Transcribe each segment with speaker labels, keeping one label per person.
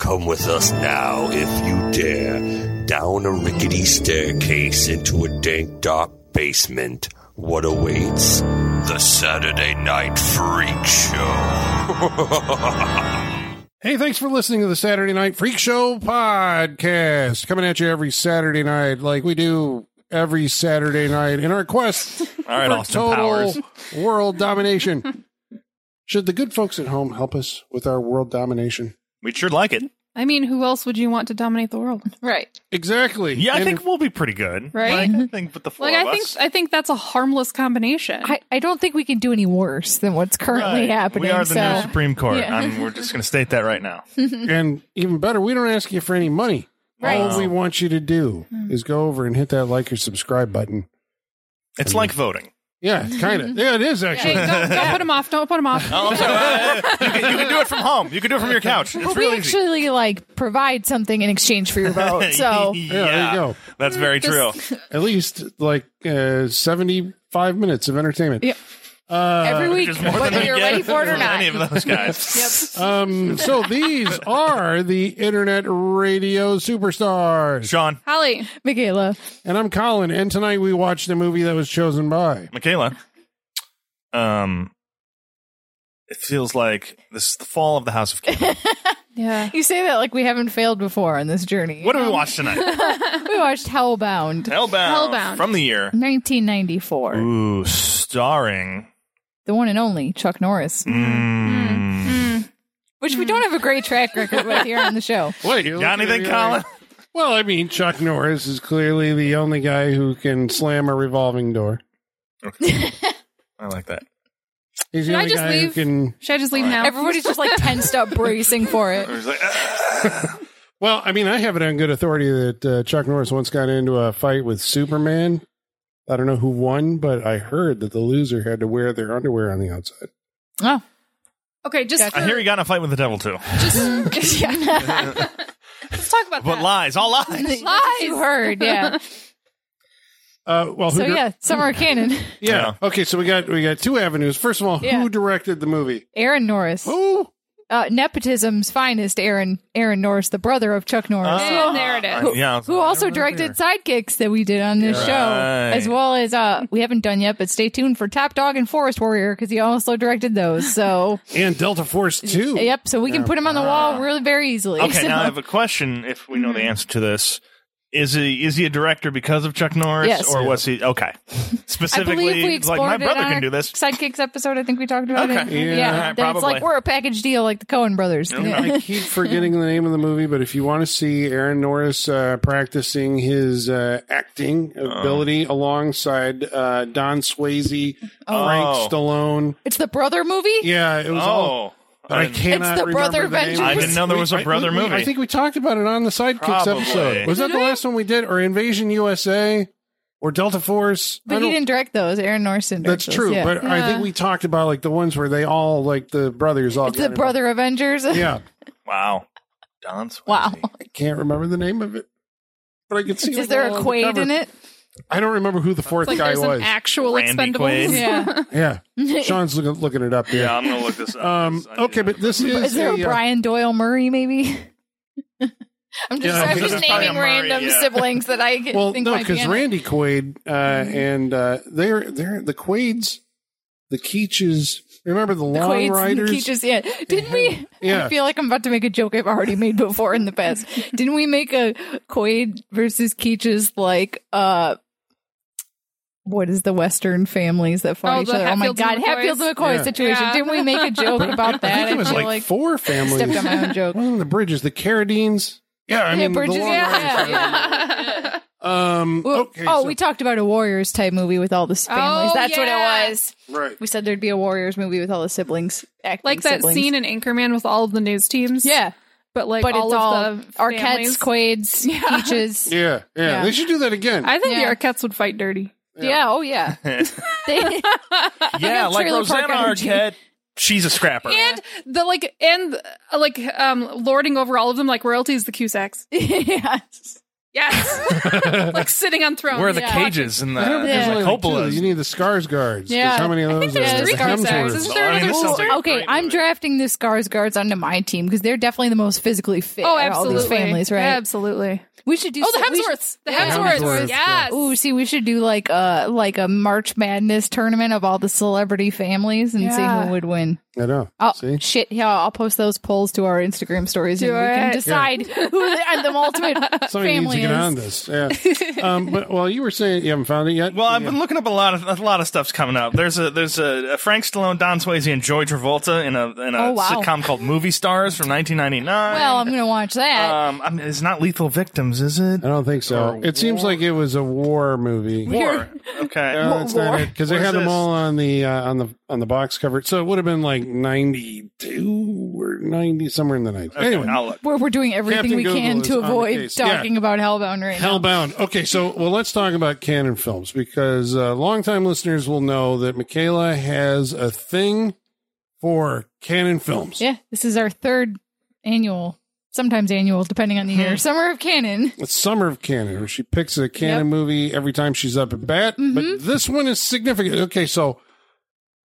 Speaker 1: Come with us now, if you dare, down a rickety staircase into a dank, dark basement. What awaits? The Saturday Night Freak Show.
Speaker 2: Hey, thanks for listening to the Saturday Night Freak Show podcast. Coming at you every Saturday night, like we do every Saturday night in our quest
Speaker 3: All right,
Speaker 2: for
Speaker 3: Austin
Speaker 2: total
Speaker 3: Powers.
Speaker 2: world domination. Should the good folks at home help us with our world domination?
Speaker 3: We'd sure like it.
Speaker 4: I mean, who else would you want to dominate the world?
Speaker 5: Right.
Speaker 2: Exactly.
Speaker 3: Yeah, I
Speaker 2: And
Speaker 3: think we'll be pretty good,
Speaker 4: Right?
Speaker 3: Like, I think with the four
Speaker 4: Like,
Speaker 3: of
Speaker 4: I think
Speaker 3: us,
Speaker 4: I think that's a harmless combination.
Speaker 5: I, I don't think we can do any worse than what's currently
Speaker 3: Right.
Speaker 5: happening.
Speaker 3: We are the
Speaker 5: so.
Speaker 3: new Supreme Court.
Speaker 5: Yeah.
Speaker 3: I'm, we're just going to state that right now.
Speaker 2: if- and even better, we don't ask you for any money.
Speaker 5: Right.
Speaker 2: All we want you to do is go over and hit that like or subscribe button.
Speaker 3: It's like voting.
Speaker 2: Yeah, kind of. Yeah, it is actually.
Speaker 4: hey, don't, don't put him off. Don't put him off.
Speaker 3: Oh, I'm sorry. you, can, you can do it from home. You can do it from your couch. It's
Speaker 5: Well,
Speaker 3: real
Speaker 5: we
Speaker 3: easy.
Speaker 5: actually like provide something in exchange for your vote. So
Speaker 3: yeah,
Speaker 2: there you go.
Speaker 3: That's very true.
Speaker 2: At least like uh, 75 minutes of entertainment.
Speaker 5: Yeah.
Speaker 2: Uh,
Speaker 5: every week,
Speaker 3: There's more than
Speaker 5: whether
Speaker 3: we
Speaker 5: you're
Speaker 3: get
Speaker 5: ready for it or
Speaker 3: from
Speaker 5: not.
Speaker 3: Any of those guys.
Speaker 2: Um, so these are the internet radio superstars.
Speaker 3: Sean,
Speaker 4: Holly,
Speaker 5: Michaela,
Speaker 2: And I'm Colin, and tonight we watched a movie that was chosen by.
Speaker 3: Michaela. Um, it feels like this is the fall of the House of King.
Speaker 4: yeah,
Speaker 5: you say that like we haven't failed before on this journey.
Speaker 3: What do we watch tonight?
Speaker 5: we watched Hellbound,
Speaker 3: Hellbound,
Speaker 4: Hellbound.
Speaker 3: from the year.
Speaker 5: 1994.
Speaker 3: Ooh, starring.
Speaker 5: The one and only Chuck Norris,
Speaker 3: Mm.
Speaker 5: which we don't have a great track record with here on the show.
Speaker 2: Wait,
Speaker 3: Mm. Got anything, Colin?
Speaker 2: Well, I mean, Chuck Norris is clearly the only guy who can slam a revolving door.
Speaker 3: I like that.
Speaker 2: He's the
Speaker 4: Can I
Speaker 2: only
Speaker 4: just
Speaker 2: guy who
Speaker 4: leave?
Speaker 2: can.
Speaker 4: should I just leave now?
Speaker 5: Everybody's just like tensed up, bracing for it.
Speaker 3: He's like, "Ah."
Speaker 2: Well, I mean, I have it on good authority that uh, Chuck Norris once got into a fight with Superman. I don't know who won, but I heard that the loser had to wear their underwear on the outside.
Speaker 5: Oh,
Speaker 4: okay, just
Speaker 5: Gotcha.
Speaker 3: I hear he got in a fight with the devil too.
Speaker 4: just
Speaker 5: yeah.
Speaker 4: let's talk about
Speaker 3: But
Speaker 4: that.
Speaker 3: lies, all lies.
Speaker 5: Lies. You heard, yeah.
Speaker 2: Uh, well, who
Speaker 5: So
Speaker 2: dir-
Speaker 5: yeah, Summer of Cannon,
Speaker 2: Yeah. Okay, so we got we got two avenues. First of all,
Speaker 5: Yeah.
Speaker 2: who directed the movie?
Speaker 5: Aaron Norris,
Speaker 2: Who?
Speaker 5: uh, nepotism's finest, Aaron Aaron Norris, the brother of Chuck Norris,
Speaker 4: Oh. And there it is.
Speaker 3: Uh, yeah.
Speaker 5: who also directed Sidekicks that we did on this show,
Speaker 3: Right.
Speaker 5: as well as uh, we haven't done yet, but stay tuned for Top Dog and Forest Warrior because he also directed those. So
Speaker 2: And Delta Force 2.
Speaker 5: yep, so we can put him on the
Speaker 2: Ah.
Speaker 5: wall really very easily.
Speaker 3: Okay,
Speaker 5: So-
Speaker 3: now I have a question. If we know the answer to this, is he is he a director because of Chuck Norris,
Speaker 5: Yes.
Speaker 3: or was he okay?
Speaker 5: I
Speaker 3: Specifically,
Speaker 5: believe we
Speaker 3: it's
Speaker 5: explored
Speaker 3: like my
Speaker 5: it
Speaker 3: brother
Speaker 5: on
Speaker 3: can
Speaker 5: our
Speaker 3: do this.
Speaker 5: Sidekicks episode. I think we talked about
Speaker 3: Okay.
Speaker 5: it.
Speaker 2: Yeah,
Speaker 5: that it's
Speaker 3: probably.
Speaker 5: like we're a package deal, like the Cohen brothers. Yeah.
Speaker 2: I keep forgetting the name of the movie, but if you want to see Aaron Norris uh, practicing his uh, acting
Speaker 3: Oh.
Speaker 2: ability alongside uh, Don Swayze,
Speaker 3: Oh.
Speaker 2: Frank Stallone,
Speaker 5: It's the brother movie.
Speaker 2: yeah, it was all.
Speaker 3: Oh,
Speaker 2: But I cannot
Speaker 5: It's the
Speaker 2: remember
Speaker 5: Brother
Speaker 2: the name.
Speaker 5: Avengers.
Speaker 3: I didn't know there was a
Speaker 2: We- I-
Speaker 3: brother
Speaker 2: we- we-
Speaker 3: movie.
Speaker 2: I think we talked about it on the Sidekicks
Speaker 3: Probably.
Speaker 2: episode. Was that the last one we did, or Invasion USA, or Delta Force? I
Speaker 5: But he
Speaker 2: don't-
Speaker 5: didn't direct those. Aaron Norton.
Speaker 2: That's
Speaker 5: directed those,
Speaker 2: true,
Speaker 5: yeah.
Speaker 2: but I think we talked about like the ones where they all like the brothers all got
Speaker 5: It's the
Speaker 2: involved.
Speaker 5: Brother Avengers.
Speaker 2: Yeah,
Speaker 3: wow, Don. Swayze.
Speaker 5: Wow.
Speaker 2: I can't remember the name of it, but I can see.
Speaker 5: Is there a Quaid in it?
Speaker 2: I don't remember who the fourth
Speaker 4: like
Speaker 2: guy
Speaker 4: there's
Speaker 2: was.
Speaker 4: an actual
Speaker 3: Randy
Speaker 4: Expendables.
Speaker 3: Quaid.
Speaker 5: Yeah.
Speaker 2: yeah, Sean's looking looking it up
Speaker 3: Yeah,
Speaker 2: here.
Speaker 3: I'm gonna look this up.
Speaker 2: Um, okay, but this is,
Speaker 5: Is there a
Speaker 2: a, uh,
Speaker 5: Brian Doyle Murray, maybe? I'm just,
Speaker 2: Yeah,
Speaker 5: I'm
Speaker 2: okay.
Speaker 5: just
Speaker 3: Brian
Speaker 5: naming
Speaker 3: Murray,
Speaker 5: random
Speaker 3: yeah.
Speaker 5: siblings that I
Speaker 2: well,
Speaker 5: think
Speaker 2: no,
Speaker 5: might be
Speaker 2: because
Speaker 5: in Mm-hmm.
Speaker 2: Randy Quaid uh, and uh, they're they're the Quaids, the Keaches. Remember the,
Speaker 5: it.
Speaker 2: Long
Speaker 5: Quaids and
Speaker 2: Riders?
Speaker 5: Keaches, yeah. Didn't we?
Speaker 2: Yeah.
Speaker 5: I feel like I'm about to make a joke I've already made before in the past. Didn't we make a Quaid versus Keaches like uh what is the Western families that fight
Speaker 4: Oh,
Speaker 5: each
Speaker 4: the
Speaker 5: other? Oh my
Speaker 4: Hatfields and
Speaker 5: God,
Speaker 4: McCoys.
Speaker 5: Hatfields and McCoy
Speaker 2: Yeah.
Speaker 5: situation.
Speaker 4: Yeah.
Speaker 5: Didn't we make a joke about
Speaker 2: I
Speaker 5: that?
Speaker 2: think it was
Speaker 5: feel
Speaker 2: like, four
Speaker 5: I
Speaker 2: families.
Speaker 5: stepped on my own joke.
Speaker 2: One of the bridges, the Carradines. Yeah, I
Speaker 5: Yeah,
Speaker 2: mean
Speaker 5: Bridges,
Speaker 2: the Long
Speaker 5: yeah,
Speaker 2: Riders. Um,
Speaker 5: Well,
Speaker 2: okay,
Speaker 5: oh,
Speaker 2: so-
Speaker 5: we talked about a Warriors type movie with all the families.
Speaker 4: Oh,
Speaker 5: That's what
Speaker 4: yeah.
Speaker 5: it was.
Speaker 2: right.
Speaker 5: We said there'd be a Warriors movie with all the siblings. acting
Speaker 4: like that
Speaker 5: siblings.
Speaker 4: scene in Anchorman with all of the news teams.
Speaker 5: Yeah.
Speaker 4: but like
Speaker 5: but
Speaker 4: all
Speaker 5: it's
Speaker 4: of
Speaker 5: all
Speaker 4: the
Speaker 5: Arquettes,
Speaker 4: families.
Speaker 5: Quades, Peaches. Yeah.
Speaker 2: Yeah, yeah,
Speaker 5: Yeah.
Speaker 2: They should do that again.
Speaker 4: I think
Speaker 5: Yeah.
Speaker 4: the Arquettes would fight dirty.
Speaker 5: oh yeah. They-
Speaker 3: yeah, like
Speaker 5: Trailer Park
Speaker 3: Rosanna
Speaker 5: Energy.
Speaker 3: Arquette, she's a scrapper.
Speaker 4: And the like, and uh, like, um, lording over all of them like royalty is the Cusacks.
Speaker 5: yes.
Speaker 4: Yes. like sitting on throne.
Speaker 3: Where are the
Speaker 4: yeah.
Speaker 3: cages and the,
Speaker 2: I don't-
Speaker 3: and
Speaker 2: there's
Speaker 5: Yeah.
Speaker 2: only
Speaker 3: the
Speaker 2: like two.
Speaker 3: cupolas?
Speaker 2: You need the scars guards.
Speaker 5: Yeah.
Speaker 2: How many of
Speaker 4: I
Speaker 2: those?
Speaker 4: think there's
Speaker 2: are
Speaker 4: three
Speaker 2: the
Speaker 4: Skarsgårds.
Speaker 2: Hemsworths?
Speaker 4: Isn't
Speaker 3: Oh,
Speaker 4: there
Speaker 3: I mean,
Speaker 4: another
Speaker 3: this sounds
Speaker 4: sister?
Speaker 3: like a
Speaker 5: Okay,
Speaker 3: great
Speaker 5: I'm
Speaker 3: movie.
Speaker 5: drafting the Scars guards onto my team because they're definitely the most physically fit.
Speaker 4: Oh,
Speaker 5: out of
Speaker 4: absolutely.
Speaker 5: All these families, right?
Speaker 4: Absolutely.
Speaker 5: We should do.
Speaker 4: Oh, the
Speaker 5: we should-
Speaker 4: Hemsworths. The
Speaker 5: Yeah.
Speaker 4: Hemsworths.
Speaker 2: Hemsworths,
Speaker 4: Yes.
Speaker 5: Ooh, see, we should do like a like a March Madness tournament of all the celebrity families and see
Speaker 4: Yeah.
Speaker 5: who would win.
Speaker 2: I know.
Speaker 5: Oh
Speaker 2: See?
Speaker 5: shit! Yeah, I'll post those polls to our Instagram stories
Speaker 4: Do
Speaker 5: and we can
Speaker 4: it.
Speaker 5: decide who the, the ultimate
Speaker 2: Somebody needs
Speaker 5: family
Speaker 2: to get
Speaker 5: is.
Speaker 2: on this. Yeah. um, but well, you were saying you haven't found it yet.
Speaker 3: Well, I've been looking up a lot of a lot of stuff's coming up. There's a there's a, a Frank Stallone, Don Swayze, and Joy Travolta in a in a
Speaker 5: Oh, wow.
Speaker 3: sitcom called Movie Stars from 1999.
Speaker 5: Well, I'm gonna watch
Speaker 2: Uh,
Speaker 5: that.
Speaker 3: um, I mean, it's not Lethal Victims, is it?
Speaker 2: I don't think so.
Speaker 3: Or
Speaker 2: It seems
Speaker 3: war.
Speaker 2: like it was a war movie.
Speaker 3: War. Okay.
Speaker 2: No, it's not it because they
Speaker 3: What is
Speaker 2: had them
Speaker 3: this?
Speaker 2: all on the uh, on the on the box cover. So it would have been like ninety two or ninety somewhere in the night.
Speaker 3: Okay,
Speaker 2: anyway,
Speaker 3: I'll look.
Speaker 5: We're we're doing everything
Speaker 2: Captain
Speaker 5: we can
Speaker 2: Google
Speaker 5: to
Speaker 2: is on the
Speaker 5: avoid
Speaker 2: case. Yeah.
Speaker 5: talking about Hellbound right now.
Speaker 2: Hellbound. Okay, so well, let's talk about canon films because uh, longtime listeners will know that Michaela has a thing for canon films.
Speaker 5: Yeah, this is our third annual, sometimes annual, depending on the
Speaker 2: Hmm.
Speaker 5: year, Summer of Canon.
Speaker 2: It's Summer of Canon, where she picks a canon movie every time she's up at bat. But
Speaker 5: Mm-hmm.
Speaker 2: this one is significant. Okay, so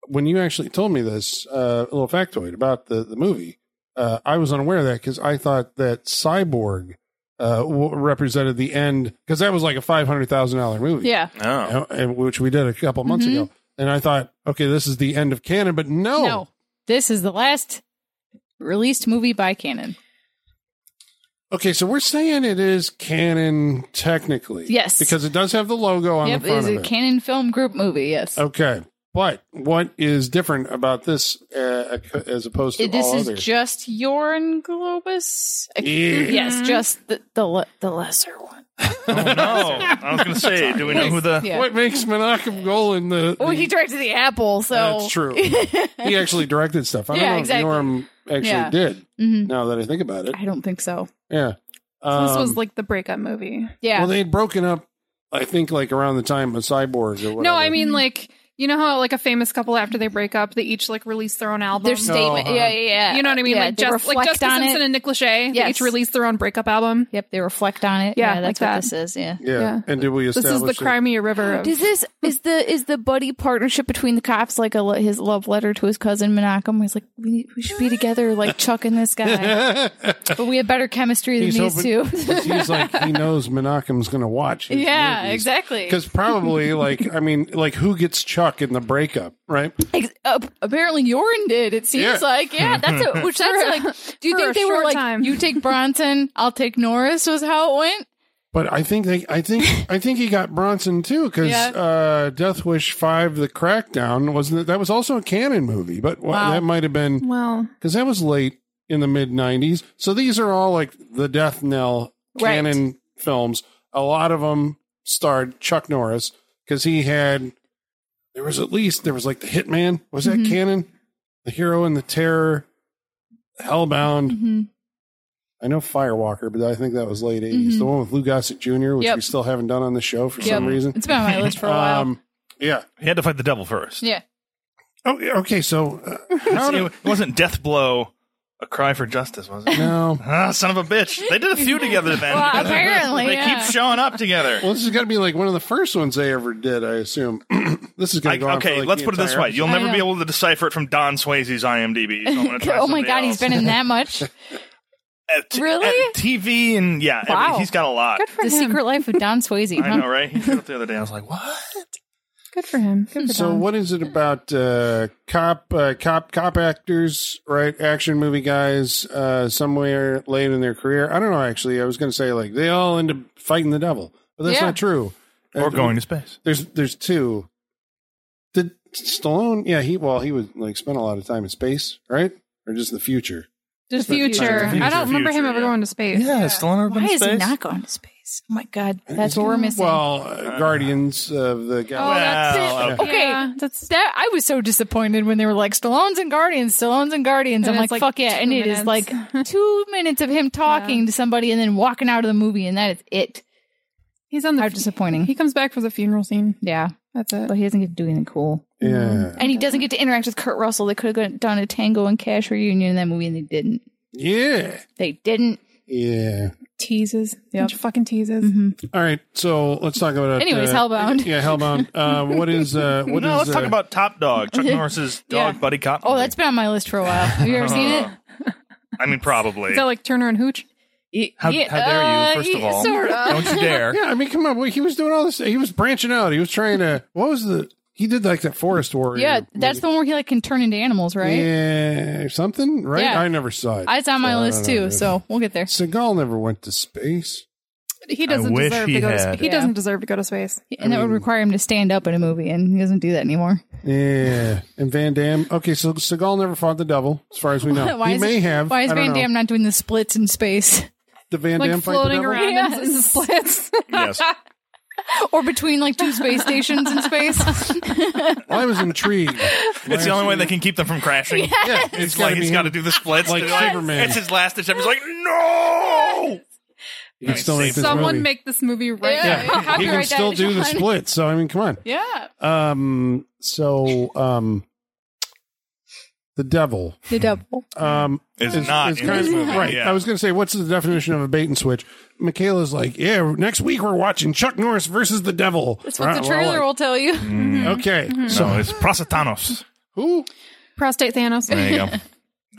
Speaker 2: when you actually told me this uh, little factoid about the, the movie, uh, I was unaware of that because I thought that Cyborg uh, w- represented the end, because that was like a $500,000 movie.
Speaker 5: Yeah.
Speaker 3: Oh.
Speaker 2: Uh, and- which we did a couple months
Speaker 5: Mm-hmm.
Speaker 2: ago. And I thought, okay, this is the end of canon, but no.
Speaker 5: No, this is the last released movie by Canon.
Speaker 2: Okay, so we're saying it is canon technically.
Speaker 5: Yes.
Speaker 2: Because it does have the logo on
Speaker 5: yep,
Speaker 2: the front
Speaker 5: is
Speaker 2: of
Speaker 5: a
Speaker 2: it. Oh,
Speaker 5: Canon Film Group movie. Yes.
Speaker 2: Okay, but what is different about this uh, as opposed to
Speaker 5: It- this
Speaker 2: all
Speaker 5: is
Speaker 2: others?
Speaker 5: just Jorn Globus.
Speaker 2: Yeah.
Speaker 5: Yes, just the the, le- the lesser one.
Speaker 3: Oh, no. I was going to say, do we know who the.
Speaker 5: Yeah.
Speaker 2: what makes Menachem Golan the?
Speaker 5: Well,
Speaker 2: the-
Speaker 5: he directed the Apple, so
Speaker 2: that's true. he actually directed stuff. I don't
Speaker 5: Yeah,
Speaker 2: know
Speaker 5: exactly.
Speaker 2: if Norm actually
Speaker 5: Yeah.
Speaker 2: did.
Speaker 5: Mhm.
Speaker 2: Now that I think about it,
Speaker 5: I don't think so.
Speaker 2: yeah.
Speaker 4: So this
Speaker 2: Um,
Speaker 4: was like the breakup movie.
Speaker 5: Yeah,
Speaker 2: well, they had broken up. I think like around the time of Cyborg or whatever.
Speaker 4: No, I mean like you know how like a famous couple after they break up, they each like release their own album.
Speaker 5: their statement.
Speaker 2: uh-huh.
Speaker 5: Yeah, yeah, yeah.
Speaker 4: you know what I mean?
Speaker 5: Yeah,
Speaker 4: like
Speaker 5: they
Speaker 4: just like
Speaker 5: reflect
Speaker 4: Jessica
Speaker 5: on
Speaker 4: Simpson
Speaker 5: it.
Speaker 4: and Nick Lachey, they
Speaker 5: Yes.
Speaker 4: each released their own breakup album.
Speaker 5: Yep, they reflect on it.
Speaker 4: Yeah,
Speaker 5: Yeah, that's
Speaker 4: like
Speaker 5: what
Speaker 4: that.
Speaker 5: this is. Yeah.
Speaker 2: yeah.
Speaker 4: yeah.
Speaker 2: And did we
Speaker 4: This
Speaker 2: establish
Speaker 4: is the
Speaker 2: that-
Speaker 4: Crimea River. Of,
Speaker 5: Does this is the is the buddy partnership between the cops like a lo- his love letter to his cousin Menachem? He's like, we need, we should be together, like Chuck and this guy, but we have better chemistry than
Speaker 2: He's
Speaker 5: these
Speaker 2: hoping-
Speaker 5: two.
Speaker 2: He's like he knows Menachem's going to watch. his
Speaker 5: yeah,
Speaker 2: movies.
Speaker 5: exactly.
Speaker 2: Because probably, like, I mean, like, who gets Chuck in the breakup, right?
Speaker 5: Ex- ap- apparently, Yoren did. It seems
Speaker 2: Yeah.
Speaker 5: like yeah, that's a, which that's like. Do you
Speaker 4: for
Speaker 5: think
Speaker 4: a
Speaker 5: they were
Speaker 4: short
Speaker 5: like,
Speaker 4: time.
Speaker 5: you take Bronson, I'll take Norris? Was how it went.
Speaker 2: But I think they, I think, I think he got Bronson too, because
Speaker 5: Yeah.
Speaker 2: uh, Death Wish Five: The Crackdown wasn't it? That was also a canon movie, but wha-
Speaker 5: Wow.
Speaker 2: that might have been
Speaker 4: well,
Speaker 2: because that was late in the mid '90s. So these are all like the death knell
Speaker 5: Right.
Speaker 2: canon films. A lot of them starred Chuck Norris because he had. There was at least there was like the Hitman. Was that
Speaker 5: Mm-hmm.
Speaker 2: canon? The Hero and the Terror, Hellbound.
Speaker 5: Mm-hmm.
Speaker 2: I know Firewalker, but I think that was late 80s. The one with Lou Gossett Jr., which
Speaker 5: Mm-hmm. Yep.
Speaker 2: we still haven't done on the show for some reason.
Speaker 5: It's been on my list for a while.
Speaker 2: Um, yeah.
Speaker 3: He had to fight the devil first.
Speaker 5: yeah,
Speaker 2: Oh, yeah, okay. So, uh, how
Speaker 3: It's-
Speaker 2: do,
Speaker 3: It wasn't Death Blow, a cry for justice, was it?
Speaker 2: no.
Speaker 3: Ah, son of a bitch. They did a few together then.
Speaker 5: Well,
Speaker 3: because
Speaker 5: apparently,
Speaker 3: They
Speaker 5: yeah.
Speaker 3: keep showing up together.
Speaker 2: Well, this is going to be like one of the first ones they ever did, I assume. this is
Speaker 3: I,
Speaker 2: going to go on for,
Speaker 3: okay,
Speaker 2: like,
Speaker 3: let's
Speaker 2: the
Speaker 3: put it this
Speaker 2: entire
Speaker 3: way. You'll
Speaker 5: I
Speaker 3: never
Speaker 5: know.
Speaker 3: be able to decipher it from Don Swayze's IMDb. So I'm gonna try
Speaker 5: oh my
Speaker 3: somebody
Speaker 5: god, he's
Speaker 3: else.
Speaker 5: been in that much.
Speaker 3: At-
Speaker 5: Really?
Speaker 3: at TV and yeah, every-
Speaker 5: Wow.
Speaker 3: he's got a lot.
Speaker 4: good for
Speaker 5: the
Speaker 4: him.
Speaker 5: Secret Life of Don Swayze.
Speaker 3: I
Speaker 5: huh?
Speaker 3: know, right? He showed up the other day. I was like, what?
Speaker 4: Good for him. Good for
Speaker 2: So,
Speaker 4: Don.
Speaker 2: what is it about uh, cop, uh, cop, cop actors, right? Action movie guys, uh, somewhere late in their career? I don't know. Actually, I was going to say like they all end up fighting the devil, but that's
Speaker 5: Yeah.
Speaker 2: not true.
Speaker 3: Or
Speaker 2: Uh,
Speaker 3: going to space.
Speaker 2: There's there's two. Did Stallone? Yeah, he well he was like spent a lot of time in space, right? Or just the future.
Speaker 4: Just future.
Speaker 3: future,
Speaker 4: I don't remember him
Speaker 3: future,
Speaker 4: ever
Speaker 3: yeah.
Speaker 4: going to space.
Speaker 3: Stallone ever
Speaker 5: Why is he not going to space? Oh my god, that's what we're missing.
Speaker 2: Well, uh, Guardians of the
Speaker 4: Oh,
Speaker 2: Galaxy.
Speaker 4: that's
Speaker 3: Well,
Speaker 4: it.
Speaker 5: okay. Okay.
Speaker 4: Yeah, that's
Speaker 5: that I was so disappointed when they were like Stallone's and Guardians, Stallone's and Guardians.
Speaker 4: And
Speaker 5: I'm like,
Speaker 4: it's like
Speaker 5: fuck
Speaker 4: two
Speaker 5: yeah, and it is
Speaker 4: minutes.
Speaker 5: like two minutes of him talking to somebody and then walking out of the movie, and that is it.
Speaker 4: he's on the.
Speaker 5: How disappointing.
Speaker 4: He comes back for the funeral scene.
Speaker 5: yeah,
Speaker 4: That's it.
Speaker 5: but he doesn't get to do anything cool,
Speaker 2: yeah,
Speaker 5: and he doesn't get to interact with Kurt Russell. They could have done a Tango and Cash reunion in that movie, and they didn't.
Speaker 2: yeah,
Speaker 5: They didn't.
Speaker 2: yeah.
Speaker 4: Teases. Bunch of fucking teases.
Speaker 2: All right, so let's talk about.
Speaker 4: Anyways,
Speaker 2: uh,
Speaker 4: Hellbound.
Speaker 2: Yeah, Hellbound. Uh, what is? Uh, what
Speaker 3: no,
Speaker 2: is,
Speaker 3: let's talk
Speaker 2: uh,
Speaker 3: about Top Dog, Chuck Norris's dog
Speaker 4: Yeah.
Speaker 3: buddy cop.
Speaker 5: Oh,
Speaker 3: movie.
Speaker 5: that's been on my list for a while. Have you ever seen it?
Speaker 3: I mean, probably.
Speaker 4: Is that like Turner and Hooch?
Speaker 3: how, how dare you? First uh, of all,
Speaker 5: uh, Sort of.
Speaker 3: don't you dare.
Speaker 2: Yeah, I mean, come on. well, He was doing all this. He was branching out. He was trying to. What was the? He did like that forest warrior.
Speaker 5: Yeah, that's the one where he like can turn into animals, right?
Speaker 2: Yeah, something right.
Speaker 5: Yeah.
Speaker 2: I never saw it.
Speaker 5: I- It's on my
Speaker 2: So I
Speaker 5: list
Speaker 2: don't
Speaker 5: too,
Speaker 2: know.
Speaker 5: so we'll get there.
Speaker 2: Seagal never went to space.
Speaker 4: He doesn't
Speaker 3: wish
Speaker 4: deserve
Speaker 3: he
Speaker 4: to go to
Speaker 3: had.
Speaker 4: space. He
Speaker 5: Yeah.
Speaker 4: doesn't deserve to go to space.
Speaker 5: And that would require him to stand up in a movie, and he doesn't do that anymore.
Speaker 2: Yeah, and Van Damme. Okay, so Seagal never fought the devil, as far as we know.
Speaker 5: why
Speaker 2: he
Speaker 5: is,
Speaker 2: may have.
Speaker 5: Why is
Speaker 2: I don't
Speaker 5: Van
Speaker 2: know.
Speaker 5: Damme not doing the splits in space
Speaker 2: Did Van
Speaker 4: Like
Speaker 2: Damme fight the
Speaker 4: floating
Speaker 2: devil?
Speaker 4: around
Speaker 5: Yes.
Speaker 4: in, in the splits.
Speaker 3: Yes.
Speaker 5: or between like two space stations in space?
Speaker 2: Well, I was intrigued.
Speaker 3: It's the only way they can keep them from crashing.
Speaker 2: Yeah,
Speaker 3: It's like he's got to do the splits.
Speaker 2: Like
Speaker 3: They're like,
Speaker 2: Superman.
Speaker 3: It's his last attempt. He's like, no.
Speaker 2: You can still make this
Speaker 4: Someone
Speaker 2: movie.
Speaker 4: make this movie right
Speaker 2: yeah,
Speaker 4: now.
Speaker 5: Yeah.
Speaker 2: he can
Speaker 5: copyright
Speaker 2: still
Speaker 5: that,
Speaker 2: do the
Speaker 5: Sean.
Speaker 2: split. So I mean, come on.
Speaker 5: yeah,
Speaker 2: Um, so um, the devil.
Speaker 5: the devil.
Speaker 2: Um,
Speaker 3: Is not in this movie,
Speaker 2: right.
Speaker 3: yeah.
Speaker 2: I was going to say, what's the definition of a bait and switch? Michaela's like, yeah, next week we're watching Chuck Norris versus the devil. Uh, mm-hmm.
Speaker 5: That's what the trailer will Mm-hmm. tell you.
Speaker 2: Mm. Okay, so
Speaker 3: No, it's Prositanos.
Speaker 2: who
Speaker 4: Prostate Thanos.
Speaker 3: There you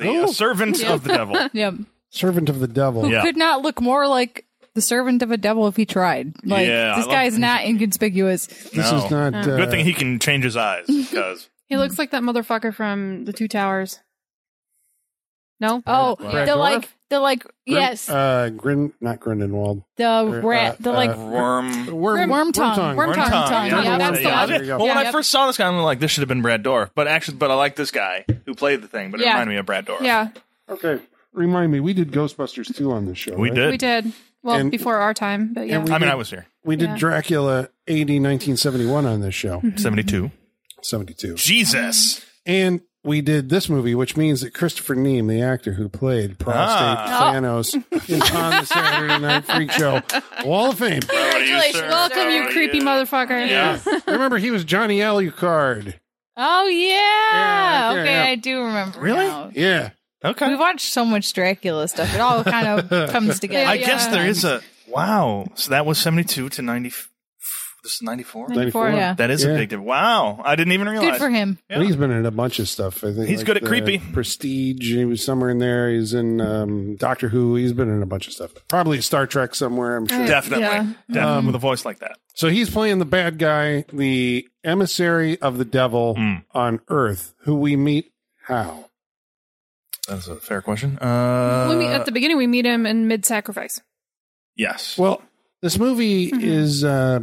Speaker 3: go. The uh, servant of the devil.
Speaker 5: Yep.
Speaker 2: servant of the devil?
Speaker 3: Yeah.
Speaker 5: Could not look more like the servant of a devil if he tried. Like
Speaker 3: Yeah, I
Speaker 5: this
Speaker 3: love-
Speaker 5: guy's not inconspicuous.
Speaker 2: This
Speaker 3: No.
Speaker 2: is not
Speaker 5: Oh.
Speaker 2: uh,
Speaker 3: Good thing he can change his eyes because
Speaker 4: He looks like that motherfucker from The Two Towers. No?
Speaker 5: Oh,
Speaker 2: Brad
Speaker 5: the
Speaker 2: Dourif?
Speaker 5: like the like
Speaker 2: Grin-
Speaker 5: yes,
Speaker 2: uh, Grin, not Grindelwald.
Speaker 5: the
Speaker 2: uh,
Speaker 5: rat, the
Speaker 2: uh,
Speaker 5: like
Speaker 3: worm.
Speaker 2: Worm,
Speaker 5: Worm tongue.
Speaker 4: Worm tongue.
Speaker 5: tongue,
Speaker 3: yeah.
Speaker 5: yeah,
Speaker 3: Yeah,
Speaker 5: that's the
Speaker 3: yeah. Well,
Speaker 5: one.
Speaker 2: There you go.
Speaker 3: when I
Speaker 5: Yep.
Speaker 3: first saw this guy, I'm like, this should have been Brad Dorf. But actually, but I like this guy who played the thing. But it
Speaker 4: Yeah.
Speaker 3: reminded me of Brad Dorf.
Speaker 4: Yeah,
Speaker 2: Okay, remind me, we did Ghostbusters two on this show.
Speaker 3: we
Speaker 2: right?
Speaker 3: did.
Speaker 4: we did. Well,
Speaker 2: And-
Speaker 4: before our time, but yeah.
Speaker 2: and we-
Speaker 3: I mean, I was here.
Speaker 2: We did
Speaker 4: Yeah.
Speaker 2: Dracula AD 1971 on this show,
Speaker 5: Hmm.
Speaker 3: 72.
Speaker 2: 72.
Speaker 3: Jesus.
Speaker 2: And we did this movie, which means that Christopher Neame, the actor who played Prostate
Speaker 3: Ah.
Speaker 2: Thanos in, on the Saturday Night Freak Show, Wall of Fame.
Speaker 3: Congratulations.
Speaker 5: sir.
Speaker 4: Welcome, you creepy motherfucker.
Speaker 3: Yeah.
Speaker 2: Remember, he was Johnny Alucard.
Speaker 5: Oh
Speaker 2: Yeah,
Speaker 5: yeah.
Speaker 2: yeah,
Speaker 5: okay,
Speaker 2: yeah.
Speaker 5: I do remember.
Speaker 3: Really?
Speaker 5: now.
Speaker 2: Yeah.
Speaker 5: We
Speaker 3: Okay.
Speaker 5: watched so much Dracula stuff. It all kind of comes together.
Speaker 3: I
Speaker 4: Yeah.
Speaker 3: guess there is a. Wow. So that was 72 to 90. This is 94?
Speaker 4: 94.
Speaker 5: Yeah.
Speaker 3: That is
Speaker 2: Yeah.
Speaker 3: a big difference. Wow. I didn't even realize.
Speaker 5: Good for him.
Speaker 2: And he's been in a bunch of stuff. I think
Speaker 3: He's good at
Speaker 2: the
Speaker 3: creepy.
Speaker 2: Prestige. He was somewhere in there. He's in um, Doctor Who. He's been in a bunch of stuff. Probably Star Trek somewhere. I'm sure.
Speaker 3: Definitely.
Speaker 4: Yeah.
Speaker 3: Definitely Um, with a voice like that.
Speaker 2: So he's playing the bad guy, the emissary of the devil
Speaker 3: Hmm.
Speaker 2: on Earth, who we meet how?
Speaker 3: That's a fair question. Uh,
Speaker 4: When we, at the beginning, we meet him in mid sacrifice.
Speaker 3: yes.
Speaker 2: Well, this movie
Speaker 4: Mm-hmm.
Speaker 2: is uh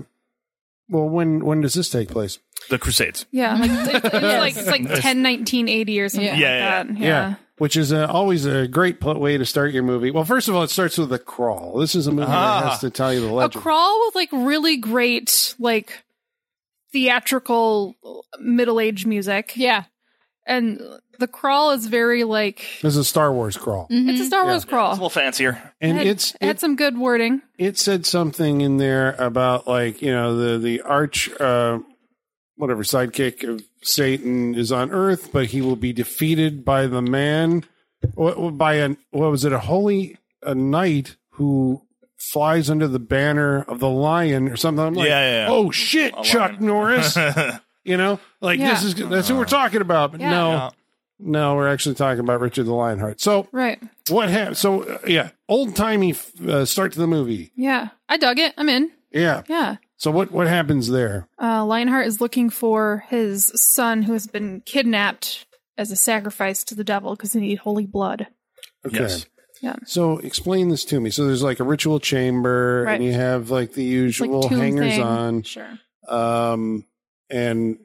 Speaker 2: well when when does this take place?
Speaker 3: the Crusades.
Speaker 4: Yeah. Like, it's, it's like, it's like 10, 1980 or something
Speaker 5: Yeah.
Speaker 4: like
Speaker 3: Yeah,
Speaker 4: that. Yeah.
Speaker 2: Which is uh, always a great pl- way to start your movie. Well, first of all, it starts with a crawl. This is a movie that
Speaker 3: Ah.
Speaker 2: has to tell you the
Speaker 4: A
Speaker 2: legend.
Speaker 4: crawl with like really great, like theatrical middle age music.
Speaker 5: Yeah.
Speaker 4: And the crawl is very like,
Speaker 2: This is a Star Wars crawl,
Speaker 5: Mm-hmm.
Speaker 4: it's a Star Wars
Speaker 3: It's a
Speaker 4: crawl.
Speaker 3: little fancier.
Speaker 2: and
Speaker 4: It Mm-hmm. had-
Speaker 2: it's
Speaker 4: it had
Speaker 2: it,
Speaker 4: some good wording.
Speaker 2: it said something in there about like you know the the arch uh, whatever sidekick of Satan is on Earth, but he will be defeated by the man wh- by an what was it a holy a knight who flies under the banner of the lion or something. I'm like,
Speaker 3: Yeah, yeah, yeah.
Speaker 2: oh shit, Chuck
Speaker 3: lion.
Speaker 2: Norris. you know, like
Speaker 4: Yeah.
Speaker 2: this is that's who we're talking about. But
Speaker 4: Yeah.
Speaker 2: no,
Speaker 3: Yeah.
Speaker 2: no, we're actually talking about Richard the Lionheart. So
Speaker 4: Right.
Speaker 2: what happened? So uh, yeah, old timey uh, start to the movie.
Speaker 4: Yeah. I dug it. I'm in.
Speaker 2: Yeah.
Speaker 4: Yeah.
Speaker 2: So what what happens there?
Speaker 4: Uh, Lionheart is looking for his son who has been kidnapped as a sacrifice to the devil because they need holy blood.
Speaker 2: Okay.
Speaker 3: Yes.
Speaker 4: Yeah.
Speaker 2: So explain this to me. So there's like a ritual chamber,
Speaker 4: Right.
Speaker 2: and you have like the
Speaker 4: It's like
Speaker 2: usual
Speaker 4: tomb
Speaker 2: hangers
Speaker 4: thing.
Speaker 2: on,
Speaker 4: Sure.
Speaker 2: um, and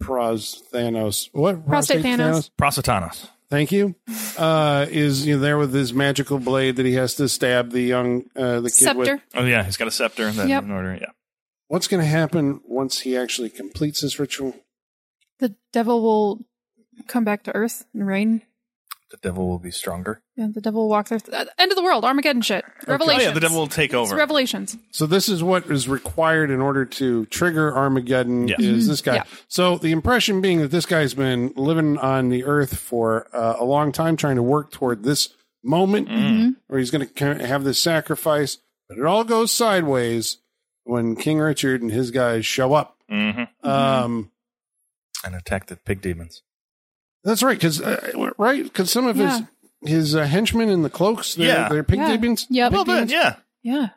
Speaker 2: Pros Thanos. What
Speaker 4: Prostate Thanos.
Speaker 3: Prositanos.
Speaker 2: Thank you. Uh, is you know, there with his magical blade that he has to stab the young uh, the kid with.
Speaker 4: Scepter.
Speaker 3: Oh, yeah. He's got a scepter. And then
Speaker 4: Yep.
Speaker 3: in order. Yeah.
Speaker 2: What's going to happen once he actually completes this ritual?
Speaker 4: The devil will come back to earth and reign.
Speaker 3: The devil will be stronger.
Speaker 4: Yeah, the devil will walk there. Uh, end of the world. Armageddon shit.
Speaker 3: Oh,
Speaker 4: Revelations.
Speaker 3: yeah. The devil will take
Speaker 4: It's
Speaker 3: over.
Speaker 4: Revelations.
Speaker 2: So this is what is required in order to trigger Armageddon.
Speaker 3: Yes.
Speaker 2: Is this guy?
Speaker 4: Yeah.
Speaker 2: So the impression being that this guy's been living on the Earth for uh, a long time, trying to work toward this moment
Speaker 5: Mhm.
Speaker 2: where he's going to have this sacrifice, but it all goes sideways when King Richard and his guys show up.
Speaker 3: Mm-hmm.
Speaker 2: Um,
Speaker 3: And attack the pig demons.
Speaker 2: that's right, because uh, right, because some of
Speaker 4: Yeah.
Speaker 2: his his uh, henchmen in the cloaks, they're,
Speaker 3: Yeah.
Speaker 2: they're pig
Speaker 5: Yeah.
Speaker 2: demons.
Speaker 5: Yep.
Speaker 3: well then, yeah.
Speaker 5: Yeah.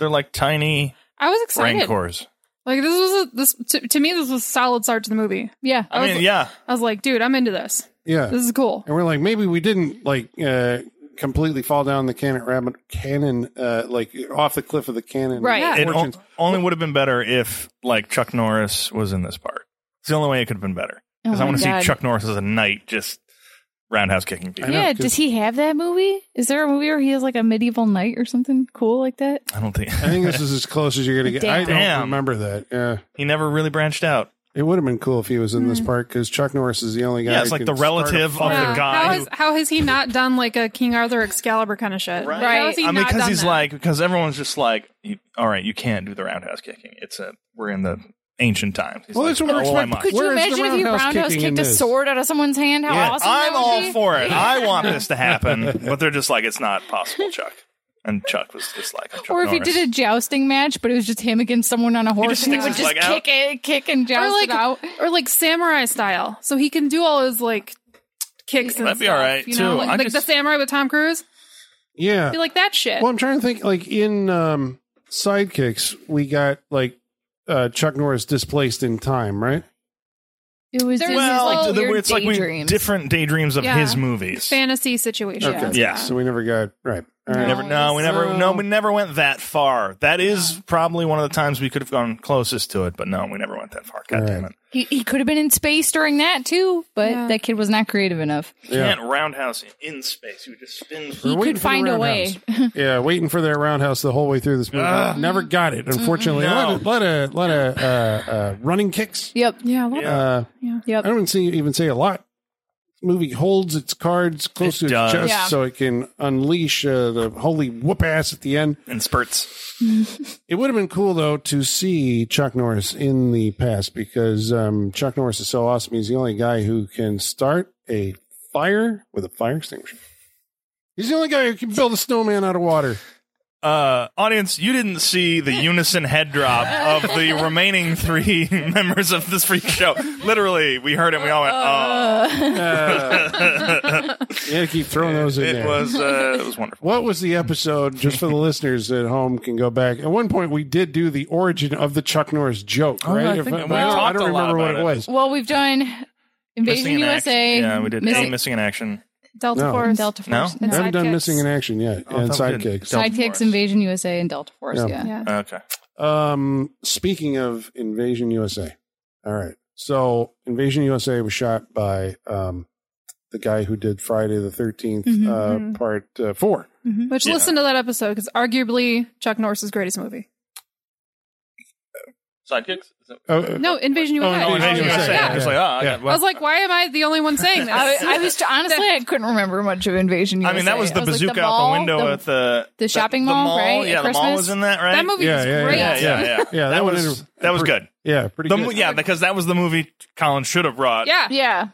Speaker 3: They're like tiny
Speaker 4: I was excited.
Speaker 3: rancors.
Speaker 4: Like this was a, this to, to me this was solid start to the movie.
Speaker 5: Yeah.
Speaker 3: I mean, yeah.
Speaker 4: I was like, dude, I'm into this.
Speaker 2: Yeah,
Speaker 4: This is cool.
Speaker 2: and we're like, maybe we didn't like uh, completely fall down the cannon rabbit cannon, uh, like off the cliff of the cannon.
Speaker 4: Right.
Speaker 5: Yeah.
Speaker 3: It o-
Speaker 2: fortunes.
Speaker 3: only would have been better if like Chuck Norris was in this part. It's the only way it could have been better because I
Speaker 5: my
Speaker 3: want to see
Speaker 5: God.
Speaker 3: Chuck Norris as a knight just roundhouse kicking people.
Speaker 2: I know,
Speaker 5: yeah,
Speaker 2: 'cause-
Speaker 5: does he have that movie? Is there a movie where he has like a medieval knight or something cool like that?
Speaker 3: I don't think
Speaker 2: I think this is as close as you're gonna get. I don't
Speaker 3: Damn.
Speaker 2: remember that. Yeah,
Speaker 3: he never really branched out.
Speaker 2: it would have been cool if he was in this part because Chuck Norris is the only guy.
Speaker 3: Yeah, it's
Speaker 2: who
Speaker 3: like
Speaker 2: can
Speaker 3: the
Speaker 2: start a
Speaker 3: relative of
Speaker 2: fire.
Speaker 3: the guy.
Speaker 4: How
Speaker 3: who-
Speaker 4: has, how has he not done like a King Arthur Excalibur kind of shit?
Speaker 3: Right.
Speaker 4: How has he
Speaker 3: I mean,
Speaker 4: not
Speaker 3: because
Speaker 4: done
Speaker 3: he's
Speaker 4: that?
Speaker 3: like, because everyone's just like, you, all right, you can't do the roundhouse kicking. It's a, we're in the ancient times. He's
Speaker 2: Well,
Speaker 3: like,
Speaker 2: that's what we're
Speaker 3: oh, I
Speaker 2: expecting.
Speaker 3: must.
Speaker 5: Could you
Speaker 2: Where is the
Speaker 5: imagine if he
Speaker 2: roundhouse
Speaker 5: roundhouse
Speaker 2: kicking in
Speaker 5: kicked a
Speaker 2: this?
Speaker 5: sword out of someone's hand? How
Speaker 2: Yeah,
Speaker 5: awesome! that
Speaker 3: I'm
Speaker 5: would
Speaker 3: all
Speaker 5: be?
Speaker 3: for it. I want this to happen. But they're just like, it's not possible, Chuck. And Chuck was just like, I'm Chuck
Speaker 5: Or if
Speaker 3: Norris.
Speaker 5: he did a jousting match, but it was just him against someone on a horse,
Speaker 3: just
Speaker 5: and he would
Speaker 3: sticks
Speaker 5: just
Speaker 3: his leg out.
Speaker 5: kick it, kick and joust
Speaker 4: or like
Speaker 5: it out.
Speaker 4: or like samurai style, so he can do all his like kicks. And
Speaker 3: That'd be
Speaker 4: stuff,
Speaker 3: all right,
Speaker 4: you know,
Speaker 3: too.
Speaker 4: like,
Speaker 3: I
Speaker 4: like the
Speaker 3: just-
Speaker 4: samurai with Tom Cruise.
Speaker 2: Yeah.
Speaker 4: Be like that shit.
Speaker 2: Well, I'm trying to think. Like in um, Sidekicks, we got like uh, Chuck Norris displaced in time, right?
Speaker 5: It was
Speaker 4: There
Speaker 5: just
Speaker 4: was
Speaker 3: well,
Speaker 4: like
Speaker 5: like
Speaker 3: the-
Speaker 5: weird
Speaker 3: it's like we
Speaker 5: daydreams.
Speaker 3: different daydreams of
Speaker 4: Yeah.
Speaker 3: his movies.
Speaker 4: Fantasy situation.
Speaker 5: Okay.
Speaker 3: Yeah.
Speaker 2: So we never got right. All
Speaker 3: We
Speaker 2: right.
Speaker 3: never, no, we never, no, we never went that far. That is probably one of the times we could have gone closest to it, but no, we never went that far. God
Speaker 2: All
Speaker 3: damn
Speaker 2: right.
Speaker 3: it!
Speaker 5: He, he could have been in space during that too, but
Speaker 4: Yeah.
Speaker 5: that kid was not creative enough.
Speaker 2: Yeah.
Speaker 3: Can't roundhouse in space. You just spin.
Speaker 2: We're
Speaker 5: He
Speaker 2: waiting
Speaker 5: could
Speaker 2: for the
Speaker 5: find a
Speaker 2: roundhouse.
Speaker 5: way.
Speaker 2: Yeah, waiting for their roundhouse the whole way through this movie.
Speaker 3: Ugh.
Speaker 2: never got it, unfortunately.
Speaker 3: No.
Speaker 2: A lot of, lot of, lot of uh, uh, running kicks.
Speaker 5: Yep.
Speaker 4: Yeah. I love
Speaker 3: Yeah.
Speaker 4: it.
Speaker 2: Uh, I
Speaker 5: Yep.
Speaker 2: don't even see even say a lot. Movie holds its cards close to
Speaker 3: It does.
Speaker 2: its chest
Speaker 5: Yeah.
Speaker 2: so it can unleash uh, the holy whoop ass at the end.
Speaker 3: and spurts.
Speaker 2: It would have been cool though to see Chuck Norris in the past because um, Chuck Norris is so awesome. He's the only guy who can start a fire with a fire extinguisher. He's the only guy who can build a snowman out of water.
Speaker 3: Uh, audience, you didn't see the unison head drop of the remaining three members of this freak show. Literally, we heard it. and We all went, "Oh!"
Speaker 2: Uh, you had to keep throwing those in
Speaker 3: It
Speaker 2: there.
Speaker 3: was uh, it was wonderful.
Speaker 2: What was the episode? Just for the listeners at home, can go back. At one point, we did do the origin of the Chuck Norris joke, right?
Speaker 3: yeah, Oh, I think
Speaker 2: I,
Speaker 3: we
Speaker 2: don't, I
Speaker 3: talked
Speaker 2: don't
Speaker 3: a lot
Speaker 2: remember what
Speaker 3: about
Speaker 2: it
Speaker 3: it.
Speaker 2: was.
Speaker 5: Well, we've done Invasion
Speaker 3: in
Speaker 5: USA.
Speaker 3: Action. Yeah, we did.
Speaker 5: Missing,
Speaker 3: Any missing in action?
Speaker 4: Delta
Speaker 2: No.
Speaker 4: Force.
Speaker 5: Delta
Speaker 3: No?
Speaker 5: Force.
Speaker 4: No.
Speaker 2: I haven't done
Speaker 4: Sidekicks.
Speaker 2: missing in action yet,
Speaker 3: Oh,
Speaker 2: and
Speaker 3: that was good.
Speaker 2: sidekicks.
Speaker 3: Delta
Speaker 5: Sidekicks,
Speaker 3: Force.
Speaker 5: Invasion USA, and Delta Force.
Speaker 2: Yeah.
Speaker 5: Yeah.
Speaker 4: Yeah.
Speaker 3: Okay.
Speaker 2: Um, speaking of Invasion USA, all right. So Invasion USA was shot by um the guy who did Friday the 13th
Speaker 3: Mm-hmm,
Speaker 5: Mhm,
Speaker 2: uh,
Speaker 4: mhm.
Speaker 2: part uh, four.
Speaker 4: Which
Speaker 3: Yeah.
Speaker 4: listen to that episode because arguably Chuck Norris's greatest movie.
Speaker 3: Sidekicks. Is that-
Speaker 2: Oh, uh,
Speaker 4: No, Invasion
Speaker 2: Oh,
Speaker 4: USA.
Speaker 3: Oh, Invasion
Speaker 2: yeah,
Speaker 3: USA.
Speaker 2: yeah.
Speaker 3: I was like, oh, I,
Speaker 2: Yeah.
Speaker 3: got-
Speaker 4: I was like, why am I the only one saying this?
Speaker 5: I, I was honestly, I couldn't remember much of Invasion USA.
Speaker 3: I mean, that was the
Speaker 5: I
Speaker 3: bazooka
Speaker 5: like, the
Speaker 3: out
Speaker 5: mall,
Speaker 3: the window
Speaker 5: the-
Speaker 3: at the
Speaker 5: the shopping mall, right,
Speaker 3: Yeah,
Speaker 5: at
Speaker 3: the mall
Speaker 5: Christmas?
Speaker 3: was in that, right?
Speaker 4: that movie
Speaker 2: Yeah,
Speaker 4: is
Speaker 2: yeah, yeah.
Speaker 4: great.
Speaker 3: Yeah, yeah, yeah.
Speaker 2: Yeah, that
Speaker 3: that
Speaker 2: one is-
Speaker 3: was that was good.
Speaker 2: yeah, pretty
Speaker 3: The,
Speaker 2: good.
Speaker 3: mo- yeah, because that was the movie Colin should have brought.
Speaker 4: Yeah.
Speaker 5: Yeah.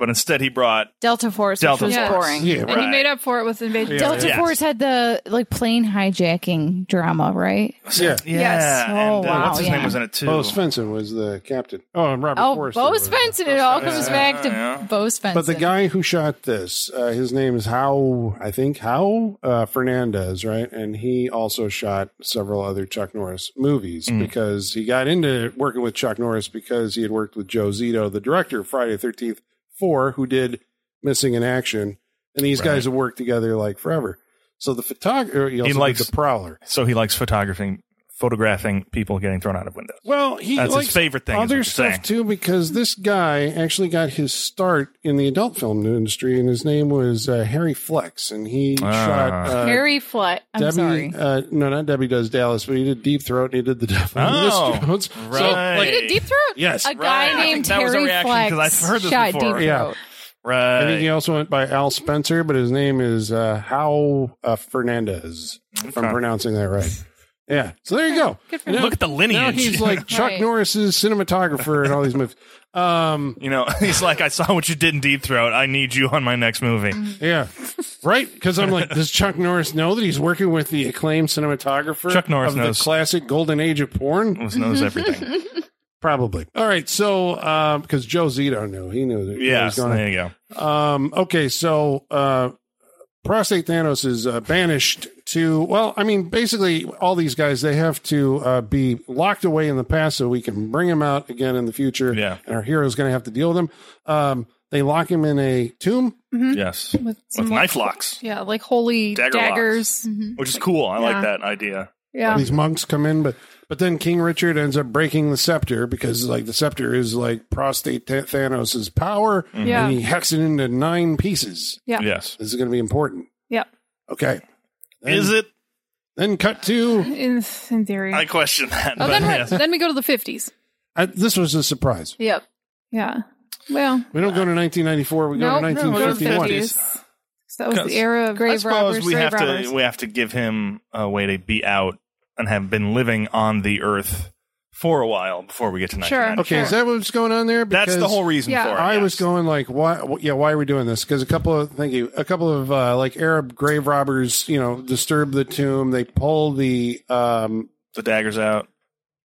Speaker 3: but instead he brought
Speaker 5: Delta Force,
Speaker 3: Delta
Speaker 5: which was
Speaker 4: Force.
Speaker 5: boring.
Speaker 2: Yeah,
Speaker 4: And he
Speaker 3: Right.
Speaker 4: made up for it with Invasion.
Speaker 2: Yeah.
Speaker 5: Delta
Speaker 3: Yes.
Speaker 5: Force had the like plane hijacking drama, right?
Speaker 2: Yeah.
Speaker 3: Yeah.
Speaker 4: Yes.
Speaker 3: And,
Speaker 5: Oh,
Speaker 3: uh,
Speaker 5: wow,
Speaker 3: what's his
Speaker 5: yeah.
Speaker 3: name was in it too.
Speaker 2: Bo Svensson was the captain. Oh, and Robert
Speaker 5: Oh,
Speaker 2: Forrest
Speaker 5: Bo
Speaker 2: was-
Speaker 5: Svensson. It all comes
Speaker 3: Yeah.
Speaker 5: back to
Speaker 3: Yeah.
Speaker 5: Bo Svensson.
Speaker 2: But the guy who shot this, uh, his name is How, I think, How uh, Fernandez, right? And he also shot several other Chuck Norris movies because he got into working with Chuck Norris because he had worked with Joe Zito, the director of Friday the 13th 4, who did Missing in Action. And these
Speaker 3: Right.
Speaker 2: guys have worked together like forever. So the photographer, he, also did
Speaker 3: likes-
Speaker 2: The Prowler.
Speaker 3: So he likes photographing, photographing people getting thrown out of windows.
Speaker 2: Well, he
Speaker 3: That's
Speaker 2: likes
Speaker 3: his favorite thing.
Speaker 2: other
Speaker 3: is what you're
Speaker 2: stuff too because this guy actually got his start in the adult film industry and his name was uh, harry flex and he
Speaker 3: Ah.
Speaker 2: shot uh,
Speaker 5: Harry Flat. I'm
Speaker 2: debbie
Speaker 5: sorry.
Speaker 2: Uh, no not debbie does dallas but he did deep throat and he did the devil
Speaker 3: Oh,
Speaker 2: Miss Jones.
Speaker 3: right.
Speaker 2: like,
Speaker 4: Force. Did Deep Throat?
Speaker 2: yes
Speaker 5: A guy
Speaker 3: Right. I think
Speaker 5: named
Speaker 3: that was a
Speaker 5: Harry
Speaker 3: reaction,
Speaker 5: Flex
Speaker 3: 'cause I've heard this
Speaker 5: shot
Speaker 3: before.
Speaker 5: Deep
Speaker 2: Yeah.
Speaker 5: Throat.
Speaker 2: I think he
Speaker 3: Right.
Speaker 2: also went by Al Spencer, but his name is uh, Hal uh, Fernandez. If I'm
Speaker 3: Okay.
Speaker 2: pronouncing that right, Yeah. So there you go.
Speaker 5: Good for
Speaker 2: You
Speaker 5: him.
Speaker 2: know,
Speaker 3: Look at the lineage.
Speaker 2: Now he's like Chuck
Speaker 5: Right.
Speaker 2: Norris's cinematographer in all these movies. Um,
Speaker 3: you know, he's like, I saw what you did in Deep Throat. I need you on my next movie.
Speaker 4: Mm-hmm.
Speaker 2: yeah, right. Because I'm like, does Chuck Norris know that he's working with the acclaimed cinematographer?
Speaker 3: Chuck Norris
Speaker 2: of
Speaker 3: knows. Mm.
Speaker 2: the classic golden age of porn.
Speaker 3: Almost knows everything.
Speaker 2: Probably. All right. So, because Joe Zito knew, he knew that.
Speaker 3: yeah,
Speaker 2: He was gonna-
Speaker 3: there you go.
Speaker 2: Um, okay, so uh, prostate Thanos is uh, banished to. Well, I mean, basically, all these guys they have to uh, be locked away in the past so we can bring them out again in the future.
Speaker 3: Yeah.
Speaker 2: and our hero's going to have to deal with them. Um, they lock him in a tomb.
Speaker 3: Yes. With,
Speaker 4: with, some
Speaker 3: knife
Speaker 4: like-
Speaker 3: locks,
Speaker 4: Yeah, like holy
Speaker 3: Dagger
Speaker 4: daggers. Mhm.
Speaker 3: which is cool. I like
Speaker 4: Yeah.
Speaker 3: that idea.
Speaker 4: Yeah.
Speaker 2: These monks come in, but but then King Richard ends up breaking the scepter because like the scepter is like prostate Tha- Thanos' power,
Speaker 4: Mm-hmm. Yeah.
Speaker 2: and he hacks it into nine pieces.
Speaker 4: Yeah.
Speaker 3: Yes.
Speaker 2: This is going to be important.
Speaker 4: Yeah.
Speaker 2: Okay. Then-
Speaker 3: Is it?
Speaker 2: Then cut to
Speaker 4: In, in theory.
Speaker 3: I question that.
Speaker 4: oh,
Speaker 3: but
Speaker 4: then,
Speaker 3: yes.
Speaker 4: we then we go to the 50s.
Speaker 2: I, this was a surprise.
Speaker 5: Yep.
Speaker 4: Yeah. Well,
Speaker 2: We don't go to 1994. We
Speaker 4: no,
Speaker 2: go to
Speaker 4: no, we go to the
Speaker 2: 1951.
Speaker 3: 50s.
Speaker 4: 50s. So that was
Speaker 3: 'Cause
Speaker 4: the era of
Speaker 3: I
Speaker 4: grave
Speaker 3: suppose
Speaker 4: robbers,
Speaker 3: we
Speaker 4: grave
Speaker 3: have
Speaker 4: robbers.
Speaker 3: to we have to give him a way to be out and have been living on the earth for a while before we get to
Speaker 4: Sure.
Speaker 3: 1994.
Speaker 2: okay, is that what's going on there?
Speaker 3: That's the
Speaker 2: Because
Speaker 3: whole reason
Speaker 4: Yeah.
Speaker 3: for it.
Speaker 2: I
Speaker 3: yes.
Speaker 2: was going like, why? wh- Yeah, why are we doing this? Because a couple of thank you, a couple of uh, like Arab grave robbers, you know, disturb the tomb. They pull the um,
Speaker 3: the daggers out.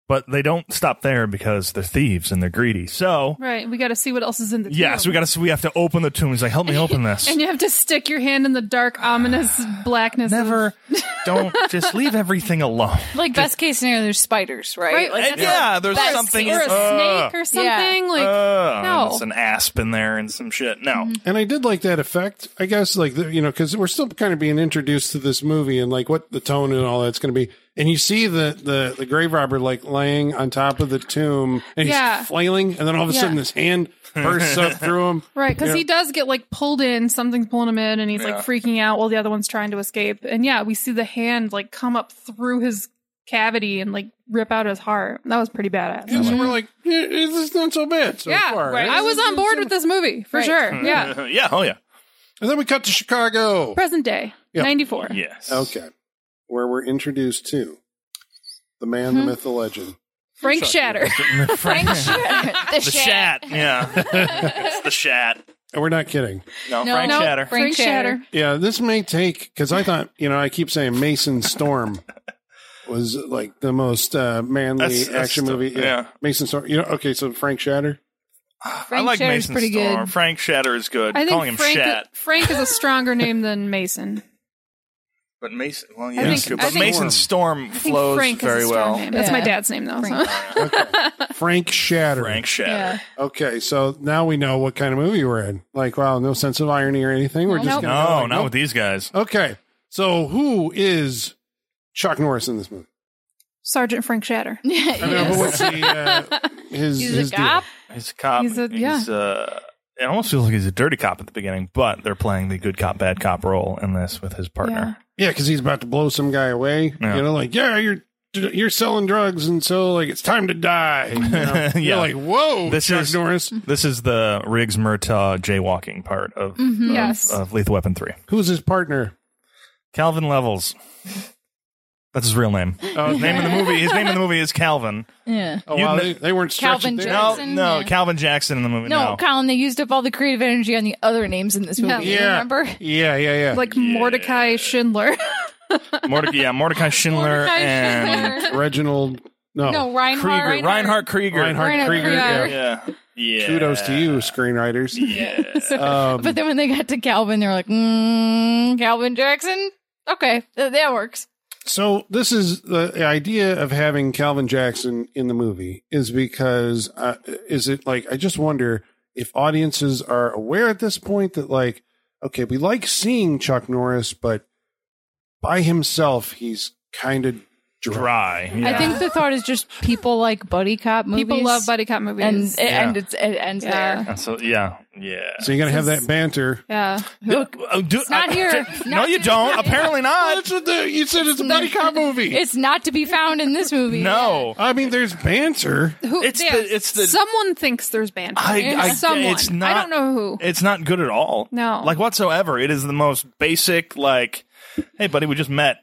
Speaker 3: But they don't stop there because they're thieves and they're greedy. So
Speaker 4: Right. We got to see what else is in the
Speaker 3: yes,
Speaker 4: tomb.
Speaker 3: we got to. We have to open the tomb. He's like, help me open this.
Speaker 4: And you have to stick your hand in the dark, ominous blackness. of-
Speaker 3: Never, don't just leave everything alone.
Speaker 5: Like best case scenario, there's spiders, right?
Speaker 4: Right.
Speaker 5: Like,
Speaker 4: And
Speaker 5: that's
Speaker 3: Uh, yeah,
Speaker 5: what-
Speaker 3: there's
Speaker 5: that's-
Speaker 3: something-
Speaker 4: Or a
Speaker 3: Uh,
Speaker 4: snake or something. Like,
Speaker 3: Uh,
Speaker 4: no. Mm-hmm.
Speaker 3: It's an asp in there and some shit. No,
Speaker 2: and I did like that effect. I guess like the, you know because we're still kind of being introduced to this movie and like what the tone and all that's going to be. And you see the the the grave robber like laying on top of the tomb and he's
Speaker 4: Yeah.
Speaker 2: flailing, and then all of a
Speaker 4: Yeah.
Speaker 2: sudden his hand bursts up through him.
Speaker 4: Right, because
Speaker 2: Yeah.
Speaker 4: he does get like pulled in, something's pulling him in, and he's
Speaker 3: Yeah.
Speaker 4: like freaking out while the other one's trying to escape. And yeah, we see the hand like come up through his cavity and like rip out his heart. That was pretty badass.
Speaker 2: And so we're like, yeah, this is not so bad so
Speaker 4: yeah,
Speaker 2: far.
Speaker 4: I was on board with this movie for
Speaker 5: Right.
Speaker 4: sure. Yeah,
Speaker 3: yeah, oh yeah,
Speaker 2: And then we cut to Chicago.
Speaker 4: present day,
Speaker 2: Yeah.
Speaker 4: ninety four.
Speaker 3: yes.
Speaker 2: Okay. Where we're introduced to the man,
Speaker 4: Mm-hmm.
Speaker 2: the myth, the legend.
Speaker 4: Frank Shatter.
Speaker 5: Frank Shat.
Speaker 3: The shat. Yeah. it's the shat.
Speaker 2: And we're not kidding.
Speaker 3: No,
Speaker 5: No,
Speaker 3: Frank
Speaker 5: no,
Speaker 3: Shatter.
Speaker 5: Frank Shatter.
Speaker 2: Yeah, this may take, because I thought, you know, I keep saying Mason Storm was like the most uh, manly
Speaker 3: That's- that's
Speaker 2: action
Speaker 3: still-
Speaker 2: movie.
Speaker 3: yeah.
Speaker 2: Mason Storm. You know, okay, so Frank Shatter.
Speaker 3: I like
Speaker 5: Shatter's
Speaker 3: Mason
Speaker 5: pretty
Speaker 3: Storm.
Speaker 5: good.
Speaker 3: Frank Shatter is good.
Speaker 4: I
Speaker 3: Calling
Speaker 4: think
Speaker 3: him
Speaker 4: Frank
Speaker 3: Shat,
Speaker 4: Frank is a stronger name than Mason.
Speaker 3: but Mason. Well, yeah,
Speaker 4: think-
Speaker 3: but
Speaker 4: I think-
Speaker 3: Mason Storm
Speaker 4: I think
Speaker 3: flows
Speaker 4: Frank
Speaker 3: very
Speaker 4: is a strong
Speaker 3: well.
Speaker 4: name. That's my
Speaker 5: Yeah.
Speaker 4: dad's name though.
Speaker 5: Frank.
Speaker 4: so.
Speaker 2: Frank Shatter.
Speaker 3: Frank
Speaker 5: Yeah.
Speaker 3: Shatter.
Speaker 2: Okay, so now we know what kind of movie we're in. Like, wow, no sense of irony or anything. We're just
Speaker 5: Nope.
Speaker 2: going to.
Speaker 3: No,
Speaker 2: like,
Speaker 3: not
Speaker 2: nope.
Speaker 3: with these guys.
Speaker 2: Okay, so who is Chuck Norris in this movie?
Speaker 4: Sergeant Frank Shatter.
Speaker 2: I know, but what's the, uh, his,
Speaker 5: He's
Speaker 2: his
Speaker 5: a cop.
Speaker 3: He's a cop.
Speaker 4: He's a-
Speaker 3: He's, uh, it almost feels like he's a dirty cop at the beginning, but they're playing the good cop, bad cop role in this with his partner.
Speaker 2: Deal? Yeah, because he's about to blow some guy away.
Speaker 3: Yeah.
Speaker 2: You know, like yeah, you're you're selling drugs, and so like it's time to die. You know?
Speaker 3: Yeah.
Speaker 2: You're like whoa,
Speaker 3: This
Speaker 2: Chuck
Speaker 3: is-
Speaker 2: Norris.
Speaker 3: This is the Riggs Murtaugh jaywalking part of, of,
Speaker 4: Mm. Yes.
Speaker 3: of Lethal Weapon 3.
Speaker 2: Who's his partner?
Speaker 3: Calvin Levels. That's his real name.
Speaker 2: Oh,
Speaker 3: His name in the movie. His name in the movie is Calvin.
Speaker 5: Yeah.
Speaker 2: Oh
Speaker 3: You
Speaker 2: wow, they,
Speaker 3: kn-
Speaker 2: they weren't stretching.
Speaker 5: Calvin
Speaker 2: it
Speaker 3: No,
Speaker 5: Jackson,
Speaker 3: no,
Speaker 5: yeah.
Speaker 3: Calvin Jackson in the movie.
Speaker 5: No,
Speaker 3: No,
Speaker 5: Colin, they used up all the creative energy on the other names in this movie.
Speaker 4: Yeah.
Speaker 2: Yeah.
Speaker 5: Remember?
Speaker 2: Yeah, yeah, yeah.
Speaker 4: Like Mordecai Schindler.
Speaker 3: Mordecai, yeah, Mordecai Schindler
Speaker 5: Mordecai
Speaker 3: and
Speaker 5: Schindler.
Speaker 2: Reginald. No,
Speaker 5: No, Reinhardt.
Speaker 3: Krieger, Reinhardt, Krieger.
Speaker 2: Reinhard
Speaker 5: Reinhard
Speaker 2: Krieger.
Speaker 5: Krieger.
Speaker 2: Yeah.
Speaker 3: Yeah, yeah.
Speaker 2: Kudos to you, screenwriters.
Speaker 3: Yeah.
Speaker 2: Um,
Speaker 5: But then when they got to Calvin, they were like, mm, Calvin Jackson? Okay, th- that works.
Speaker 2: So this is the the idea of having Calvin Jackson in the movie is because uh, is it like I just wonder if audiences are aware at this point that like okay we like seeing Chuck Norris but by himself he's kind of dry.
Speaker 3: Dry. Yeah.
Speaker 5: I think the thought is just people like buddy cop movies.
Speaker 4: People love buddy cop movies.
Speaker 5: and it,
Speaker 3: Yeah.
Speaker 5: and it's, it ends
Speaker 4: Yeah.
Speaker 5: there.
Speaker 3: And so yeah, yeah.
Speaker 2: So you're gonna have that banter.
Speaker 4: yeah.
Speaker 3: Look, uh, do-
Speaker 5: not
Speaker 3: I-
Speaker 5: here.
Speaker 3: d- no,
Speaker 5: Not
Speaker 3: you
Speaker 5: here.
Speaker 3: don't. Apparently not.
Speaker 2: That's what the, you said. It's a buddy cop movie.
Speaker 5: It's not to be found in this movie.
Speaker 3: No.
Speaker 2: I mean, there's banter.
Speaker 4: Who,
Speaker 3: It's
Speaker 4: yeah,
Speaker 3: the- it's the-
Speaker 4: someone thinks there's banter.
Speaker 3: I- I-
Speaker 4: someone.
Speaker 3: it's not-
Speaker 4: I don't know
Speaker 5: Oh.
Speaker 4: who.
Speaker 3: It's not good at all.
Speaker 4: No.
Speaker 3: Like whatsoever. It is the most basic, like, hey, buddy, we just met.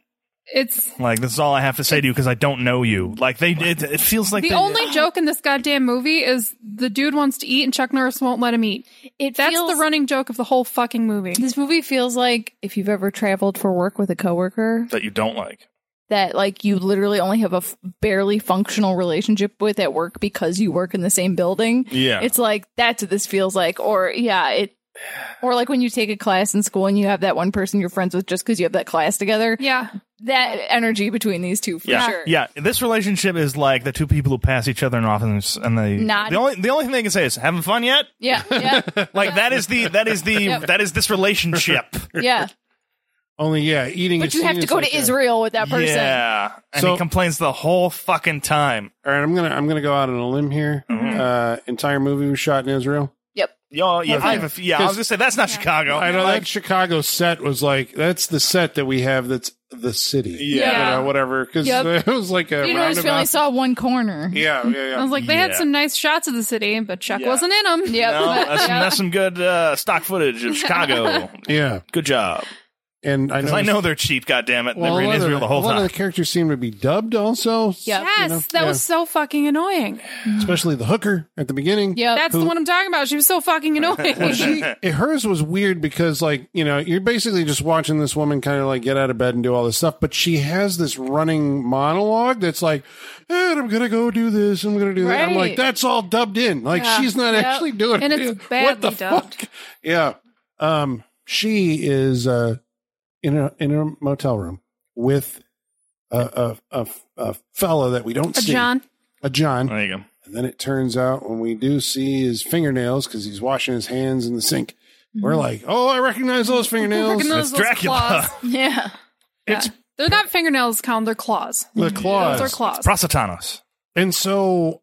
Speaker 4: It's
Speaker 3: Like this is all I have to say to you because I don't know you. Like they, it, it feels like
Speaker 4: the
Speaker 3: they,
Speaker 4: only joke in this goddamn movie is the dude wants to eat and Chuck Norris won't let him eat.
Speaker 5: It
Speaker 4: That's
Speaker 5: feels-
Speaker 4: the running joke of the whole fucking movie.
Speaker 5: This movie feels like if you've ever traveled for work with a coworker
Speaker 3: that you don't like.
Speaker 5: that like you literally only have a f- barely functional relationship with at work because you work in the same building.
Speaker 3: Yeah.
Speaker 5: It's like that's what this feels like or yeah, it or like when you take a class in school and you have that one person you're friends with just cuz you have that class together.
Speaker 4: Yeah.
Speaker 5: That energy between these two for
Speaker 3: yeah,
Speaker 5: sure.
Speaker 3: yeah. This relationship is like the two people who pass each other in office, and they.
Speaker 5: Not-
Speaker 3: the only the only thing they can say is "having fun yet."
Speaker 5: Yeah. Yeah.
Speaker 3: Like that is the that is the
Speaker 5: Yep.
Speaker 3: that is this relationship.
Speaker 5: yeah.
Speaker 2: Only, yeah, eating.
Speaker 5: But
Speaker 2: is
Speaker 5: you have
Speaker 2: seen
Speaker 5: to
Speaker 2: as
Speaker 5: go
Speaker 2: like
Speaker 5: to
Speaker 2: a-
Speaker 5: Israel with that person.
Speaker 3: Yeah, and
Speaker 2: So-
Speaker 3: he complains the whole fucking time.
Speaker 2: All right, I'm gonna I'm gonna go out on a limb here. Uh, entire movie was shot in Israel.
Speaker 3: Yo, yeah,
Speaker 2: Okay.
Speaker 3: I have a f- yeah. I was gonna say that's not Chicago.
Speaker 2: I know
Speaker 3: Like,
Speaker 2: that Chicago set was like that's the set that we have. That's the city. you
Speaker 3: Yeah.
Speaker 2: know, whatever. Because
Speaker 5: Yep.
Speaker 2: it was like a
Speaker 5: You know, we only
Speaker 2: roundabout.
Speaker 5: saw one corner.
Speaker 2: Yeah, yeah,
Speaker 4: I
Speaker 2: yeah.
Speaker 4: was like, they had
Speaker 3: Yeah.
Speaker 4: some nice shots of the city, but Chuck
Speaker 3: Yeah.
Speaker 4: wasn't in them.
Speaker 5: Yep.
Speaker 3: no, that's,
Speaker 4: Yeah.
Speaker 3: that's some good uh, stock footage of Chicago.
Speaker 2: yeah,
Speaker 3: good job.
Speaker 2: and I know.
Speaker 3: Because I know they're cheap. Goddamn it,
Speaker 2: Well,
Speaker 3: they
Speaker 2: a
Speaker 3: were in
Speaker 2: lot,
Speaker 3: Israel
Speaker 2: of,
Speaker 3: the whole
Speaker 2: a lot of
Speaker 3: time.
Speaker 2: the characters seem to be dubbed also.
Speaker 5: Yep.
Speaker 4: Yes,
Speaker 2: You know,
Speaker 4: that
Speaker 2: yeah.
Speaker 4: was so fucking annoying.
Speaker 2: especially the hooker at the beginning.
Speaker 5: Yep.
Speaker 4: That's the one I'm talking about. She was so fucking
Speaker 2: Well,
Speaker 4: annoying.
Speaker 2: she, it- hers was weird because, like, you know, you're basically just watching this woman kind of like get out of bed and do all this stuff, but she has this running monologue that's like, "Eh, I'm going to go do this, I'm going to do that. I'm like,
Speaker 5: Right.
Speaker 2: that's all dubbed in. Like,
Speaker 5: Yeah.
Speaker 2: she's not
Speaker 5: Yep.
Speaker 2: actually doing
Speaker 4: And
Speaker 2: it.
Speaker 4: it's
Speaker 2: what the
Speaker 4: badly dubbed.
Speaker 2: fuck? Yeah. Um, she is uh, in, a, in a motel room with a, a, a, a fella that we don't
Speaker 4: Uh,
Speaker 2: see.
Speaker 4: John,
Speaker 2: A John.
Speaker 3: there you go.
Speaker 2: And then it turns out when we do see his fingernails, because he's washing his hands in the sink, we're like, oh, I recognize those fingernails.
Speaker 4: Recognize
Speaker 3: It's Dracula.
Speaker 4: Claws.
Speaker 5: Yeah.
Speaker 4: Yeah. They're not fingernails, Colin. They're claws.
Speaker 2: the
Speaker 4: Those are
Speaker 2: claws.
Speaker 4: claws.
Speaker 3: Prositanos.
Speaker 2: And so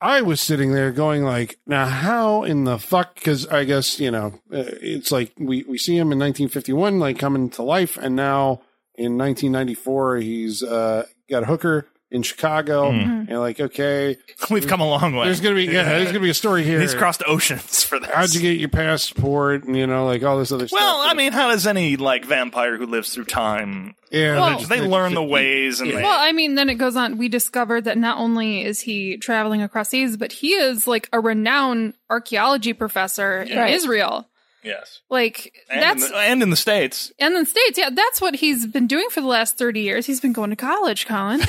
Speaker 2: I was sitting there going like, now how in the fuck? Because I guess, you know, uh, it's like we, we see him in 1951, like coming to life. And now in 1994, he's uh, got a hooker in Chicago. And like, okay,
Speaker 3: We've come a long way.
Speaker 2: there's going to be, yeah, there's going to be a story here.
Speaker 3: He's crossed oceans for this.
Speaker 2: How'd you get your passport and you know, like all this other stuff?
Speaker 3: well, I mean, how does any like vampire who lives through time?
Speaker 2: yeah,
Speaker 4: Well-
Speaker 2: they-
Speaker 3: They learn the ways and they.
Speaker 4: Well, I mean, then it goes on. We discovered that not only is he traveling across these, but he is like a renowned archaeology professor in
Speaker 5: Right.
Speaker 4: Israel.
Speaker 3: yes.
Speaker 4: Like
Speaker 3: And
Speaker 4: that's
Speaker 3: in, the, and in the states,
Speaker 4: and then states, yeah, that's what he's been doing for the last thirty years. He's been going to college, Colin.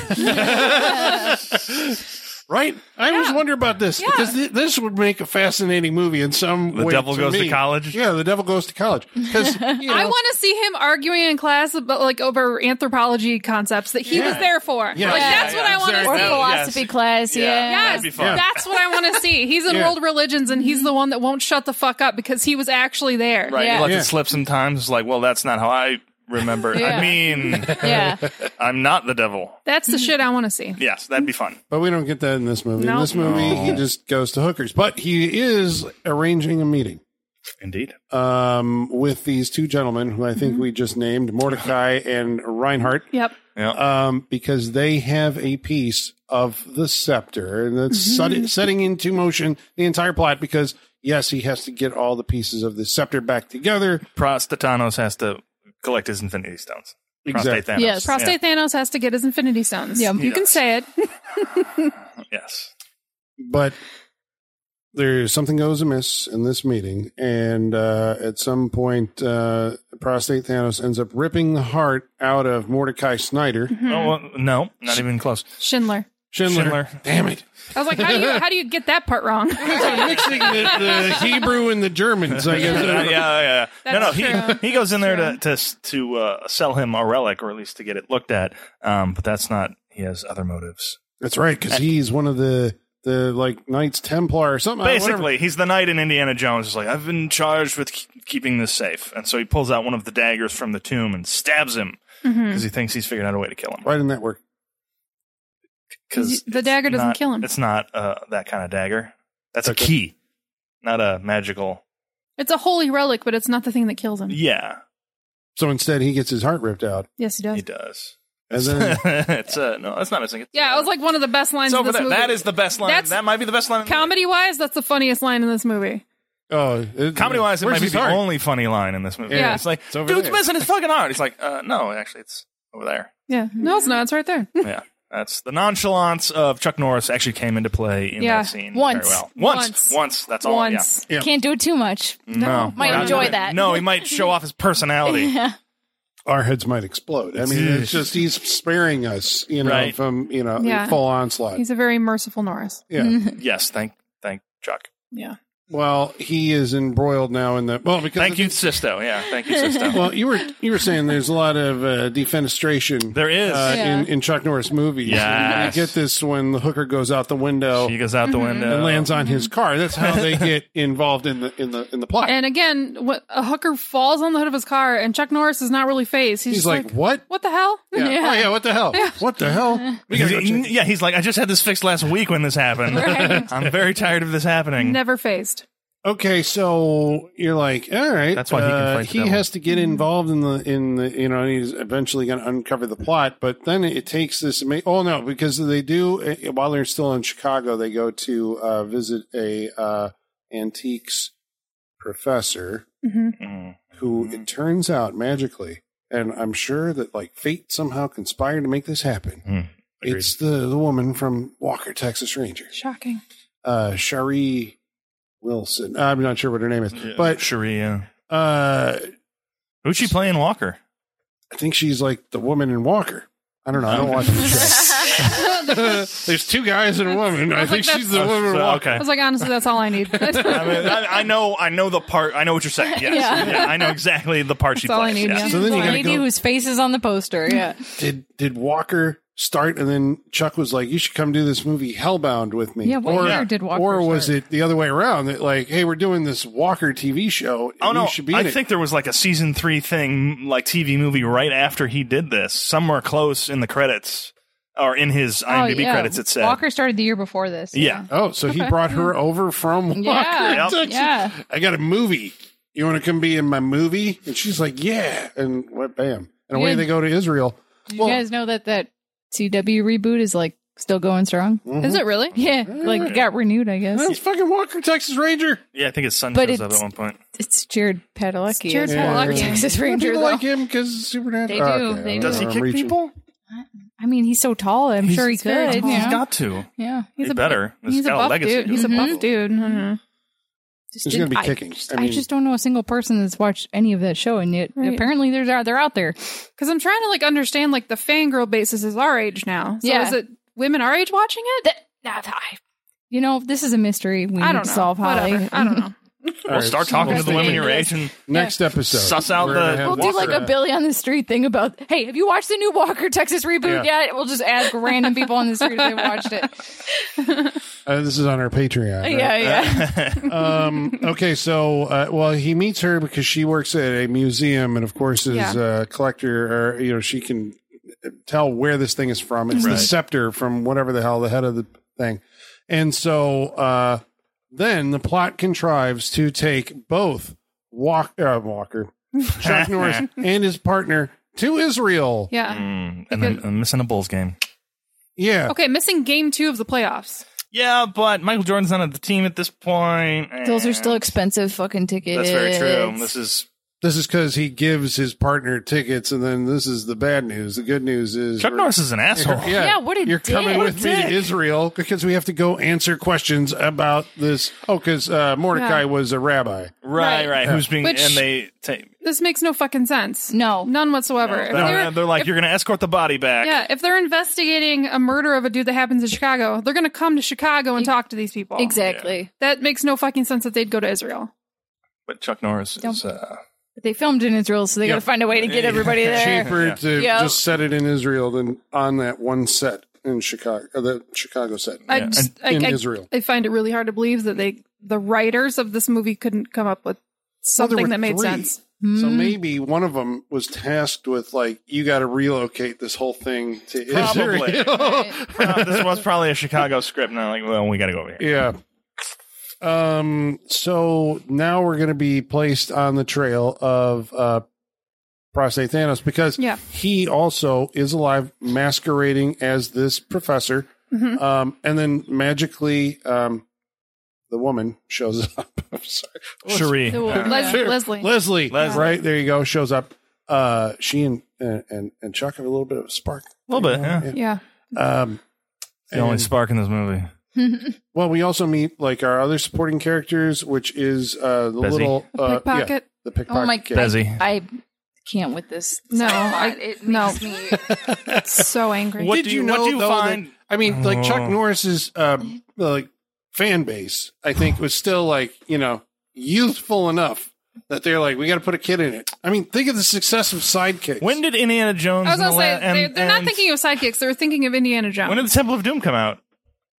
Speaker 2: right? I always
Speaker 4: Yeah.
Speaker 2: wonder about this because th- this would make a fascinating movie in some
Speaker 3: The
Speaker 2: way.
Speaker 3: Devil Goes to
Speaker 2: me.
Speaker 3: College?
Speaker 2: Yeah, the devil goes to college because you know,
Speaker 4: I want to see him arguing in class about like over anthropology concepts that he was there for.
Speaker 2: Yeah.
Speaker 4: Like
Speaker 5: Yeah,
Speaker 4: that's
Speaker 3: yeah,
Speaker 4: what I want
Speaker 3: exactly.
Speaker 5: Or
Speaker 4: to see.
Speaker 3: Yeah,
Speaker 5: philosophy
Speaker 3: yes.
Speaker 5: class.
Speaker 3: Yeah.
Speaker 5: Yeah.
Speaker 3: That'd
Speaker 4: Yes,
Speaker 3: be fun.
Speaker 4: that's what I want to see. He's in
Speaker 2: Yeah.
Speaker 4: world religions, and he's the one that won't shut the fuck up because he was actually there.
Speaker 3: right?
Speaker 5: Yeah.
Speaker 3: Like
Speaker 2: Yeah.
Speaker 3: it slips in times. It's like, well, that's not how I remember. I
Speaker 5: Yeah.
Speaker 3: mean,
Speaker 5: Yeah.
Speaker 3: I'm not the devil.
Speaker 4: That's the shit I want to see.
Speaker 3: Yes, that'd be fun.
Speaker 2: but we don't get that in this movie. In
Speaker 4: No.
Speaker 2: this movie, he just goes to hookers, but he is arranging a meeting
Speaker 3: Indeed.
Speaker 2: um, with these two gentlemen who I
Speaker 4: Mm-hmm.
Speaker 2: think we just named Mordecai and Reinhardt.
Speaker 4: Yep.
Speaker 3: Yeah.
Speaker 2: um, because they have a piece of the scepter and that's sud- setting into motion the entire plot because yes he has to get all the pieces of the scepter back together
Speaker 3: Prostatanos has to collect his infinity stones. Prostate
Speaker 2: Exactly.
Speaker 3: Thanos.
Speaker 5: Yes.
Speaker 4: Prostate Thanos has to get his Infinity Stones.
Speaker 5: Yeah.
Speaker 4: You can say it.
Speaker 3: Yeah. Yes.
Speaker 2: but there's something goes amiss in this meeting and uh, at some point uh, prostate thanos ends up ripping the heart out of mordecai snyder
Speaker 5: Hmm.
Speaker 3: Oh, well, no, not even close.
Speaker 4: Schindler.
Speaker 2: schindler.
Speaker 3: Schindler.
Speaker 2: damn it
Speaker 4: I was like, how do you how do you get that part wrong?
Speaker 2: I'm mixing the, the hebrew and the germans i guess
Speaker 3: Uh, yeah, yeah, yeah. No, no,
Speaker 4: That's true.
Speaker 3: he, he goes in there to to s- to uh, sell him a relic, or at least to get it looked at. Um, but that's not. He has other motives.
Speaker 2: That's right, because he's one of the the like Knights Templar or something.
Speaker 3: Basically,
Speaker 2: whatever.
Speaker 3: he's the knight in Indiana Jones. Is like I've been charged with ke- keeping this safe, and so he pulls out one of the daggers from the tomb and stabs him
Speaker 4: Mm-hmm.
Speaker 3: because he thinks he's figured out a way to kill him.
Speaker 2: why didn't that work?
Speaker 3: Because
Speaker 4: The dagger doesn't kill him.
Speaker 3: It's not uh, that kind of dagger. That's a key, not a magical.
Speaker 4: It's a holy relic, but it's not the thing that kills him.
Speaker 3: Yeah,
Speaker 2: So instead, he gets his heart ripped out,
Speaker 4: Yes, he
Speaker 3: he
Speaker 4: does.
Speaker 3: does.
Speaker 2: and then
Speaker 3: it's uh, no, that's not missing. It's-
Speaker 4: Yeah, it was like one of the best lines
Speaker 3: It's
Speaker 4: of
Speaker 3: over
Speaker 4: this
Speaker 3: there.
Speaker 4: movie.
Speaker 3: That is the best line.
Speaker 4: That's-
Speaker 3: that might be the best line. in the
Speaker 4: comedy wise. That's the funniest line in this movie.
Speaker 2: oh, it-
Speaker 3: Comedy wise, it
Speaker 2: where's
Speaker 3: might be
Speaker 2: his
Speaker 3: the
Speaker 2: heart?
Speaker 3: only funny line in this movie.
Speaker 4: Yeah.
Speaker 3: It's like,
Speaker 2: over
Speaker 3: dude's
Speaker 2: there.
Speaker 3: missing his fucking heart. He's like, uh, no, actually, it's over there.
Speaker 4: Yeah. No, it's not. It's right there.
Speaker 3: That's the nonchalance of Chuck Norris actually came into play in
Speaker 4: Yeah.
Speaker 3: that scene
Speaker 5: Once.
Speaker 3: very well. Once,
Speaker 4: Once.
Speaker 3: once, that's all.
Speaker 4: Once.
Speaker 2: Yeah.
Speaker 5: Can't do it too much.
Speaker 3: Yeah. No,
Speaker 5: Might
Speaker 3: Not-
Speaker 5: enjoy that.
Speaker 3: No, he might show off his personality.
Speaker 5: Yeah.
Speaker 2: Our heads might explode. I mean, it's just he's sparing us, you know,
Speaker 3: Right.
Speaker 2: from you know
Speaker 4: Yeah.
Speaker 2: full onslaught.
Speaker 4: He's a very merciful Norris.
Speaker 2: yeah.
Speaker 3: yes, thank, thank Chuck.
Speaker 4: Yeah.
Speaker 2: Well, he is embroiled now in the well because
Speaker 3: Thank you, Sisto. Yeah, thank you, Sisto.
Speaker 2: Well, you were you were saying there's a lot of uh, defenestration
Speaker 3: there is.
Speaker 2: uh,
Speaker 5: Yeah.
Speaker 2: in, in Chuck Norris movies.
Speaker 3: Yes.
Speaker 2: And You get this when the hooker goes out the window
Speaker 3: she goes out
Speaker 5: Mm-hmm.
Speaker 3: the window
Speaker 2: and lands
Speaker 4: uh,
Speaker 2: on his car. That's how they get involved in the in the in the plot.
Speaker 4: mm-hmm. And again, what a hooker falls on the hood of his car, and Chuck Norris is not really phased. He's,
Speaker 2: He's
Speaker 4: just
Speaker 2: like,
Speaker 4: like,
Speaker 2: "What?
Speaker 4: "What the hell?"
Speaker 2: Yeah.
Speaker 5: Yeah.
Speaker 2: Oh yeah, what the hell? What the hell? We gotta go check
Speaker 3: He's- yeah, he's like, I just had this fixed last week when this happened.
Speaker 5: Right.
Speaker 3: I'm very tired of this happening.
Speaker 4: Never phased.
Speaker 2: okay so you're like all right
Speaker 3: That's why he can
Speaker 2: uh,
Speaker 3: fight the
Speaker 2: he
Speaker 3: devil.
Speaker 2: has to get involved in the in the you know and he's eventually going to uncover the plot but then it takes this ama- oh no because they do uh, while they're still in chicago they go to uh, visit a uh, antiques professor
Speaker 4: hmm
Speaker 3: Mm.
Speaker 2: who it turns out magically and i'm sure that like fate somehow conspired to make this happen
Speaker 3: Hmm. Agreed.
Speaker 2: it's the the woman from walker texas ranger
Speaker 4: Shocking.
Speaker 2: uh Shari Wilson. I'm not sure what her name is,
Speaker 3: Yeah.
Speaker 2: but
Speaker 3: Sharia.
Speaker 2: uh
Speaker 3: Who's she playing Walker?
Speaker 2: I think she's like the woman in Walker. I don't know. I don't watch the show. There's two guys and a woman. I
Speaker 4: was
Speaker 2: think
Speaker 4: like,
Speaker 2: she's the
Speaker 3: Oh,
Speaker 2: woman in
Speaker 3: so-
Speaker 2: Walker.
Speaker 4: I
Speaker 3: okay.
Speaker 4: was like, honestly, that's all I need. that's
Speaker 3: I, mean, I, I know, I know the part. I know what you're saying. Yes.
Speaker 5: Yeah.
Speaker 3: Yeah. I know exactly the part she
Speaker 4: all I
Speaker 3: plays.
Speaker 4: need.
Speaker 3: yes.
Speaker 4: Yeah.
Speaker 2: So then you gotta
Speaker 5: lady
Speaker 2: go-
Speaker 5: whose face is on the poster. Yeah.
Speaker 2: Did did Walker start and then Chuck was like, "You should come do this movie Hellbound with me."
Speaker 5: Yeah, what
Speaker 2: or,
Speaker 5: year did Walker
Speaker 2: Or was
Speaker 5: start?
Speaker 2: it the other way around? That like, hey, we're doing this Walker TV show.
Speaker 3: Oh
Speaker 2: You
Speaker 3: no!
Speaker 2: should be in
Speaker 3: I
Speaker 2: it."
Speaker 3: think there was like a season three thing, like TV movie, right after he did this, somewhere close in the credits or in his
Speaker 4: Oh,
Speaker 3: IMDb credits. It said,
Speaker 5: Oh, Walker started the year before this.
Speaker 3: "Yeah,
Speaker 2: Oh, so he brought her over from Walker.
Speaker 5: Yeah.
Speaker 3: Yep.
Speaker 2: Texas.
Speaker 5: Yeah.
Speaker 2: I got a movie. You want to come be in my movie? And she's like, yeah. And what? Bam. And away
Speaker 5: Yeah.
Speaker 2: they go to Israel.
Speaker 5: you guys know that that CW reboot is like still going strong.
Speaker 2: Mm-hmm.
Speaker 4: Is it really?
Speaker 5: Yeah, like it got renewed, I guess.
Speaker 2: That's fucking Walker, Texas Ranger.
Speaker 3: yeah." I think his son
Speaker 5: But
Speaker 3: shows up
Speaker 5: it's-
Speaker 3: at one point.
Speaker 5: It's Jared Padalecki.
Speaker 4: Jared
Speaker 5: as Walker,
Speaker 4: Padalecki.
Speaker 5: Texas
Speaker 2: People
Speaker 5: Ranger.
Speaker 2: like
Speaker 5: though.
Speaker 2: him because it's supernatural.
Speaker 5: They
Speaker 2: Oh,
Speaker 5: do,
Speaker 2: okay.
Speaker 5: they
Speaker 2: I'm
Speaker 5: do.
Speaker 3: Does he kick
Speaker 2: reaching.
Speaker 3: people?
Speaker 5: I mean, he's so tall. I'm sure he
Speaker 4: He's very
Speaker 5: could.
Speaker 4: tall.
Speaker 5: you
Speaker 3: He's
Speaker 5: know?
Speaker 3: got to.
Speaker 5: yeah,
Speaker 3: He's, better. This
Speaker 4: He's a
Speaker 3: has got
Speaker 4: buff
Speaker 3: legacy Mm-hmm. to
Speaker 4: dude. He's a
Speaker 3: it.
Speaker 4: buff dude. Mhm.
Speaker 5: Just
Speaker 2: There's gonna
Speaker 5: didn't-
Speaker 2: be kicking.
Speaker 5: I,
Speaker 2: I
Speaker 5: I
Speaker 2: mean-
Speaker 5: just don't know a single person that's watched any of that show, and yet
Speaker 4: Right.
Speaker 5: apparently there's out they're out there.
Speaker 4: Because I'm trying to like understand like the fangirl basis is our age now. So
Speaker 5: Yeah.
Speaker 4: is it women our age watching it?
Speaker 5: You know, this is a mystery we
Speaker 4: I
Speaker 5: need
Speaker 4: don't
Speaker 5: to
Speaker 4: know.
Speaker 5: solve. Holly.
Speaker 4: Whatever. I don't know.
Speaker 2: All
Speaker 3: Well,
Speaker 2: right,
Speaker 3: start
Speaker 2: so
Speaker 3: talking to
Speaker 2: next
Speaker 3: the women
Speaker 2: thing-
Speaker 3: your age and
Speaker 2: Next episode.
Speaker 3: Suss out
Speaker 2: we're gonna
Speaker 3: the-
Speaker 2: have
Speaker 5: We'll do like a
Speaker 2: Walker.
Speaker 5: Billy on the Street thing about, hey, have you watched the new Walker Texas reboot
Speaker 2: Yeah.
Speaker 5: yet? We'll just ask random people on the street if they watched it.
Speaker 2: Uh, this is on our Patreon. right?
Speaker 5: Oh, Yeah, yeah.
Speaker 2: um, okay, so uh, well, he meets her because she works at a museum, and of course, is
Speaker 4: Yeah.
Speaker 2: a collector, or you know, she can tell where this thing is from. It's the
Speaker 3: Right.
Speaker 2: scepter from whatever the hell the head of the thing, and so uh, then the plot contrives to take both Walk, uh, Walker, Chuck Norris, and his partner to Israel.
Speaker 4: Yeah.
Speaker 3: Mm, and then I'm missing a Bulls game.
Speaker 2: Yeah,
Speaker 4: Okay, missing game two of the playoffs.
Speaker 3: Yeah, but Michael Jordan's not on the team at this point.
Speaker 5: Those are
Speaker 3: and-
Speaker 5: still expensive fucking tickets.
Speaker 3: That's very true. This is
Speaker 2: this is because he gives his partner tickets, and then this is the bad news. The good news is
Speaker 3: Chuck
Speaker 2: we're-
Speaker 3: Norris is an asshole.
Speaker 2: Yeah,
Speaker 5: Yeah, what a
Speaker 2: you're
Speaker 5: dick.
Speaker 2: coming
Speaker 5: What a
Speaker 2: with me to
Speaker 5: dick.
Speaker 2: Israel because we have to go answer questions about this. Oh, because uh, Mordecai
Speaker 4: Yeah.
Speaker 2: was a rabbi.
Speaker 3: Right,
Speaker 4: Right.
Speaker 3: right. Who's being
Speaker 4: Which-
Speaker 3: and they take
Speaker 4: This makes no fucking sense.
Speaker 5: No.
Speaker 4: None whatsoever. If
Speaker 3: they're,
Speaker 4: they're-
Speaker 3: they're like you're going to escort the body back.
Speaker 4: yeah, if they're investigating a murder of a dude that happens in Chicago, they're going to come to Chicago and talk to these people.
Speaker 5: Exactly.
Speaker 4: That makes no fucking sense that they'd go to Israel.
Speaker 3: But Chuck Norris is uh,
Speaker 5: But they filmed in Israel, so they got to find a way to get everybody there.
Speaker 2: Cheaper to
Speaker 5: Eh. Yeah.
Speaker 2: just set it in Israel than on that one set in Chicago, uh, the Chicago set.
Speaker 4: I
Speaker 3: Yeah.
Speaker 4: just, I,
Speaker 2: In
Speaker 4: I-
Speaker 2: Israel.
Speaker 4: I find it really hard to believe that they, the writers of this movie, couldn't come up with
Speaker 2: Well, there
Speaker 4: something
Speaker 2: were
Speaker 4: that made
Speaker 2: three.
Speaker 4: sense.
Speaker 2: So maybe one of them was tasked with like you got to relocate this whole thing to
Speaker 3: Probably.
Speaker 2: Israel.
Speaker 3: uh, this was probably a Chicago script. And I'm like, well, we got to go over here.
Speaker 2: yeah. Um. So now we're going to be placed on the trail of uh, prostate Thanos because
Speaker 4: Yeah.
Speaker 2: he also is alive, masquerading as this professor. Um, and then magically, um, the woman shows up. I'm sorry,
Speaker 3: Cherie.
Speaker 5: The-
Speaker 4: Les- Leslie.
Speaker 2: Leslie.
Speaker 3: Leslie.
Speaker 2: Right there, you go. Shows up. uh, she and, and and Chuck have a little bit of a spark.
Speaker 3: A little bit, yeah.
Speaker 4: Yeah.
Speaker 2: Um,
Speaker 3: The only
Speaker 2: and-
Speaker 3: spark in this movie.
Speaker 2: well, we also meet like our other supporting characters, which is uh, the
Speaker 3: Bezzy.
Speaker 2: little uh, yeah,
Speaker 4: Pickpocket.
Speaker 2: the pickpocket.
Speaker 5: Oh my
Speaker 2: kid.
Speaker 5: God.
Speaker 3: Bezzy.
Speaker 5: I can't with this.
Speaker 4: No,
Speaker 5: I,
Speaker 4: I-
Speaker 5: it
Speaker 4: no.
Speaker 5: makes me.
Speaker 4: So angry.
Speaker 3: What
Speaker 2: Did
Speaker 3: do
Speaker 2: you
Speaker 3: you- what
Speaker 2: know,
Speaker 3: do you
Speaker 2: though, that-
Speaker 3: find-
Speaker 2: I mean, like Chuck
Speaker 3: Oh.
Speaker 2: Norris's um, like fan base, I think was still like you know youthful enough that they're like, we got to put a kid in it. I mean, think of the success of Sidekicks.
Speaker 3: When did Indiana Jones?
Speaker 4: I
Speaker 3: and
Speaker 4: was gonna
Speaker 3: the
Speaker 4: say
Speaker 3: La- and-
Speaker 4: they're, they're not
Speaker 3: and-
Speaker 4: thinking of sidekicks. They were thinking of Indiana Jones.
Speaker 3: When did the Temple of Doom come out?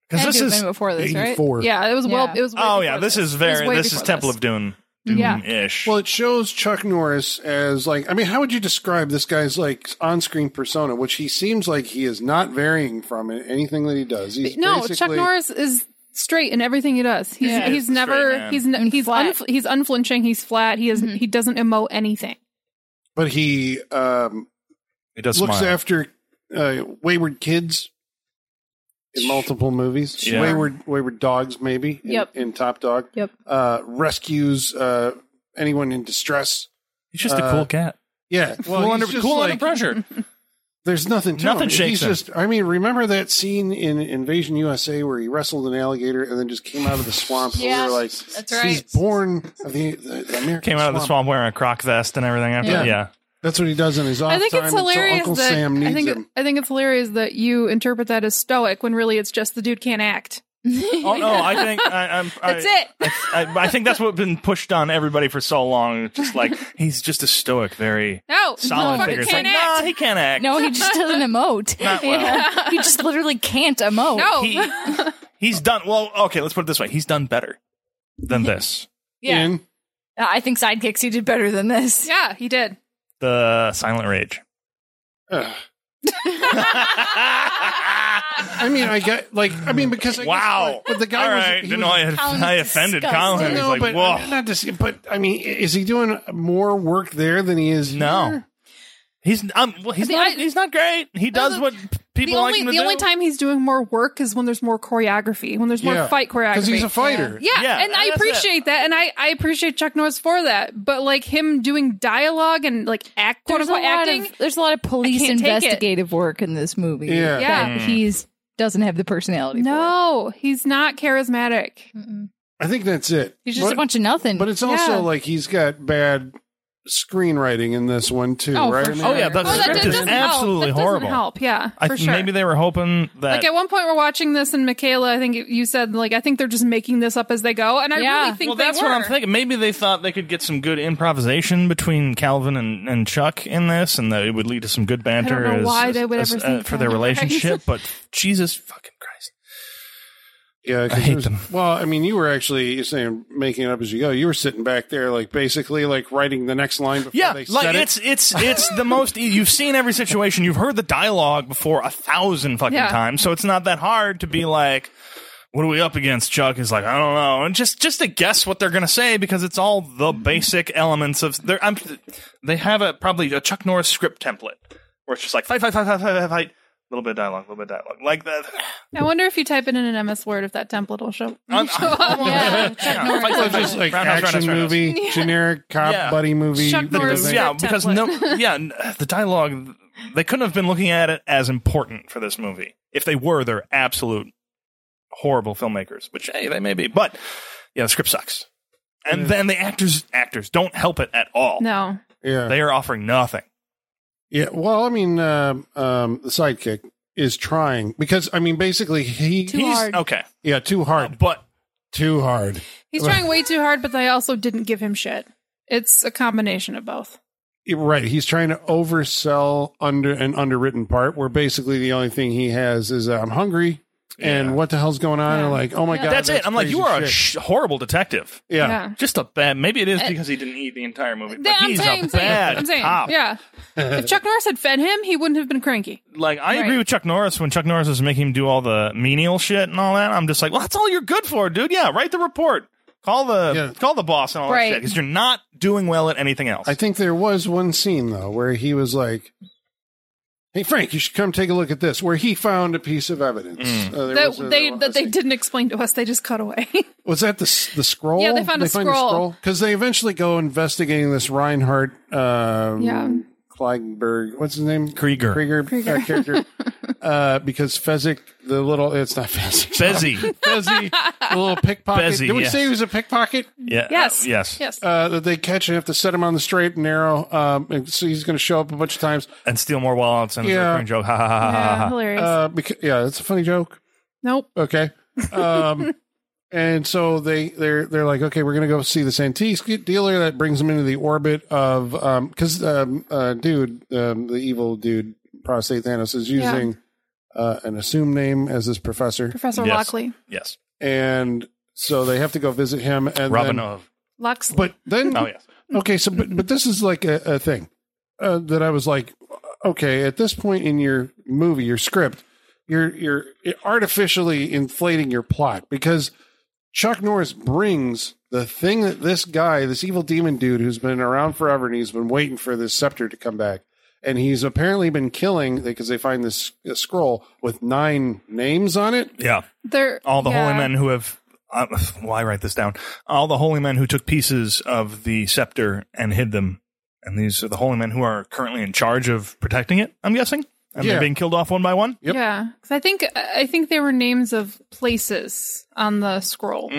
Speaker 3: Because
Speaker 5: Had
Speaker 3: this
Speaker 5: to have
Speaker 3: is.
Speaker 5: been before this, right?
Speaker 2: Eighty-four.
Speaker 4: yeah, it was well.
Speaker 5: Yeah.
Speaker 4: It was. way
Speaker 3: Oh
Speaker 4: before
Speaker 3: yeah, this is
Speaker 4: It was
Speaker 3: very.
Speaker 4: way
Speaker 3: This is
Speaker 4: before
Speaker 3: Temple
Speaker 4: this.
Speaker 3: of Doom.
Speaker 4: Yeah.
Speaker 3: Ish.
Speaker 2: Well, it shows Chuck Norris as like, I mean, how would you describe this guy's like on-screen persona, which he seems like he is not varying from in anything that he does. He's
Speaker 4: No, Chuck
Speaker 2: basically-
Speaker 4: Norris is straight in everything he does. He's
Speaker 5: Yeah.
Speaker 4: he's
Speaker 3: Straight
Speaker 4: never
Speaker 3: man.
Speaker 4: he's ne-
Speaker 5: And
Speaker 4: he's
Speaker 5: flat. Mm-hmm.
Speaker 4: unf- he's unflinching. He's flat. He is he doesn't emote anything.
Speaker 2: but he um,
Speaker 3: it does
Speaker 2: looks
Speaker 3: smile.
Speaker 2: after uh, wayward kids in multiple movies.
Speaker 3: Yeah.
Speaker 2: Wayward wayward dogs, maybe. In,
Speaker 4: Yep.
Speaker 2: In Top Dog,
Speaker 5: Yep.
Speaker 2: uh, rescues uh, anyone in distress.
Speaker 3: He's just a
Speaker 2: uh,
Speaker 3: cool cat.
Speaker 2: Yeah,
Speaker 3: cool
Speaker 2: he's
Speaker 3: under,
Speaker 2: just
Speaker 3: cool
Speaker 2: like-
Speaker 3: under pressure.
Speaker 2: There's nothing to
Speaker 3: Nothing
Speaker 2: him.
Speaker 3: shakes
Speaker 2: He's
Speaker 3: him.
Speaker 2: just I mean, remember that scene in Invasion USA where he wrestled an alligator and then just came out of the swamp
Speaker 5: Yeah,
Speaker 2: and we were like
Speaker 5: that's
Speaker 2: he's
Speaker 5: right.
Speaker 2: born of the, the, the American
Speaker 3: Came out of the swamp wearing a croc vest and everything. After
Speaker 2: Yeah.
Speaker 3: yeah, yeah.
Speaker 2: That's what he does in his off
Speaker 4: I think
Speaker 2: time
Speaker 4: it's
Speaker 2: until
Speaker 4: hilarious
Speaker 2: Uncle
Speaker 4: that
Speaker 2: Sam needs
Speaker 4: I think
Speaker 2: him.
Speaker 4: I think it's hilarious that you interpret that as stoic when really it's just the dude can't act.
Speaker 3: Oh no, I think I, I'm.
Speaker 4: That's
Speaker 3: I,
Speaker 4: it.
Speaker 3: I, I think that's what's been pushed on everybody for so long. It's Just like he's just a stoic, very
Speaker 4: No,
Speaker 3: solid
Speaker 4: motherfucker
Speaker 3: figure. It's like,
Speaker 4: can't
Speaker 3: nah,
Speaker 4: act.
Speaker 3: he can't act.
Speaker 5: No, he just doesn't emote.
Speaker 3: Not well.
Speaker 5: Yeah. He just literally can't emote.
Speaker 4: No,
Speaker 3: Oh, he he's done well. Okay, let's put it this way: he's done better than this.
Speaker 5: Yeah.
Speaker 2: In-
Speaker 5: I think sidekicks he did better than this.
Speaker 4: yeah, he did.
Speaker 3: The Silent Rage.
Speaker 2: Ugh. I mean, I get like I mean because I guess,
Speaker 3: wow.
Speaker 2: like, but the guy
Speaker 3: All
Speaker 2: was,
Speaker 3: right,
Speaker 2: he
Speaker 3: didn't know
Speaker 2: was-
Speaker 3: I, had-
Speaker 5: Colin's
Speaker 3: I offended Colin.
Speaker 5: disgusted.
Speaker 3: He's
Speaker 2: no,
Speaker 3: like,
Speaker 2: but
Speaker 3: whoa.
Speaker 2: I'm not dis- but I mean, i- is he doing more work there than he is?
Speaker 3: No.
Speaker 2: here?
Speaker 3: He's um, well, he's
Speaker 4: I mean,
Speaker 3: not
Speaker 4: I-
Speaker 3: he's not great. He does
Speaker 4: the-
Speaker 3: what p- people
Speaker 4: the
Speaker 3: like
Speaker 4: only
Speaker 3: him
Speaker 4: the
Speaker 3: to
Speaker 4: only
Speaker 3: do.
Speaker 4: time he's doing more work is when there's more choreography, when there's more
Speaker 2: Yeah.
Speaker 4: fight choreography.
Speaker 2: because he's a fighter.
Speaker 4: Yeah,
Speaker 3: Yeah,
Speaker 4: and I
Speaker 3: that's it.
Speaker 4: appreciate that, and I, I appreciate Chuck Norris for that. But like him doing dialogue and like act quote
Speaker 5: There's a,
Speaker 4: unquote
Speaker 5: lot
Speaker 4: acting,
Speaker 5: of, there's a lot of police
Speaker 4: can't take it.
Speaker 5: investigative work in this movie.
Speaker 2: Yeah.
Speaker 4: Yeah.
Speaker 5: That he's doesn't have the personality.
Speaker 4: no, he's not charismatic.
Speaker 5: For.
Speaker 3: Mm.
Speaker 5: Mm-mm.
Speaker 2: I think that's it.
Speaker 5: He's just
Speaker 2: But-
Speaker 5: a bunch of nothing.
Speaker 2: But it's also
Speaker 4: Yeah.
Speaker 2: like he's got bad screenwriting in this one too,
Speaker 5: Oh, for
Speaker 2: right? I mean,
Speaker 5: sure.
Speaker 3: Oh yeah,
Speaker 5: Oh,
Speaker 3: the
Speaker 5: that
Speaker 3: script
Speaker 5: doesn't
Speaker 3: is
Speaker 5: help.
Speaker 3: absolutely
Speaker 4: that
Speaker 3: horrible.
Speaker 4: Doesn't help, yeah,
Speaker 3: I
Speaker 4: for
Speaker 3: th-
Speaker 4: sure.
Speaker 3: Maybe they were hoping that
Speaker 4: like at one point we're watching this, and Michaela, I think you said like I think they're just making this up as they go, and I
Speaker 5: Yeah.
Speaker 4: really think
Speaker 3: well,
Speaker 4: they
Speaker 3: that's
Speaker 4: were.
Speaker 3: what I'm thinking. Maybe they thought they could get some good improvisation between Calvin and, and Chuck in this, and that it would lead to some good banter.
Speaker 4: know
Speaker 3: as-
Speaker 4: why
Speaker 3: as-
Speaker 4: they would
Speaker 3: as-
Speaker 4: ever
Speaker 3: uh,
Speaker 4: think
Speaker 3: for their
Speaker 4: that, right?
Speaker 3: relationship. But Jesus fucking Christ!
Speaker 2: Yeah, 'cause
Speaker 3: I hate
Speaker 2: it was-
Speaker 3: them.
Speaker 2: Well, I mean, you were actually you're saying making it up as you go. You were sitting back there, like basically like writing the next line before
Speaker 3: Yeah,
Speaker 2: they said
Speaker 3: like
Speaker 2: it.
Speaker 3: it's it's it's the most e- you've seen every situation. You've heard the dialogue before a thousand fucking
Speaker 4: Yeah.
Speaker 3: times, so it's not that hard to be like, "What are we up against?" Chuck is like, "I don't know," and just just to guess what they're gonna say because it's all the basic elements of. They're, I'm, they have a probably a Chuck Norris script template where it's just like fight, fight, fight, fight, fight, fight, fight. A little bit of dialogue, a little bit of dialogue, like that.
Speaker 4: I wonder if you type it in an MS Word if that template will show.
Speaker 3: I'm- I'm-
Speaker 5: Yeah,
Speaker 3: Chuck
Speaker 5: Chuck
Speaker 3: Norris.
Speaker 5: Norris.
Speaker 2: Or just like
Speaker 3: Roundhouse,
Speaker 2: action
Speaker 3: roundhouse, roundhouse.
Speaker 2: movie, generic cop
Speaker 3: Yeah.
Speaker 2: buddy movie.
Speaker 4: Chuck
Speaker 2: you know,
Speaker 4: Norris,
Speaker 2: thing.
Speaker 4: Perfect
Speaker 3: yeah, because no,
Speaker 4: template.
Speaker 3: yeah, n- the dialogue they couldn't have been looking at it as important for this movie. If they were, they're absolute horrible filmmakers, which hey, they may be, but yeah, the script sucks, and then the actors actors don't help it at all.
Speaker 4: No,
Speaker 2: yeah,
Speaker 3: They are offering nothing.
Speaker 2: yeah. Well, I mean, um, um, the sidekick is trying because I mean, basically he,
Speaker 5: Too
Speaker 2: he's-
Speaker 5: hard.
Speaker 3: Okay,
Speaker 2: yeah, too hard,
Speaker 3: but
Speaker 2: too hard.
Speaker 4: he's trying way too hard, but they also didn't give him shit. It's a combination of both.
Speaker 2: Right, he's trying to oversell under an underwritten part where basically the only thing he has is uh, I'm hungry
Speaker 3: Yeah.
Speaker 2: and what the hell's going on?
Speaker 4: Yeah.
Speaker 2: And like, oh my god,
Speaker 3: that's, it. I'm like,
Speaker 2: crazy
Speaker 3: you are a
Speaker 2: shit.
Speaker 3: sh- horrible detective.
Speaker 2: yeah.
Speaker 3: Just a bad. Maybe it is
Speaker 5: Uh,
Speaker 3: because he didn't eat the entire movie. But
Speaker 4: That- I'm
Speaker 3: he's
Speaker 4: saying,
Speaker 3: a
Speaker 4: I'm saying,
Speaker 3: bad
Speaker 4: I'm saying,
Speaker 3: cop.
Speaker 4: yeah. If Chuck Norris had fed him, he wouldn't have been cranky.
Speaker 3: like I
Speaker 5: Right.
Speaker 3: agree with Chuck Norris when Chuck Norris was making him do all the menial shit and all that. I'm just like, well, that's all you're good for, dude. Yeah, write the report, call the
Speaker 2: Yeah.
Speaker 3: call the boss and all
Speaker 5: Right.
Speaker 3: that shit because you're not doing well at anything else.
Speaker 2: I think there was one scene though where he was like, "Hey Frank, you should come take a look at this." Where he found a piece of evidence. Uh, there was
Speaker 4: That
Speaker 2: a-
Speaker 4: they
Speaker 2: a
Speaker 4: that they
Speaker 2: scene.
Speaker 4: didn't explain to us. They just cut away.
Speaker 2: was that the s- the scroll.
Speaker 4: Yeah, they found a scroll.
Speaker 2: because they eventually go investigating this Reinhardt um,
Speaker 4: Yeah.
Speaker 2: Kleinberg. What's his name?
Speaker 3: Krieger.
Speaker 2: Krieger, Uh, character. uh, because Fezzik, the little, it's not Fezzik.
Speaker 3: Bezzy.
Speaker 2: Fezzi, the little pickpocket.
Speaker 3: Fezzi,
Speaker 2: Did we
Speaker 3: yes.
Speaker 2: say he was a pickpocket?
Speaker 3: Yeah.
Speaker 4: Yes.
Speaker 3: Uh, yes.
Speaker 4: Yes.
Speaker 2: Uh, that they catch and have to set him on the straight and narrow. Um, and so he's going to show up a bunch of times.
Speaker 3: And steal more wallets and
Speaker 2: Yeah.
Speaker 3: yeah. a joke. Ha ha ha ha, ha
Speaker 4: yeah,
Speaker 3: ha.
Speaker 4: hilarious.
Speaker 2: Uh, because, yeah, it's a funny joke.
Speaker 4: nope.
Speaker 2: Okay. Um, and so they they're they're like, okay, we're gonna go see this antique dealer that brings them into the orbit of um because um uh dude um the evil dude prostate Thanos is
Speaker 4: Yeah.
Speaker 2: using uh an assumed name as his professor,
Speaker 4: Professor
Speaker 3: Yes.
Speaker 4: Lockley.
Speaker 3: Yes.
Speaker 2: and so they have to go visit him and
Speaker 3: Robin
Speaker 2: Then,
Speaker 3: of.
Speaker 4: Lux.
Speaker 2: but then
Speaker 3: Oh, yes.
Speaker 2: okay, so but but this is like a, a thing uh, that I was like, okay, at this point in your movie, your script, you're you're artificially inflating your plot because Chuck Norris brings the thing that this guy, this evil demon dude, who's been around forever and he's been waiting for this scepter to come back. And he's apparently been killing because they find this uh, scroll with nine names on it.
Speaker 3: Yeah.
Speaker 4: they're
Speaker 3: all the
Speaker 4: yeah.
Speaker 3: holy men who have uh, why write this down all the holy men who took pieces of the scepter and hid them and these are the holy men who are currently in charge of protecting it i'm guessing and
Speaker 2: Yeah.
Speaker 3: they're being killed off one by one
Speaker 2: Yep.
Speaker 4: Yeah, 'Cause I think I think they were names of places on the scroll.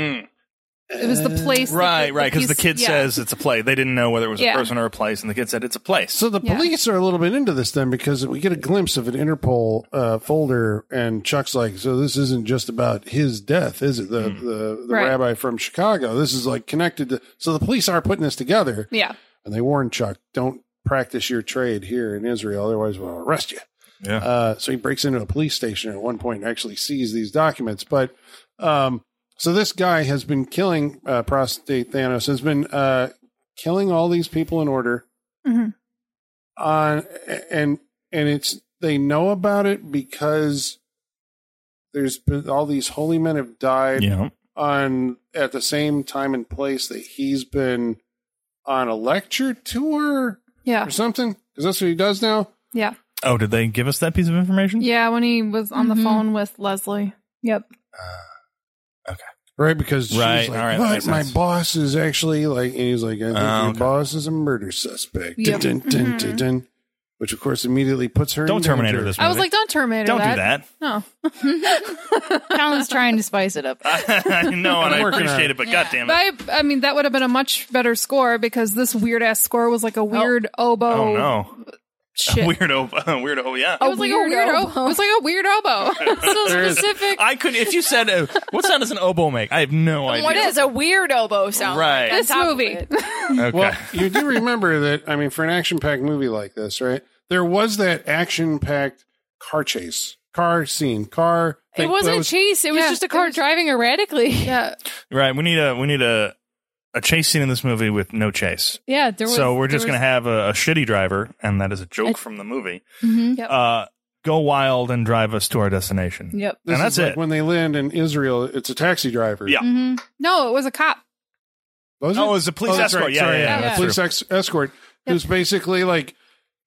Speaker 4: It was the place, that
Speaker 3: right right because the
Speaker 4: piece-
Speaker 3: kid
Speaker 4: yeah.
Speaker 3: says it's a place they didn't know whether it was
Speaker 4: Yeah.
Speaker 3: a person or a place and the kid said it's a place
Speaker 2: So the
Speaker 4: Yeah.
Speaker 2: police are a little bit into this then because we get a glimpse of an Interpol uh, folder, and Chuck's like, "So this isn't just about his death, is it? The the, the
Speaker 4: Right.
Speaker 2: rabbi from Chicago. This is like connected to." So the police are putting this together,
Speaker 4: yeah,
Speaker 2: and they warn Chuck, "Don't practice your trade here in Israel, otherwise we'll arrest you."
Speaker 3: yeah
Speaker 2: Uh, so he breaks into a police station at one point and actually sees these documents. But um, so this guy has been killing uh, prostate Thanos, has been uh, killing all these people in order.
Speaker 4: Mhm.
Speaker 2: On Uh, and and it's they know about it because there's been all these holy men have died
Speaker 3: yeah
Speaker 2: on at the same time and place that he's been on a lecture tour
Speaker 4: yeah,
Speaker 2: or something because that's what he does now.
Speaker 4: yeah,
Speaker 3: oh did they give us that piece of information
Speaker 4: yeah. When he was on the
Speaker 5: Mhm.
Speaker 4: phone with Leslie,
Speaker 5: Yep.
Speaker 2: Right, because she's
Speaker 3: Right,
Speaker 2: like,
Speaker 3: all right, that
Speaker 2: "What?
Speaker 3: makes
Speaker 2: My
Speaker 3: sense."
Speaker 2: boss is actually like, and he's like, I think
Speaker 3: Oh,
Speaker 2: your
Speaker 3: okay.
Speaker 2: boss is a murder suspect.
Speaker 5: Yep.
Speaker 2: Dun, dun, dun, dun,
Speaker 4: Mhm.
Speaker 2: dun. which of course immediately puts her.
Speaker 3: don't
Speaker 2: in
Speaker 3: terminate her
Speaker 2: danger.
Speaker 3: this
Speaker 4: I was
Speaker 3: movie.
Speaker 4: like, "Don't terminate
Speaker 3: don't
Speaker 4: that.
Speaker 3: do that
Speaker 4: No,
Speaker 5: Colin's trying to spice it up.
Speaker 3: i know and i
Speaker 2: Working on it.
Speaker 3: appreciate it but goddamn
Speaker 4: but
Speaker 3: it
Speaker 4: I, I mean that would have been a much better score because this weird ass score was like a weird oboe.
Speaker 3: oh no
Speaker 4: Shit.
Speaker 3: weirdo weirdo yeah
Speaker 4: It was like
Speaker 5: weird
Speaker 4: a weird
Speaker 5: oboe.
Speaker 4: oboe. It was like a weird oboe. so specific.
Speaker 3: I could if you said uh, what sound does an oboe make? I have no idea.
Speaker 5: What is a weird oboe sound?
Speaker 3: Right.
Speaker 5: on
Speaker 4: This
Speaker 5: top of
Speaker 4: movie.
Speaker 5: it?
Speaker 3: Okay.
Speaker 2: Well, you do remember that? I mean, for an action-packed movie like this, right? There was that action-packed car chase, car scene, car.
Speaker 5: It
Speaker 2: thing.
Speaker 5: wasn't
Speaker 2: That
Speaker 5: a
Speaker 2: was-
Speaker 5: chase. It was
Speaker 4: Yeah,
Speaker 5: just a
Speaker 4: it
Speaker 5: car
Speaker 4: was-
Speaker 5: driving erratically.
Speaker 4: yeah,
Speaker 3: right. We need a we need a a chase scene in this movie with no chase.
Speaker 5: Yeah, there was.
Speaker 3: so we're just
Speaker 5: there
Speaker 3: gonna have a, a shitty driver, and that is a joke from the movie.
Speaker 5: Mhm.
Speaker 4: Yep.
Speaker 3: Uh, go wild and drive us to our destination.
Speaker 5: Yep.
Speaker 2: This
Speaker 3: and
Speaker 2: is
Speaker 3: that's
Speaker 2: like
Speaker 3: it.
Speaker 2: When they land in Israel, it's a taxi driver.
Speaker 3: Yeah.
Speaker 5: Mhm.
Speaker 4: no, it was a cop.
Speaker 2: Was
Speaker 3: Oh,
Speaker 2: it?
Speaker 3: it was a police
Speaker 2: that's
Speaker 3: escort.
Speaker 2: right.
Speaker 3: Yeah,
Speaker 2: Sorry,
Speaker 3: yeah, yeah,
Speaker 5: that's
Speaker 2: police ex- escort who's basically like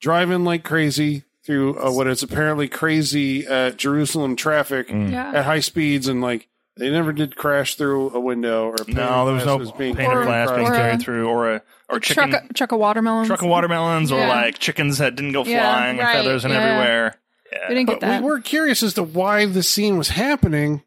Speaker 2: driving like crazy through uh, what is apparently crazy uh, Jerusalem traffic
Speaker 3: Hmm. Mm.
Speaker 4: Yeah.
Speaker 2: at high speeds, and like they never did crash through a window or a pane
Speaker 3: No,
Speaker 2: of
Speaker 3: there was
Speaker 2: glass
Speaker 3: no
Speaker 2: being
Speaker 3: pane of
Speaker 2: carried
Speaker 3: glass being
Speaker 2: across.
Speaker 4: or a-
Speaker 3: carried through, or a or chicken
Speaker 4: Truck, truck of watermelons.
Speaker 3: truck of watermelons, or
Speaker 4: Yeah.
Speaker 3: like chickens that didn't go
Speaker 4: Yeah,
Speaker 3: flying
Speaker 5: right,
Speaker 3: and feathers and
Speaker 5: yeah.
Speaker 3: everywhere.
Speaker 4: We didn't get
Speaker 2: But
Speaker 4: that.
Speaker 2: we were curious as to why the scene was happening,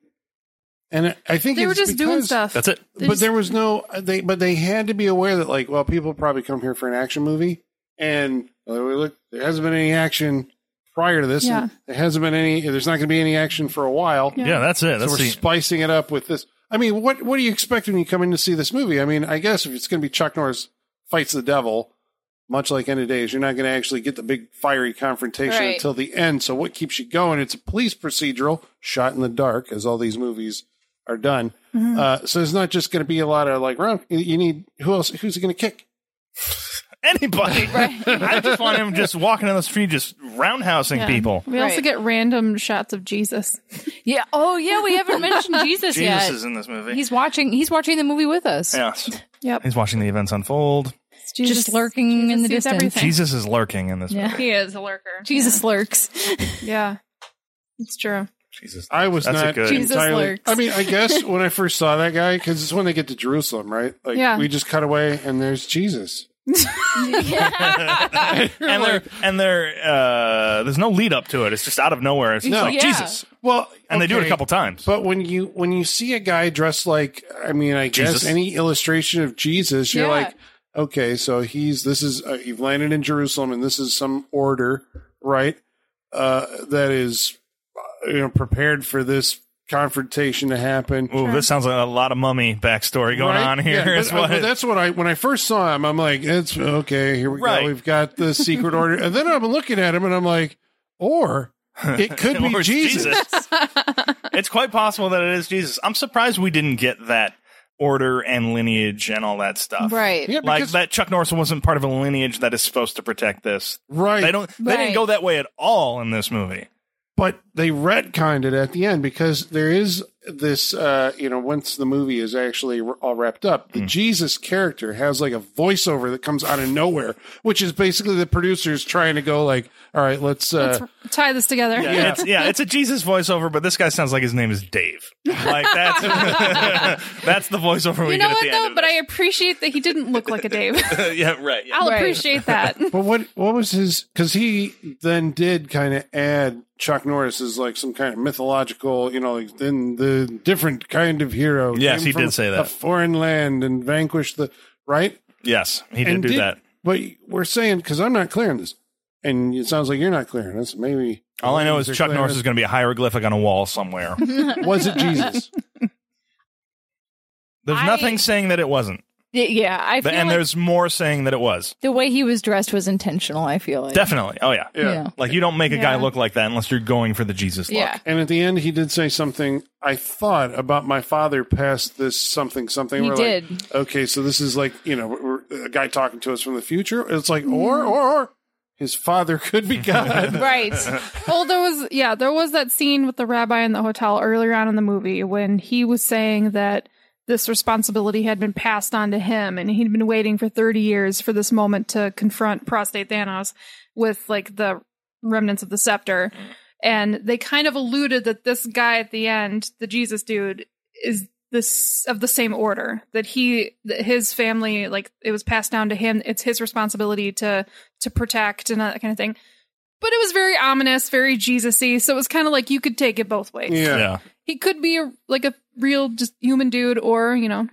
Speaker 2: and I- I think
Speaker 4: they were
Speaker 2: it's
Speaker 4: just doing
Speaker 2: because-
Speaker 4: stuff.
Speaker 3: That's it.
Speaker 4: They
Speaker 2: but
Speaker 4: just-
Speaker 2: there was no uh, they but they had to be aware that like well people probably come here for an action movie and well, we look there hasn't been any action prior to this
Speaker 4: Yeah.
Speaker 2: and there hasn't been any there's not going to be any action for a while
Speaker 4: Yeah.
Speaker 3: Yeah, that's it. That's
Speaker 2: so we're
Speaker 3: the,
Speaker 2: spicing it up with this i mean what what do you expect when you come in to see this movie i mean i guess if it's going to be chuck norris fights the devil much like end of days you're not going to actually get the big fiery confrontation
Speaker 5: Right.
Speaker 2: until the end so what keeps you going it's a police procedural shot in the dark as all these movies are done
Speaker 5: Mm-hmm.
Speaker 2: uh, so it's not just going to be a lot of like round. You- You need who else? Who's he going to kick?
Speaker 3: anybody. I just want him just walking down the street, just roundhousing
Speaker 4: Yeah.
Speaker 3: people.
Speaker 4: We also
Speaker 5: Right.
Speaker 4: get random shots of Jesus.
Speaker 5: Yeah. Oh, yeah. We haven't mentioned Jesus,
Speaker 3: Jesus
Speaker 5: yet.
Speaker 3: is in this movie.
Speaker 5: He's watching. He's watching the movie with us.
Speaker 3: yes,
Speaker 4: Yep.
Speaker 3: he's watching the events unfold.
Speaker 4: It's Jesus.
Speaker 5: Just lurking in the
Speaker 4: sees
Speaker 5: distance.
Speaker 4: everything.
Speaker 3: Jesus is lurking in this
Speaker 5: Yeah.
Speaker 3: movie.
Speaker 4: He is a lurker.
Speaker 5: Jesus lurks.
Speaker 4: Yeah. It's true.
Speaker 3: Jesus,
Speaker 2: I was
Speaker 3: That's a
Speaker 2: not
Speaker 3: good-
Speaker 5: Jesus
Speaker 2: entirely.
Speaker 5: lurks.
Speaker 2: I mean, I guess when I first saw that guy, because it's when they get to Jerusalem, right? Like
Speaker 4: Yeah.
Speaker 2: we just cut away and there's Jesus.
Speaker 3: and they're and they're uh, there's no lead up to it. It's just out of nowhere. It's just
Speaker 2: No.
Speaker 3: like
Speaker 5: Yeah.
Speaker 3: Jesus,
Speaker 2: Well,
Speaker 3: and they do it a
Speaker 2: okay,
Speaker 3: couple times.
Speaker 2: But when you when you see a guy dressed like, I mean, I
Speaker 3: Jesus.
Speaker 2: guess any illustration of Jesus, you're
Speaker 5: Yeah.
Speaker 2: like, okay, so he's this is uh, you've landed in Jerusalem, and this is some order, right? Uh, that is, uh, you know, prepared for this confrontation to happen.
Speaker 3: Ooh, this sounds like a lot of mummy backstory going
Speaker 2: Right?
Speaker 3: on here.
Speaker 2: Yeah, but,
Speaker 3: is
Speaker 2: uh,
Speaker 3: what-
Speaker 2: but that's what I when I first saw him, I'm like, it's okay. Here we
Speaker 3: Right.
Speaker 2: go. We've got the secret order, and then I'm looking at him, and I'm like, or it could be
Speaker 3: Or it's
Speaker 2: Jesus.
Speaker 3: it's quite possible that it is Jesus. I'm surprised we didn't get that order and lineage and all that stuff.
Speaker 5: right.
Speaker 2: Yeah,
Speaker 3: Like
Speaker 2: because,
Speaker 3: that Chuck Norris wasn't part of a lineage that is supposed to protect this.
Speaker 2: right.
Speaker 3: They don't. They didn't
Speaker 5: Right.
Speaker 3: go that way at all in this movie.
Speaker 2: but they retconned it at the end because there is this uh you know once the movie is actually r- all wrapped up the
Speaker 3: Hmm.
Speaker 2: jesus character has like a voiceover that comes out of nowhere which is basically the producers trying to go like all right let's uh
Speaker 4: Let's tie this together.
Speaker 3: Yeah, It's, yeah, it's a Jesus voiceover, but this guy sounds like his name is Dave. Like that's that's the voiceover we
Speaker 4: You know
Speaker 3: get at
Speaker 4: what
Speaker 3: the
Speaker 4: though?
Speaker 3: end.
Speaker 4: But I appreciate that he didn't look like a Dave.
Speaker 3: but I, yeah, right. Yeah.
Speaker 4: I'll
Speaker 5: Right.
Speaker 4: appreciate that.
Speaker 2: but what what was his because he then did kind of add chuck norris as like some kind of mythological you know like then the different kind of hero
Speaker 3: Yes,
Speaker 2: came
Speaker 3: he
Speaker 2: from
Speaker 3: did say
Speaker 2: a
Speaker 3: that.
Speaker 2: foreign land and vanquished the right
Speaker 3: Yes, he did do
Speaker 2: did-
Speaker 3: that.
Speaker 2: But we're saying because I'm not clearing this, and it sounds like you're not clearing this. Maybe
Speaker 3: All I know is
Speaker 2: They're
Speaker 3: Chuck
Speaker 2: clearing
Speaker 3: Norris is
Speaker 2: this.
Speaker 3: going to be a hieroglyphic on a wall somewhere.
Speaker 2: was it Jesus?
Speaker 3: There's
Speaker 5: I-
Speaker 3: nothing saying that it wasn't,
Speaker 5: Y- Yeah, I
Speaker 3: But-
Speaker 5: feel
Speaker 3: and
Speaker 5: like
Speaker 3: there's more saying that it was.
Speaker 5: the way he was dressed was intentional. I feel like
Speaker 3: Definitely. Oh yeah.
Speaker 5: Yeah.
Speaker 3: Like you don't make a guy
Speaker 4: Yeah.
Speaker 3: look like that unless you're going for the Jesus look.
Speaker 5: Yeah.
Speaker 2: And at the end, he did say something I thought about my father passed this something something.
Speaker 5: He
Speaker 2: We're like,
Speaker 5: did.
Speaker 2: okay, so this is like you know we're, we're- a guy talking to us from the future. It's like
Speaker 5: Mm-hmm.
Speaker 2: or or or his father could be God.
Speaker 5: Right.
Speaker 4: well, there was yeah, there was that scene with the rabbi in the hotel earlier on in the movie when he was saying that this responsibility had been passed on to him and he'd been waiting for 30 years for this moment to confront prostate Thanos with like the remnants of the scepter. And they kind of alluded that this guy at the end, the Jesus dude, is this of the same order that he that his family like it was passed down to him it's his responsibility to to protect and that kind of thing but it was very ominous very jesus-y so it was kind of like you could take it both ways
Speaker 2: yeah.
Speaker 3: Yeah.
Speaker 4: he could be a, like a real just human dude or you know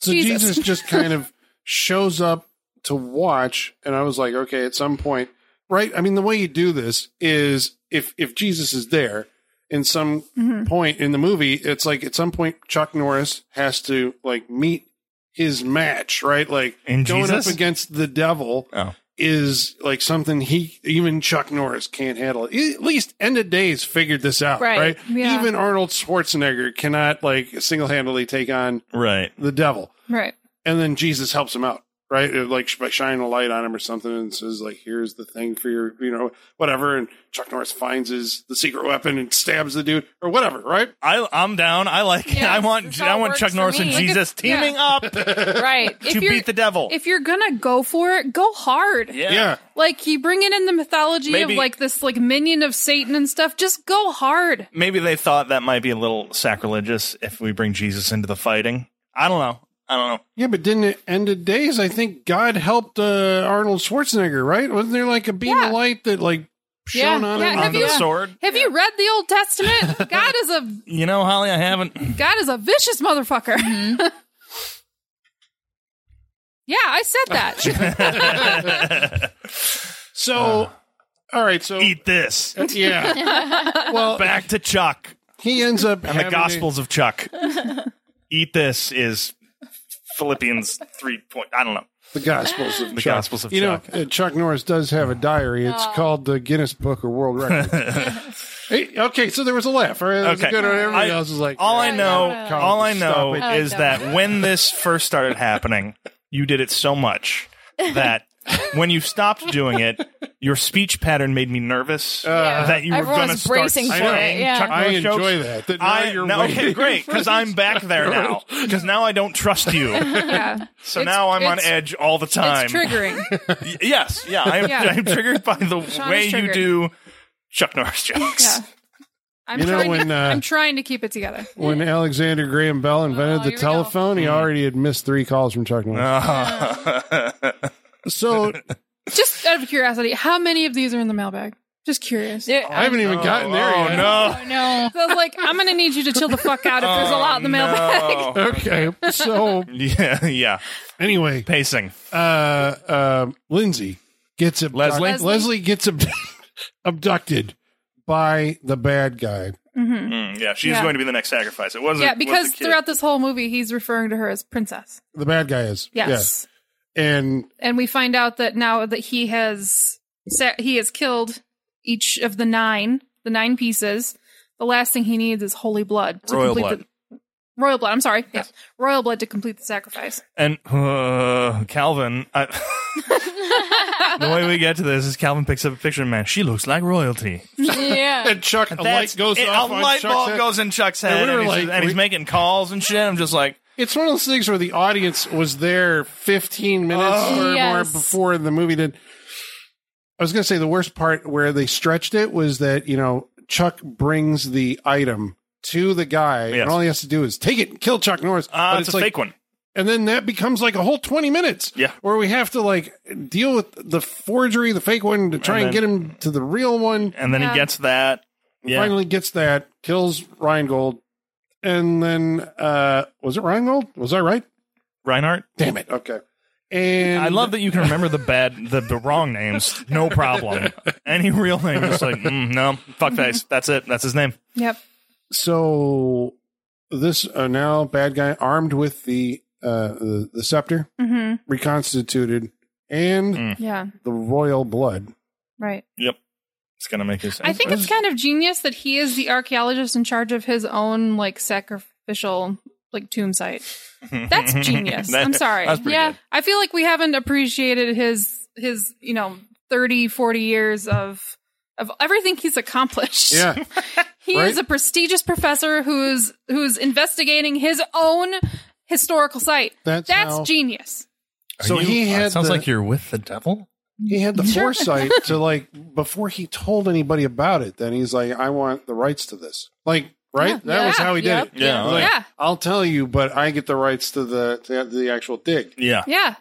Speaker 2: So
Speaker 4: Jesus.
Speaker 2: Jesus. just kind of shows up to watch, and I was like, okay, at some point, right? I mean, the way you do this is if if Jesus is there in some point in the movie, it's like at some point Chuck Norris has to like meet his match, right? Like
Speaker 3: In
Speaker 2: going
Speaker 3: Jesus?
Speaker 2: up against the devil
Speaker 3: Oh.
Speaker 2: is like something he even Chuck Norris can't handle. At least end of days figured this out,
Speaker 5: Right.
Speaker 2: right?
Speaker 4: Yeah.
Speaker 2: Even Arnold Schwarzenegger cannot like single handedly take on
Speaker 3: Oh, Right.
Speaker 2: the devil
Speaker 4: right
Speaker 2: and then Jesus helps him out, right? It, like sh- by shining a light on him or something, and says like, "Here's the thing for your, you know, whatever." And Chuck Norris finds his the secret weapon and stabs the dude or whatever, right?
Speaker 3: I I'm down. I like
Speaker 5: Yeah,
Speaker 3: I want
Speaker 5: this
Speaker 3: I
Speaker 5: all
Speaker 3: want
Speaker 5: works
Speaker 3: Chuck
Speaker 5: for
Speaker 3: Norris
Speaker 5: me.
Speaker 3: and
Speaker 5: Like,
Speaker 3: Jesus
Speaker 4: yeah.
Speaker 3: teaming up to
Speaker 5: right.
Speaker 4: if you're
Speaker 3: beat the devil.
Speaker 4: if you're gonna go for it go hard
Speaker 3: yeah.
Speaker 2: Yeah,
Speaker 4: like you bringing in the mythology
Speaker 3: Maybe-
Speaker 4: of like this like minion of satan and stuff just go hard
Speaker 3: Maybe they thought that might be a little sacrilegious if we bring Jesus into the fighting. I don't know. I don't know.
Speaker 2: yeah. But didn't it end of days? I think God helped uh, Arnold Schwarzenegger, right? Wasn't there like a beam
Speaker 4: Yeah.
Speaker 2: of light that like
Speaker 5: Yeah,
Speaker 2: shone on
Speaker 4: yeah,
Speaker 2: him?
Speaker 4: have
Speaker 3: Onto
Speaker 4: you-
Speaker 3: the sword.
Speaker 4: have you read the old testament god is a
Speaker 3: You know, Holly, I haven't.
Speaker 4: God is a vicious motherfucker. yeah, I said that.
Speaker 2: So, all right, so
Speaker 3: Eat this.
Speaker 2: yeah. well,
Speaker 3: Back to Chuck
Speaker 2: he ends up
Speaker 3: and the Gospels of Chuck. Eat this is Philippians three point. I don't know.
Speaker 2: The Gospels of
Speaker 3: The
Speaker 2: Chuck.
Speaker 3: Gospels of
Speaker 2: you
Speaker 3: Chuck.
Speaker 2: know, uh, Chuck Norris does have a diary. It's
Speaker 5: Oh.
Speaker 2: called the Guinness Book of World Records. Hey, okay, so there was a laugh. All right, that was
Speaker 3: Okay.
Speaker 2: good. Everybody
Speaker 3: I-
Speaker 2: else is like,
Speaker 3: All I
Speaker 2: yeah.
Speaker 3: know,
Speaker 2: yeah.
Speaker 3: all I know
Speaker 2: Stop
Speaker 5: it.
Speaker 3: is
Speaker 5: Oh,
Speaker 3: that when this first started happening, you did it so much that when you stopped doing it, your speech pattern made me nervous that you were
Speaker 5: Everyone
Speaker 3: going to
Speaker 5: was
Speaker 3: start
Speaker 5: bracing for it,
Speaker 3: saying
Speaker 5: yeah.
Speaker 3: Chuck
Speaker 2: Uh, I
Speaker 3: Norris jokes.
Speaker 2: enjoy that. that now
Speaker 3: I
Speaker 2: you're
Speaker 3: now,
Speaker 2: waiting.
Speaker 3: okay, great, because I'm back there now. Because now I don't trust you,
Speaker 4: yeah.
Speaker 3: so
Speaker 4: It's-
Speaker 3: now I'm on
Speaker 4: it's-
Speaker 3: edge all the time.
Speaker 4: It's triggering.
Speaker 3: Y- Yes, yeah, I'm,
Speaker 4: Yeah.
Speaker 3: I'm triggered by the
Speaker 4: Sean is
Speaker 3: way you
Speaker 4: triggered.
Speaker 3: do Chuck Norris jokes.
Speaker 4: Yeah. I'm
Speaker 2: You know,
Speaker 4: trying
Speaker 2: when,
Speaker 4: to,
Speaker 2: uh,
Speaker 4: I'm trying to keep it together.
Speaker 2: When Alexander Graham Bell invented the
Speaker 3: Mm.
Speaker 5: Oh, here we go.
Speaker 2: telephone, he already had missed three calls from Chuck Norris.
Speaker 3: Uh,
Speaker 2: So
Speaker 4: Just out of curiosity, how many of these are in the mailbag? Just curious.
Speaker 2: I haven't even gotten there
Speaker 3: Oh,
Speaker 2: yet.
Speaker 3: no.
Speaker 5: Oh, no.
Speaker 4: So I was like, I'm gonna need you to chill the fuck out if there's a lot in the
Speaker 3: Oh,
Speaker 4: mailbag.
Speaker 3: no.
Speaker 2: Okay. So
Speaker 3: yeah, yeah.
Speaker 2: anyway,
Speaker 3: Pacing.
Speaker 2: uh, uh, Lindsay gets abducted.
Speaker 3: Leslie?
Speaker 4: Leslie.
Speaker 2: Leslie gets ab- abducted by the bad guy.
Speaker 3: Mm, yeah, she's
Speaker 4: Yeah.
Speaker 3: going to be the next sacrifice. It wasn't.
Speaker 4: Yeah,
Speaker 3: was the
Speaker 4: because
Speaker 3: kid.
Speaker 4: throughout this whole movie, he's referring to her as princess.
Speaker 2: The bad guy is
Speaker 4: Yes,
Speaker 2: Yeah. And
Speaker 4: and we find out that now that he has sa- he has killed each of the nine, the nine pieces. The last thing he needs is holy blood. To
Speaker 3: Royal
Speaker 4: complete
Speaker 3: blood.
Speaker 4: The- royal blood. I'm sorry. Yes, royal blood to complete the sacrifice.
Speaker 3: And uh, Calvin, I, the way we get to this is Calvin picks up a picture and man, she looks like royalty.
Speaker 5: Yeah.
Speaker 2: and Chuck, a light
Speaker 3: That's-
Speaker 2: goes
Speaker 3: it-
Speaker 2: off
Speaker 3: A
Speaker 2: on
Speaker 3: light
Speaker 2: Chuck's
Speaker 3: bulb
Speaker 2: head.
Speaker 3: goes in Chuck's
Speaker 2: And
Speaker 3: head,
Speaker 2: we
Speaker 3: and,
Speaker 2: were
Speaker 3: he's,
Speaker 2: like,
Speaker 3: and he's
Speaker 2: we-
Speaker 3: making calls and shit. I'm just like,
Speaker 2: It's one of those things where the audience was there 15 minutes or
Speaker 5: Yes.
Speaker 2: more before the movie did. I was going to say the worst part where they stretched it was that, you know, Chuck brings the item to the guy,
Speaker 3: Yes.
Speaker 2: and all he has to do is take it and kill Chuck Norris.
Speaker 3: ah,
Speaker 2: But
Speaker 3: it's, a
Speaker 2: like,
Speaker 3: fake one.
Speaker 2: and then that becomes like a whole 20 minutes
Speaker 3: Yeah.
Speaker 2: where we have to like deal with the forgery the fake one to try and,
Speaker 3: And
Speaker 2: get him to the real one
Speaker 3: And then
Speaker 4: Yeah.
Speaker 3: he gets that. Yeah.
Speaker 2: finally gets that kills reingold and then uh was it reingold was i right
Speaker 3: Reinhardt.
Speaker 2: damn it okay and
Speaker 3: I love that you can remember the bad, the, the wrong names, no problem. Any real name, just like mm, no, fuckface. That's it. That's his name.
Speaker 4: Yep.
Speaker 2: so this uh, now bad guy armed with the uh the, the scepter
Speaker 4: hmm
Speaker 2: reconstituted and
Speaker 3: Mm.
Speaker 4: Yeah.
Speaker 2: the royal blood
Speaker 4: Right.
Speaker 3: It's gonna make you sense.
Speaker 4: I think it's kind of genius that he is the archaeologist in charge of his own like sacrificial like tomb site. That's genius.
Speaker 3: That-
Speaker 4: I'm sorry.
Speaker 3: that's pretty
Speaker 4: yeah.
Speaker 3: good.
Speaker 4: I feel like we haven't appreciated his his, you know, 30, 40 years of of everything he's accomplished.
Speaker 2: yeah
Speaker 4: He
Speaker 2: right?
Speaker 4: is a prestigious professor who's who's investigating his own historical site.
Speaker 2: that's
Speaker 4: That's
Speaker 2: how-
Speaker 4: genius.
Speaker 3: Are
Speaker 2: so
Speaker 3: you-
Speaker 2: he
Speaker 3: uh,
Speaker 2: had
Speaker 3: sounds
Speaker 2: the-
Speaker 3: like you're with the devil.
Speaker 2: he had the
Speaker 4: Sure.
Speaker 2: foresight to like before he told anybody about it then he's like i want the rights to this like right that was
Speaker 4: Yeah.
Speaker 2: how he did
Speaker 5: Yep.
Speaker 2: it
Speaker 3: Yeah.
Speaker 2: Like,
Speaker 4: yeah.
Speaker 2: i'll tell you but i get the rights to the to the actual dig
Speaker 3: Yeah.
Speaker 4: Yeah.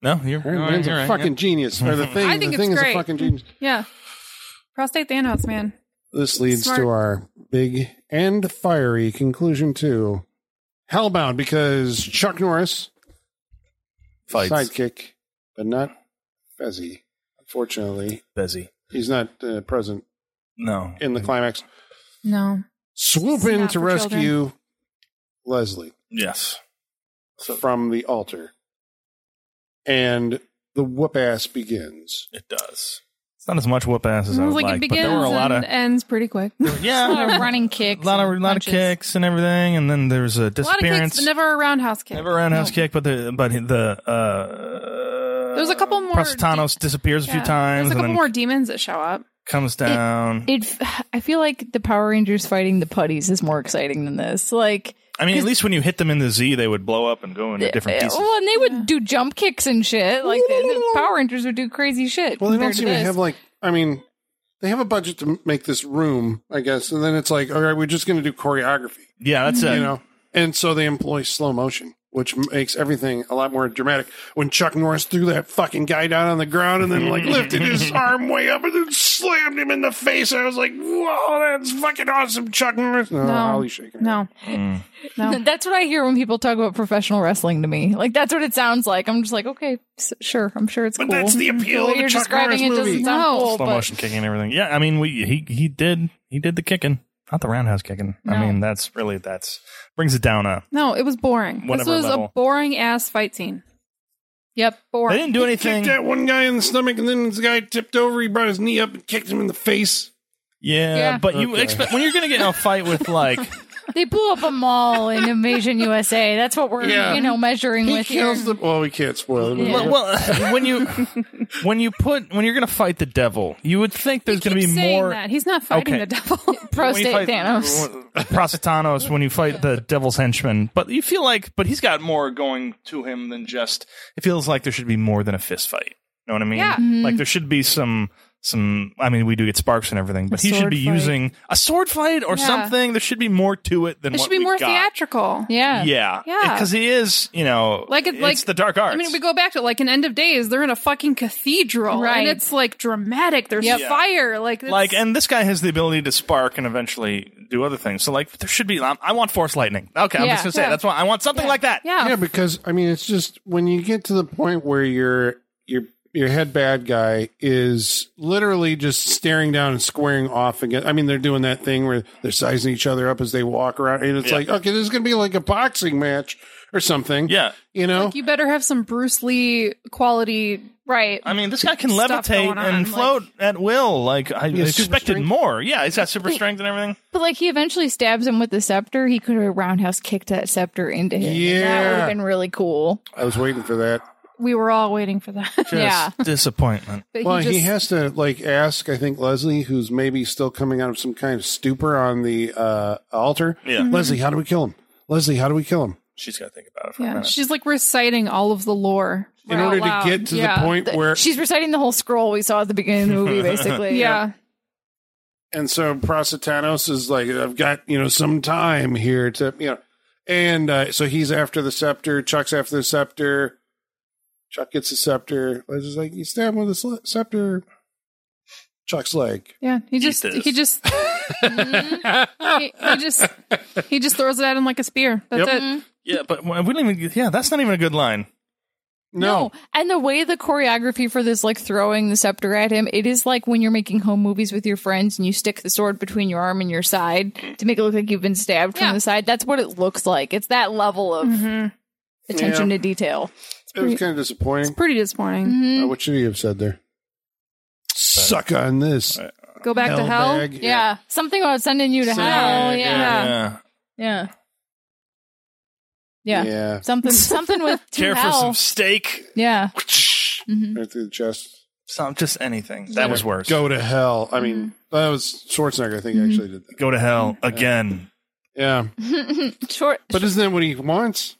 Speaker 3: No,
Speaker 2: Aaron
Speaker 3: you're, you're
Speaker 2: Mann's
Speaker 3: right,
Speaker 2: a
Speaker 3: you're right,
Speaker 2: fucking genius or the thing
Speaker 4: I
Speaker 2: the
Speaker 4: think it's
Speaker 2: thing is a
Speaker 4: great.
Speaker 2: fucking genius
Speaker 4: Yeah. Prostate Thanos, man.
Speaker 2: this leads
Speaker 4: Smart.
Speaker 2: to our big and fiery conclusion to hellbound because chuck norris
Speaker 3: Fights.
Speaker 2: sidekick but not fezzi unfortunately
Speaker 3: yeah. busy.
Speaker 2: he's not uh, present
Speaker 3: No.
Speaker 2: in the climax
Speaker 4: No.
Speaker 2: swoop
Speaker 4: It's
Speaker 2: in
Speaker 4: not
Speaker 2: to
Speaker 4: for
Speaker 2: rescue Leslie
Speaker 3: yes.
Speaker 2: from the altar. And the whoop ass begins.
Speaker 3: It does. It's not as much whoop ass as I
Speaker 4: It
Speaker 3: would
Speaker 4: was like,
Speaker 3: like,
Speaker 4: it
Speaker 3: but
Speaker 4: begins
Speaker 3: there were a lot
Speaker 4: and
Speaker 3: of
Speaker 4: ends pretty quick.
Speaker 5: A lot of
Speaker 3: yeah,
Speaker 5: running
Speaker 3: a
Speaker 5: kicks.
Speaker 3: lot of
Speaker 5: and
Speaker 3: lot of
Speaker 5: punches.
Speaker 3: kicks and everything, and then there was a
Speaker 4: A lot of kicks,
Speaker 3: disappearance.
Speaker 4: but never a roundhouse kick.
Speaker 3: Never a roundhouse kick, but the but the uh,
Speaker 4: There's a couple more
Speaker 3: Prostanos disappears a
Speaker 4: Yeah.
Speaker 3: few times and
Speaker 4: There's a couple
Speaker 3: then
Speaker 4: more demons that show up.
Speaker 3: comes down.
Speaker 5: It, f- I feel like the Power Rangers fighting the putties is more exciting than this. Like,
Speaker 3: I mean, at least when you hit them in the Z, they would blow up and go into different
Speaker 5: uh,
Speaker 3: pieces.
Speaker 5: well, and they would do jump kicks and shit. Like, the, the Power Rangers would do crazy shit.
Speaker 2: Well, they don't
Speaker 5: compared
Speaker 2: seem
Speaker 5: to
Speaker 2: to
Speaker 5: this.
Speaker 2: have like, I mean, they have a budget to m- make this room, I guess. And then it's like, all right, we're just going to do choreography,
Speaker 3: Yeah, that's it.
Speaker 2: you know? And so they employ slow motion, which makes everything a lot more dramatic. When Chuck Norris threw that fucking guy down on the ground and then like lifted his arm way up and then slammed him in the face, I was like, whoa, that's fucking awesome, Chuck Norris. No,
Speaker 4: No.
Speaker 2: Holly's shaking. her head.
Speaker 4: No.
Speaker 3: Mm.
Speaker 4: No.
Speaker 5: That's what I hear when people talk about professional wrestling to me. Like that's what it sounds like. I'm just like, okay, s- sure, I'm sure it's
Speaker 2: But
Speaker 5: cool.
Speaker 2: that's the appeal of
Speaker 5: way
Speaker 2: a
Speaker 5: you're
Speaker 2: Chuck
Speaker 5: describing
Speaker 2: Norris
Speaker 5: it
Speaker 2: movie.
Speaker 5: doesn't sound
Speaker 4: No.
Speaker 5: cool,
Speaker 3: Slow
Speaker 5: but-
Speaker 3: motion kicking and everything. Yeah, I mean, we he he did he did the kicking, not the roundhouse kicking. I
Speaker 5: No.
Speaker 3: mean, that's really that's brings it down a.
Speaker 4: No, it was boring.
Speaker 3: Whatever
Speaker 4: this was a
Speaker 3: level.
Speaker 4: boring ass fight scene. Yep,
Speaker 3: They
Speaker 4: boring.
Speaker 3: didn't do
Speaker 2: kicked
Speaker 3: anything.
Speaker 2: that one guy in the stomach, and then this guy tipped over. He brought his knee up and kicked him in the face.
Speaker 3: Yeah,
Speaker 5: Yeah.
Speaker 3: but you
Speaker 2: Okay.
Speaker 3: expect when you're going to get in a fight with like
Speaker 5: They blew up a mall in Invasion USA. That's what we're
Speaker 2: Yeah.
Speaker 5: you know measuring
Speaker 2: He
Speaker 5: with
Speaker 2: kills
Speaker 5: here.
Speaker 2: the. Well, we can't spoil it.
Speaker 5: Yeah.
Speaker 3: Well, well, when you when you put when you're going to fight the devil, you would think there's going to be
Speaker 4: saying
Speaker 3: more
Speaker 4: That. He's not fighting
Speaker 3: Okay.
Speaker 4: the devil.
Speaker 3: when you
Speaker 5: prostate
Speaker 3: fight-
Speaker 5: Thanos.
Speaker 3: Prositanos when you fight the devil's henchman. But you feel like, but he's got more going to him than just. It feels like there should be more than a fist fight. You know what I mean?
Speaker 4: Yeah.
Speaker 3: Like there should be some some. I mean, we do get sparks and everything, but he should
Speaker 5: sword
Speaker 3: be
Speaker 5: fight.
Speaker 3: using a sword fight or
Speaker 4: Yeah.
Speaker 3: something. There should be more to it than
Speaker 4: It
Speaker 3: what
Speaker 4: should be
Speaker 3: we
Speaker 4: more
Speaker 3: got.
Speaker 4: theatrical.
Speaker 5: Yeah.
Speaker 3: Yeah,
Speaker 4: Yeah.
Speaker 3: because he is, you know,
Speaker 4: Like it-
Speaker 3: it's
Speaker 4: like-
Speaker 3: the dark arts.
Speaker 4: I mean, we go back to like an end of days. They're in a fucking cathedral,
Speaker 5: Right.
Speaker 4: And it's like dramatic. There's
Speaker 5: Yep.
Speaker 4: fire, like it's,
Speaker 3: like, and this guy has the ability to spark and eventually do other things. So, like, there should be. I I want force lightning. Okay, I'm
Speaker 5: Yeah.
Speaker 3: just gonna say that's why I want something like that.
Speaker 4: yeah,
Speaker 2: yeah, because I mean, it's just when you get to the point where your your your head bad guy is literally just staring down and squaring off again. I mean, they're doing that thing where they're sizing each other up as they walk around, and it's
Speaker 3: Yeah.
Speaker 2: like, okay, this is gonna be like a boxing match or something.
Speaker 3: Yeah.
Speaker 2: you know,
Speaker 4: you better have some Bruce Lee quality, right?
Speaker 3: I mean, this guy can
Speaker 4: Stuff
Speaker 3: levitate
Speaker 4: going on,
Speaker 3: and
Speaker 4: like-
Speaker 3: float at will. Like I
Speaker 2: has super
Speaker 3: expected
Speaker 2: strength.
Speaker 3: more. Yeah, he's got super strength and everything.
Speaker 5: But like he eventually stabs him with the scepter. He could have roundhouse kicked that scepter into him. That would
Speaker 2: Yeah.
Speaker 5: have been really cool.
Speaker 2: I was waiting for that.
Speaker 4: we were all waiting for that.
Speaker 3: Just
Speaker 5: Yeah.
Speaker 3: disappointment.
Speaker 4: But
Speaker 2: Well,
Speaker 4: he
Speaker 2: he,
Speaker 4: just,
Speaker 2: has to like ask. I think Leslie, who's maybe still coming out of some kind of stupor on the uh, altar.
Speaker 3: Yeah.
Speaker 2: Leslie, how do we kill him? Leslie, how do we kill him?
Speaker 3: She's got to think about it for a
Speaker 4: yeah,
Speaker 3: minute.
Speaker 4: she's like reciting all of the lore
Speaker 2: In
Speaker 4: out
Speaker 2: order to
Speaker 4: loud.
Speaker 2: get to
Speaker 4: Yeah.
Speaker 2: the point where,
Speaker 5: She's reciting the whole scroll we saw at the beginning of the movie, basically.
Speaker 4: Yeah,
Speaker 2: and so Prositanos is like, I've got you know some time here to you know, and uh, so he's after the scepter. Chuck's after the scepter. Chuck gets the scepter. Leslie's like, you stab him with a sle- scepter. Chuck's leg.
Speaker 4: yeah. He just
Speaker 3: this.
Speaker 4: he just he, he just he just throws it at him like a spear. That's
Speaker 2: Yep.
Speaker 4: it.
Speaker 3: yeah, but we don't even. Yeah, that's not even a good line.
Speaker 2: No,
Speaker 5: And the way the choreography for this, like throwing the scepter at him, it is like when you're making home movies with your friends and you stick the sword between your arm and your side to make it look like you've been stabbed
Speaker 4: Yeah.
Speaker 5: from the side. That's what it looks like. It's that level of attention
Speaker 2: Yeah.
Speaker 5: to detail.
Speaker 2: it was kind of disappointing.
Speaker 4: Pretty disappointing.
Speaker 2: Uh, what should he have said there? Suck on this.
Speaker 4: Go back to hell.
Speaker 2: bag.
Speaker 5: Yeah. Something about sending you to
Speaker 2: Sending
Speaker 5: hell.
Speaker 2: you-
Speaker 5: Yeah.
Speaker 3: yeah.
Speaker 5: Yeah.
Speaker 2: Yeah.
Speaker 5: Yeah. Something something with to
Speaker 3: Care for
Speaker 5: hell.
Speaker 3: some steak.
Speaker 5: yeah.
Speaker 4: Mm-hmm.
Speaker 2: Right through the chest.
Speaker 3: Some just anything. That was worse.
Speaker 2: Go to hell. I mean,
Speaker 4: Mm-hmm.
Speaker 2: that was Schwarzenegger, I think, actually did that.
Speaker 3: Go to hell again.
Speaker 2: Yeah.
Speaker 4: Mm-hmm.
Speaker 5: Short
Speaker 2: But isn't that what he wants?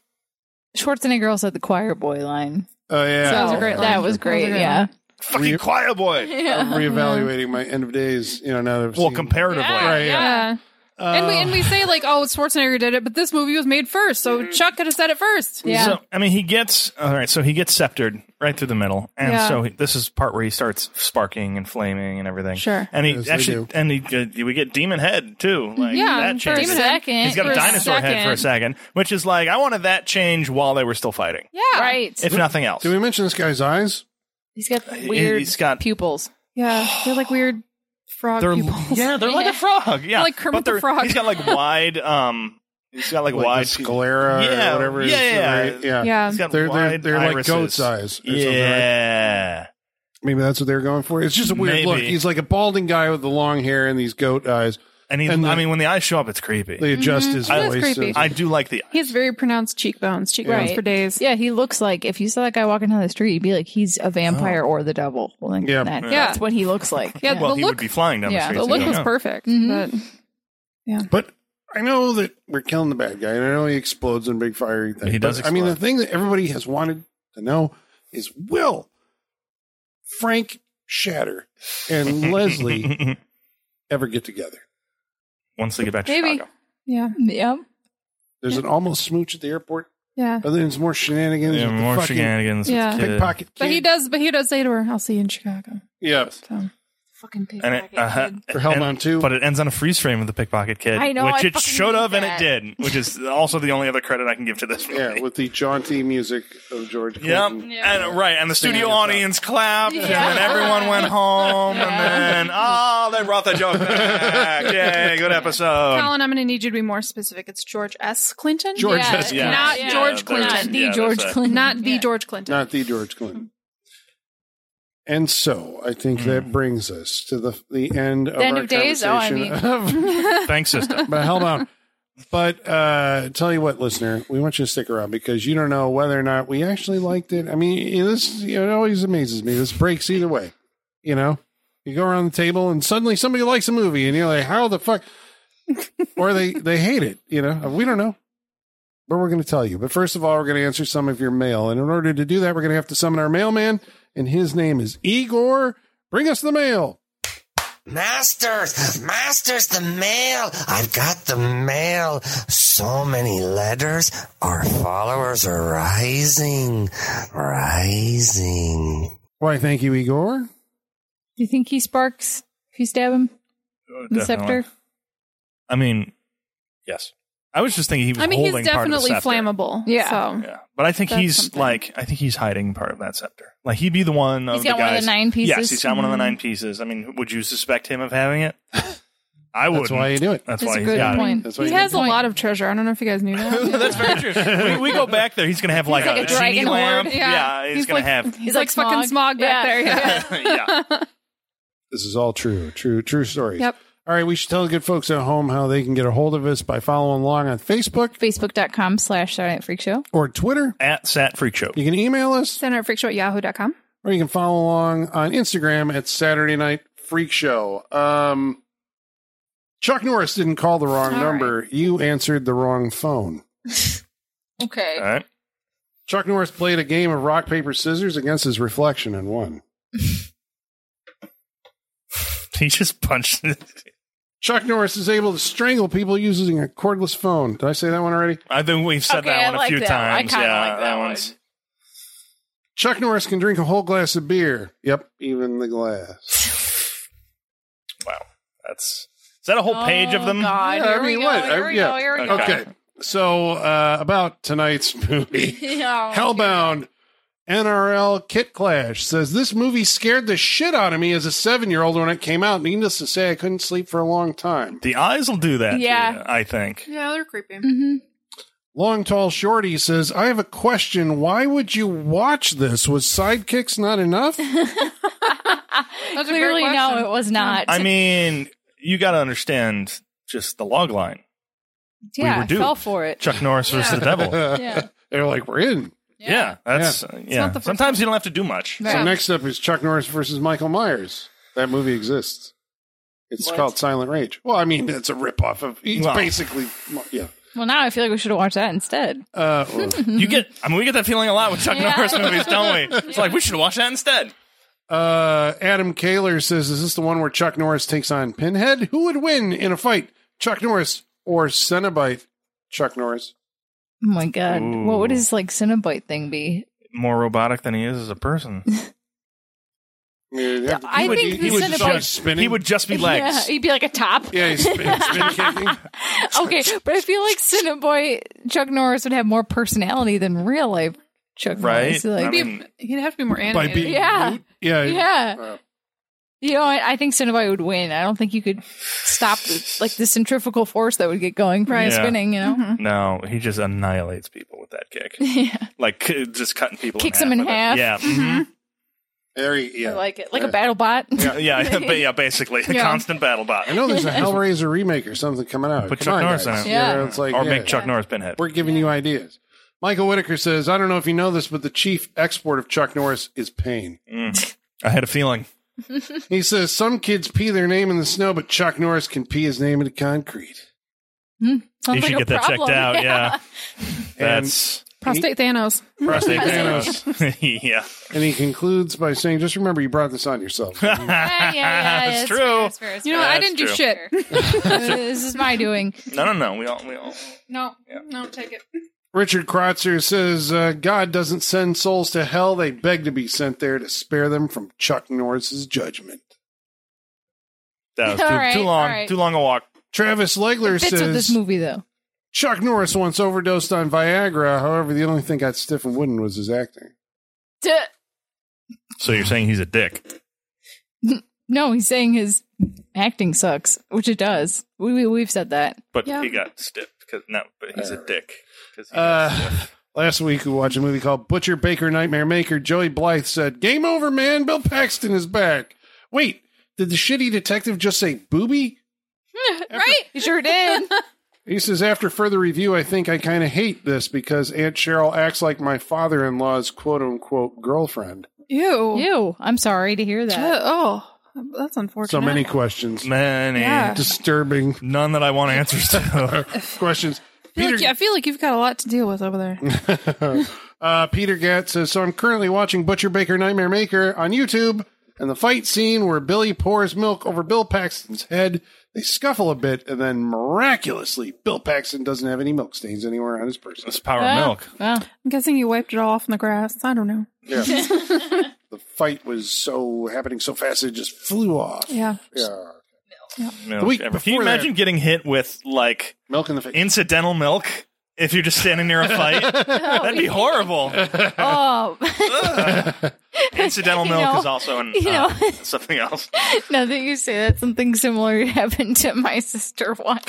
Speaker 5: Schwarzenegger also had the choir boy line.
Speaker 2: Oh, yeah.
Speaker 5: that was
Speaker 4: a great line.
Speaker 5: That was great.
Speaker 4: That was a great
Speaker 5: yeah.
Speaker 3: Fucking quiet boy.
Speaker 2: I'm reevaluating my end of days, you know, now that I've
Speaker 3: Well,
Speaker 2: seen-
Speaker 3: comparatively.
Speaker 2: Right, yeah.
Speaker 4: Yeah. and we and we say like, oh, Schwarzenegger did it, but this movie was made first, so Chuck could have said it first.
Speaker 5: Yeah.
Speaker 3: So I mean, he gets all right. So he gets sceptered right through the middle, and
Speaker 4: Yeah.
Speaker 3: so he, this is part where he starts sparking and flaming and everything.
Speaker 4: Sure.
Speaker 3: And he
Speaker 2: Yes, they
Speaker 3: actually,
Speaker 2: do.
Speaker 3: and he uh, we get demon head too. Like,
Speaker 4: Yeah,
Speaker 3: that
Speaker 4: for a
Speaker 3: changes.
Speaker 5: second,
Speaker 3: He's got
Speaker 4: for
Speaker 3: a
Speaker 4: a
Speaker 3: dinosaur head for a second, which is like I wanted that change while they were still fighting,
Speaker 4: Yeah.
Speaker 5: Right.
Speaker 3: if nothing else.
Speaker 2: Did we mention this guy's eyes?
Speaker 5: He's got
Speaker 3: weird
Speaker 5: weird
Speaker 3: he's got-
Speaker 5: pupils.
Speaker 4: Yeah. They're like weird frog
Speaker 3: they're
Speaker 4: pupils.
Speaker 3: yeah, they're like a frog. Yeah,
Speaker 4: Like Kermit
Speaker 3: But they're-
Speaker 4: the Frog.
Speaker 3: He's got like wide. Um, he's got like,
Speaker 2: Like
Speaker 3: wide.
Speaker 2: the sclera
Speaker 3: Yeah,
Speaker 2: or whatever.
Speaker 3: yeah,
Speaker 2: is,
Speaker 3: yeah.
Speaker 2: right? yeah.
Speaker 4: Yeah.
Speaker 3: He's got
Speaker 2: They're, they're,
Speaker 3: wide
Speaker 2: they're like
Speaker 3: irises.
Speaker 2: goat's eyes. or something, right?
Speaker 3: Yeah.
Speaker 2: Maybe that's what they were going for. It's just a weird
Speaker 3: Maybe.
Speaker 2: look. He's like a balding guy with the long hair and these goat eyes.
Speaker 3: And, he,
Speaker 2: And
Speaker 3: I
Speaker 2: the-
Speaker 3: mean, when the eyes show up, it's creepy.
Speaker 2: They adjust his
Speaker 4: Mm-hmm. That's
Speaker 2: voice.
Speaker 4: creepy.
Speaker 2: and-
Speaker 3: I do like the
Speaker 4: He has very pronounced cheekbones, cheekbones
Speaker 5: Right.
Speaker 4: for days.
Speaker 5: Yeah, he looks like if you saw that guy walking down the street, you'd be like, he's a vampire or the devil. Well, then
Speaker 2: Yeah.
Speaker 5: that-
Speaker 3: Yeah.
Speaker 5: that's what he looks like.
Speaker 4: Yeah.
Speaker 3: Well,
Speaker 4: the
Speaker 3: he
Speaker 4: look
Speaker 3: would be flying down
Speaker 5: yeah,
Speaker 3: the
Speaker 5: the
Speaker 4: the
Speaker 3: street.
Speaker 4: look was perfect.
Speaker 5: Mhm.
Speaker 4: But
Speaker 2: But I know that we're killing the bad guy, and I know he explodes in a big fiery thing.
Speaker 3: He does
Speaker 2: But, I mean, the
Speaker 3: explode.
Speaker 2: thing that everybody has wanted to know is will Frank Shatter and Leslie ever get together?
Speaker 3: Once they get back to
Speaker 5: Maybe.
Speaker 3: Chicago.
Speaker 4: yeah.
Speaker 5: Yeah.
Speaker 2: There's an almost smooch at the airport,
Speaker 4: Yeah.
Speaker 2: but then there's more shenanigans.
Speaker 3: Yeah,
Speaker 2: with the
Speaker 3: more
Speaker 2: fucking
Speaker 3: shenanigans. with
Speaker 4: Yeah.
Speaker 3: the kid.
Speaker 2: Pickpocket kid.
Speaker 4: But he does but he does say to her, I'll see you in Chicago.
Speaker 2: Yeah.
Speaker 4: So
Speaker 5: Fucking
Speaker 3: And it, uh,
Speaker 2: For Hellbound
Speaker 3: and-
Speaker 2: 2.
Speaker 3: But it ends on a freeze frame of the pickpocket kid.
Speaker 5: I know,
Speaker 3: Which
Speaker 5: I
Speaker 3: it
Speaker 5: fucking
Speaker 3: should
Speaker 5: hate
Speaker 3: have, and it
Speaker 5: that.
Speaker 3: did. Which is also the only other credit I can give to this movie.
Speaker 2: Yeah, with the jaunty music of George.
Speaker 3: Yep.
Speaker 2: Clinton.
Speaker 3: And right, and the studio
Speaker 2: Yeah.
Speaker 3: audience clapped, and then everyone went home, and then oh, they brought the joke back. Yay, good episode.
Speaker 4: Colin, I'm gonna need you to be more specific. It's George S. Clinton.
Speaker 2: George
Speaker 5: Yeah.
Speaker 2: S.
Speaker 3: Yeah.
Speaker 4: Not
Speaker 5: Yeah.
Speaker 4: George
Speaker 3: Yeah,
Speaker 4: Clinton.
Speaker 3: there's-
Speaker 5: Not the
Speaker 3: yeah, there's
Speaker 5: George
Speaker 3: that.
Speaker 5: Clinton.
Speaker 4: Not the
Speaker 5: Yeah.
Speaker 4: George Clinton.
Speaker 2: Not the George Clinton. And so I think that brings us to the the end of
Speaker 5: end
Speaker 2: our
Speaker 5: of days? Oh, I
Speaker 2: conversation of
Speaker 3: Thanks, system.
Speaker 2: but held on. But uh, tell you what, listener, we want you to stick around because you don't know whether or not we actually liked it. I mean, you know, this it always amazes me. This breaks either way. You know, you go around the table and suddenly somebody likes a movie, and you're like, "How the fuck?" or they they hate it. You know, we don't know. But we're going to tell you. But first of all, we're going to answer some of your mail, and in order to do that, we're going to have to summon our mailman, and his name is Igor Bring us the mail.
Speaker 6: Masters, masters, the mail. I've got the mail. So many letters. Our followers are rising, rising.
Speaker 2: Why, thank you, Igor.
Speaker 5: Do you think he sparks if you stab him? The scepter?
Speaker 3: I mean, yes. I was just thinking he was
Speaker 4: I mean,
Speaker 3: holding
Speaker 4: he's
Speaker 3: part of the
Speaker 4: definitely
Speaker 3: scepter.
Speaker 4: flammable.
Speaker 5: Yeah.
Speaker 4: So.
Speaker 3: Yeah, but I think
Speaker 4: That's
Speaker 3: he's
Speaker 4: something.
Speaker 3: like I think he's hiding part of that scepter. Like he'd be the one.
Speaker 5: He's
Speaker 3: of
Speaker 5: got
Speaker 3: the
Speaker 5: one
Speaker 3: guys.
Speaker 5: of the nine pieces.
Speaker 3: Yes, he's got one of the
Speaker 5: Mhm.
Speaker 3: nine pieces. I mean, would you suspect him of having it? I would.
Speaker 2: That's why you do it.
Speaker 3: That's
Speaker 5: That's
Speaker 3: why
Speaker 5: a
Speaker 3: he's
Speaker 5: good
Speaker 3: got
Speaker 5: point.
Speaker 2: That's why
Speaker 4: He
Speaker 2: you
Speaker 4: has
Speaker 2: do
Speaker 4: a
Speaker 2: it.
Speaker 4: lot of treasure. I don't know if you guys knew
Speaker 3: it.
Speaker 4: that.
Speaker 3: That's very true. We, we go back there. He's gonna have like,
Speaker 5: like a
Speaker 3: genie
Speaker 5: dragon horde.
Speaker 3: lamp.
Speaker 4: Yeah.
Speaker 3: he's,
Speaker 4: He's
Speaker 3: gonna
Speaker 4: like-
Speaker 3: have.
Speaker 4: He's like fucking smog back there, yeah.
Speaker 3: yeah.
Speaker 2: This is all true, true, true stories.
Speaker 4: Yep.
Speaker 2: All right, we should tell the good folks at home how they can get a hold of us by following along on Facebook
Speaker 5: Facebook.com slash Saturday Night Freak Show.
Speaker 2: or Twitter.
Speaker 3: At Sat Freak Show.
Speaker 2: You can email us,
Speaker 4: Center Freak Show at yahoo.com.
Speaker 2: or you can follow along on Instagram at Saturday Night Freak Show. Um, Chuck Norris didn't call the wrong
Speaker 4: All
Speaker 2: number. You answered the wrong phone.
Speaker 5: Okay.
Speaker 3: All right.
Speaker 2: Chuck Norris played a game of rock, paper, scissors against his reflection and won.
Speaker 3: He just punched.
Speaker 2: Chuck Norris is able to strangle people using a cordless phone. Did I say that one already?
Speaker 3: I think we've said
Speaker 5: Okay,
Speaker 3: that
Speaker 5: I
Speaker 3: one a
Speaker 5: like
Speaker 3: few
Speaker 5: that one. I
Speaker 3: times.
Speaker 5: kinda
Speaker 3: yeah,
Speaker 5: like that one.
Speaker 3: one's.
Speaker 2: Chuck Norris can drink a whole glass of beer. Yep, even the glass.
Speaker 3: Wow, that's is that a whole page of them?
Speaker 5: Oh, God.
Speaker 2: Yeah, I
Speaker 5: Here we
Speaker 2: mean,
Speaker 5: go.
Speaker 2: what?
Speaker 5: Here
Speaker 2: I-
Speaker 5: we
Speaker 2: yeah.
Speaker 5: go. Here we go.
Speaker 2: Okay. So, uh, about tonight's movie,
Speaker 5: Yeah.
Speaker 2: Hellbound NRL Kit Clash says this movie scared the shit out of me as a seven year old when it came out. Needless to say, I couldn't sleep for a long time.
Speaker 3: The eyes will do that. to
Speaker 5: Yeah.
Speaker 3: you, I think.
Speaker 4: Yeah, they're creepy.
Speaker 5: Mhm.
Speaker 2: Long Tall Shorty says, I have a question. Why would you watch this? Was sidekicks not enough?
Speaker 4: great
Speaker 5: Clearly, no,
Speaker 4: question.
Speaker 5: it was not.
Speaker 3: I mean, you got to understand just the log line.
Speaker 5: yeah,
Speaker 3: were
Speaker 5: I
Speaker 3: duped.
Speaker 5: fell for it.
Speaker 3: Chuck Norris versus the devil. Yeah,
Speaker 5: Yeah.
Speaker 2: They're like, we're in.
Speaker 3: that's yeah.
Speaker 4: not the first
Speaker 3: Sometimes you don't have to do much.
Speaker 2: So
Speaker 5: Right.
Speaker 2: next up is Chuck Norris versus Michael Myers. That movie exists. It's
Speaker 5: What?
Speaker 2: called Silent Rage. Well, I mean, it's a ripoff of. It's
Speaker 3: Well.
Speaker 2: basically, yeah.
Speaker 5: Well, now I feel like we should have watched that instead. Oh
Speaker 2: Uh,
Speaker 3: You get. I mean, we get that feeling a lot with Chuck
Speaker 5: Yeah.
Speaker 3: Norris movies, don't we? It's like we should watch that instead.
Speaker 2: uh, Adam Kaler says, "Is this the one where Chuck Norris takes on Pinhead? Who would win in a fight, Chuck Norris or Cenobite? Chuck Norris.
Speaker 5: Oh my god. What would
Speaker 3: Ooh.
Speaker 5: his like Cinnabite thing be?
Speaker 3: More robotic than he is as a person.
Speaker 2: I, mean, it'd have to-
Speaker 5: I
Speaker 2: he would-
Speaker 5: think
Speaker 2: he
Speaker 5: the
Speaker 2: would
Speaker 5: Cenobite-
Speaker 2: just always spinning.
Speaker 3: He would just be legs.
Speaker 5: Yeah, he'd be like a top.
Speaker 2: yeah, he's spin, spin kicking.
Speaker 5: okay, but I feel like Cinnaboy Chuck Norris would have more personality than real life Chuck
Speaker 3: Right?
Speaker 5: Norris. Like,
Speaker 3: I
Speaker 4: He'd,
Speaker 3: mean,
Speaker 4: be, he'd have to be more
Speaker 2: By
Speaker 4: animated.
Speaker 2: being
Speaker 5: Yeah.
Speaker 2: mute. yeah,
Speaker 5: yeah.
Speaker 2: Uh,
Speaker 5: You know, I, I think Cinnaboy would win. I don't think you could stop like the centrifugal force that would get going from
Speaker 4: Right.
Speaker 5: the
Speaker 3: Yeah.
Speaker 5: spinning. You know,
Speaker 4: Mhm.
Speaker 3: no, he just annihilates people with that kick.
Speaker 5: yeah,
Speaker 3: Like c- just cutting people.
Speaker 5: Kicks them in
Speaker 3: with it.
Speaker 5: half. Mm-hmm.
Speaker 3: Yeah. mm-hmm.
Speaker 2: very.
Speaker 5: I
Speaker 2: Yeah,
Speaker 5: like it, like
Speaker 2: Yeah.
Speaker 5: a battle bot.
Speaker 3: Yeah, yeah, but yeah, basically, a
Speaker 4: Yeah.
Speaker 3: constant battle bot.
Speaker 2: I know there's a Hellraiser remake or something coming out.
Speaker 3: Put
Speaker 2: Come
Speaker 3: Chuck
Speaker 2: on,
Speaker 3: Norris
Speaker 2: guys.
Speaker 3: in it.
Speaker 2: You
Speaker 5: Yeah.
Speaker 2: know, it's like,
Speaker 3: or
Speaker 2: yeah.
Speaker 3: make Chuck Norris pinhead.
Speaker 2: We're giving you ideas. Michael Whitaker says, I don't know if you know this, but the chief export of Chuck Norris is pain.
Speaker 3: Mm. I had a feeling.
Speaker 2: He says, Some kids pee their name in the snow, but Chuck Norris can pee his name into concrete.
Speaker 5: Sounds
Speaker 3: you should
Speaker 5: like a
Speaker 3: get that checked
Speaker 5: problem.
Speaker 3: out. Yeah,
Speaker 2: And-
Speaker 3: that's
Speaker 4: Prostate Thanos.
Speaker 3: prostate
Speaker 2: Thanos.
Speaker 3: Thanos. yeah.
Speaker 2: And he concludes by saying, Just remember, you brought this on yourself.
Speaker 5: Yeah, yeah, yeah,
Speaker 3: It's
Speaker 5: it's
Speaker 3: true.
Speaker 5: fair, it's fair, it's
Speaker 4: You know, I
Speaker 3: That's
Speaker 4: didn't do
Speaker 3: true.
Speaker 4: shit.
Speaker 5: fair. this is my doing.
Speaker 3: No, no, no. We all, we all.
Speaker 4: No, no, take it.
Speaker 2: Richard Krotzer says, uh, God doesn't send souls to hell. They beg to be sent there to spare them from Chuck Norris's judgment.
Speaker 3: That was too,
Speaker 5: All right,
Speaker 3: too
Speaker 5: all
Speaker 3: long.
Speaker 5: right.
Speaker 3: Too long a walk.
Speaker 2: Travis Legler
Speaker 5: It fits with this
Speaker 2: says,
Speaker 5: movie though.
Speaker 2: Chuck Norris once overdosed on Viagra. However, the only thing got stiff and wooden was his acting.
Speaker 5: Duh.
Speaker 3: So you're saying he's a dick?
Speaker 5: No, he's saying his acting sucks, which it does. We, we we've said that.
Speaker 3: But
Speaker 4: Yeah.
Speaker 3: he got stiff because no, but he's a dick. 'cause he got stiff.
Speaker 2: Uh, last week we watched a movie called Butcher Baker Nightmare Maker. Joey Blythe said, "Game over, man. Bill Paxton is back." Wait, did the shitty detective just say booby?
Speaker 5: Right? You sure did.
Speaker 2: He says, after further review, I think I kind of hate this because Aunt Cheryl acts like my father in law's quote unquote girlfriend.
Speaker 4: Ew.
Speaker 5: Ew. I'm sorry to hear that.
Speaker 4: Uh, oh, that's unfortunate.
Speaker 2: So many questions.
Speaker 3: many
Speaker 4: yeah.
Speaker 2: Disturbing
Speaker 3: none that I want answers to.
Speaker 2: questions.
Speaker 4: I feel,
Speaker 2: Peter,
Speaker 4: like, I feel like you've got a lot to deal with over there.
Speaker 2: uh, Peter Gatt says, So I'm currently watching Butcher Baker Nightmare Maker on YouTube. and the fight scene where Billy pours milk over Bill Paxton's head. They scuffle a bit, and then miraculously, Bill Paxton doesn't have any milk stains anywhere on his person.
Speaker 3: It's power
Speaker 5: Ah,
Speaker 3: of milk.
Speaker 5: ah.
Speaker 4: I'm guessing he wiped it all off in the grass. I don't know.
Speaker 2: Yeah. the fight was so happening so fast, it just flew off.
Speaker 4: Yeah.
Speaker 2: Yeah.
Speaker 3: Milk
Speaker 2: The week
Speaker 3: ever- Can
Speaker 2: before
Speaker 3: you
Speaker 2: that-
Speaker 3: imagine getting hit with like
Speaker 2: Milk in the face.
Speaker 3: incidental milk if you're just standing near a fight? That'd be horrible.
Speaker 5: Oh,
Speaker 3: incidental
Speaker 5: You
Speaker 3: milk
Speaker 5: know,
Speaker 3: is also an,
Speaker 5: you
Speaker 3: uh,
Speaker 5: know.
Speaker 3: something else.
Speaker 5: now that you say that, something similar happened to my sister once.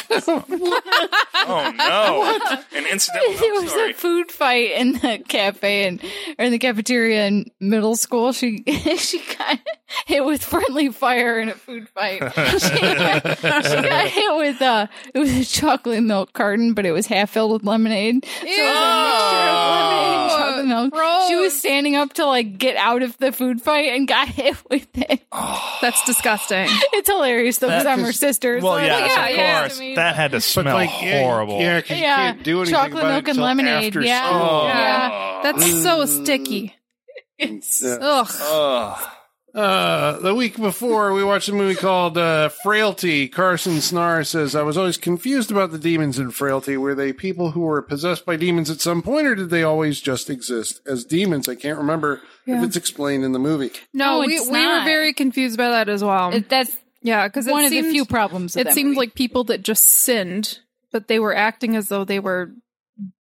Speaker 3: Oh no! An incidental
Speaker 5: there
Speaker 3: milk
Speaker 5: was
Speaker 3: story.
Speaker 5: a food fight in the cafe and or in the cafeteria in middle school. She she got hit with friendly fire in a food fight. she, got, she got hit with uh it was a chocolate milk carton, but it was half filled with lemonade. So it was a mixture of lemonade and chocolate milk. She was standing up to like get out of the food fight and got hit with it.
Speaker 4: That's disgusting.
Speaker 5: It's hilarious though because I'm her sister. so
Speaker 3: well,
Speaker 5: I'm
Speaker 3: yes,
Speaker 5: like,
Speaker 3: of
Speaker 5: yeah,
Speaker 3: course.
Speaker 5: yeah.
Speaker 3: That had to
Speaker 2: But
Speaker 3: smell
Speaker 2: yeah,
Speaker 3: horrible.
Speaker 2: Yeah, 'cause you
Speaker 5: Yeah.
Speaker 2: can't do anything
Speaker 5: Chocolate
Speaker 2: about it
Speaker 5: milk and
Speaker 2: till
Speaker 5: lemonade,
Speaker 2: after
Speaker 5: yeah.
Speaker 2: school.
Speaker 3: Oh.
Speaker 4: Yeah. That's so sticky.
Speaker 2: Yeah.
Speaker 4: Ugh.
Speaker 3: Ugh.
Speaker 2: Uh, the week before, we watched a movie called uh, Frailty. Carson Snar says, I was always confused about the demons in Frailty. Were they people who were possessed by demons at some point, or did they always just exist as demons? I can't remember
Speaker 4: Yeah.
Speaker 2: if it's explained in the movie.
Speaker 4: No,
Speaker 5: No,
Speaker 4: we,
Speaker 5: it's
Speaker 4: we were
Speaker 5: not.
Speaker 4: very confused by that as well.
Speaker 5: It- that's
Speaker 4: yeah, because
Speaker 5: one
Speaker 4: it
Speaker 5: of
Speaker 4: seemed,
Speaker 5: the few problems. of
Speaker 4: it
Speaker 5: that
Speaker 4: seemed
Speaker 5: movie.
Speaker 4: like people that just sinned, but they were acting as though they were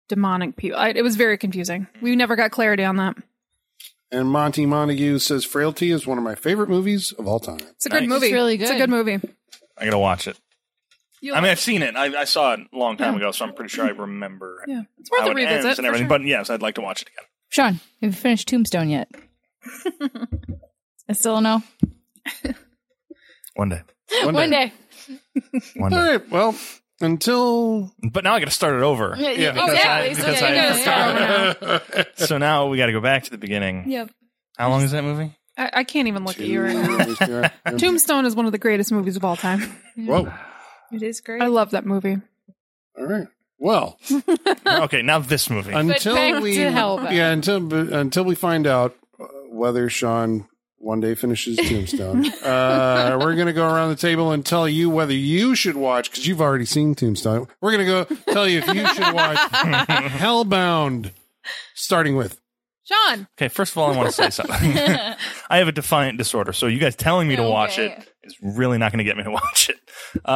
Speaker 4: demonic people. I, it was very confusing. We never got clarity on that.
Speaker 2: And Monty Montague says, Frailty is one of my favorite movies of all time.
Speaker 4: It's a good
Speaker 3: Nice.
Speaker 4: movie.
Speaker 5: It's really
Speaker 4: It's a
Speaker 5: good.
Speaker 4: good movie.
Speaker 3: I gotta watch it.
Speaker 4: You
Speaker 3: I mean, I've seen it. I, I saw it a long time ago, so I'm pretty sure I remember
Speaker 4: yeah, it's worth
Speaker 3: how
Speaker 4: a
Speaker 3: it ends
Speaker 4: revisit.
Speaker 3: and
Speaker 4: for
Speaker 3: everything.
Speaker 4: sure.
Speaker 3: But yes, I'd like to watch it again.
Speaker 5: Sean, have you finished Tombstone yet? I still no.
Speaker 3: One day.
Speaker 2: One,
Speaker 5: One
Speaker 2: day.
Speaker 5: day.
Speaker 3: One
Speaker 2: All right. Well, until
Speaker 3: But now I gotta start it over.
Speaker 5: yeah,
Speaker 3: because
Speaker 5: exactly.
Speaker 3: I-
Speaker 5: So
Speaker 3: because
Speaker 5: you
Speaker 3: I-
Speaker 5: gotta start over now.
Speaker 3: So now we gotta go back to the beginning.
Speaker 4: yeah,
Speaker 3: How long is that movie?
Speaker 4: I, I can't even look at you right now.
Speaker 2: Yeah.
Speaker 4: Tombstone is one of the greatest movies of all time.
Speaker 2: Whoa.
Speaker 5: It is great.
Speaker 4: I love that movie.
Speaker 2: All right. Well,
Speaker 3: okay, now this movie.
Speaker 2: until
Speaker 5: back
Speaker 2: we
Speaker 5: to Helva.
Speaker 2: yeah until but until we find out uh, whether Sean one day finishes Tombstone, uh, we're gonna go around the table and tell you whether you should watch because you've already seen Tombstone. We're gonna go tell you if you should watch Hellbound, starting with
Speaker 4: Sean,
Speaker 3: Okay, first of all, I want to say something. I have a defiant disorder, so you guys telling me to
Speaker 5: Okay,
Speaker 3: watch it is really not going to get me to watch it. Uh,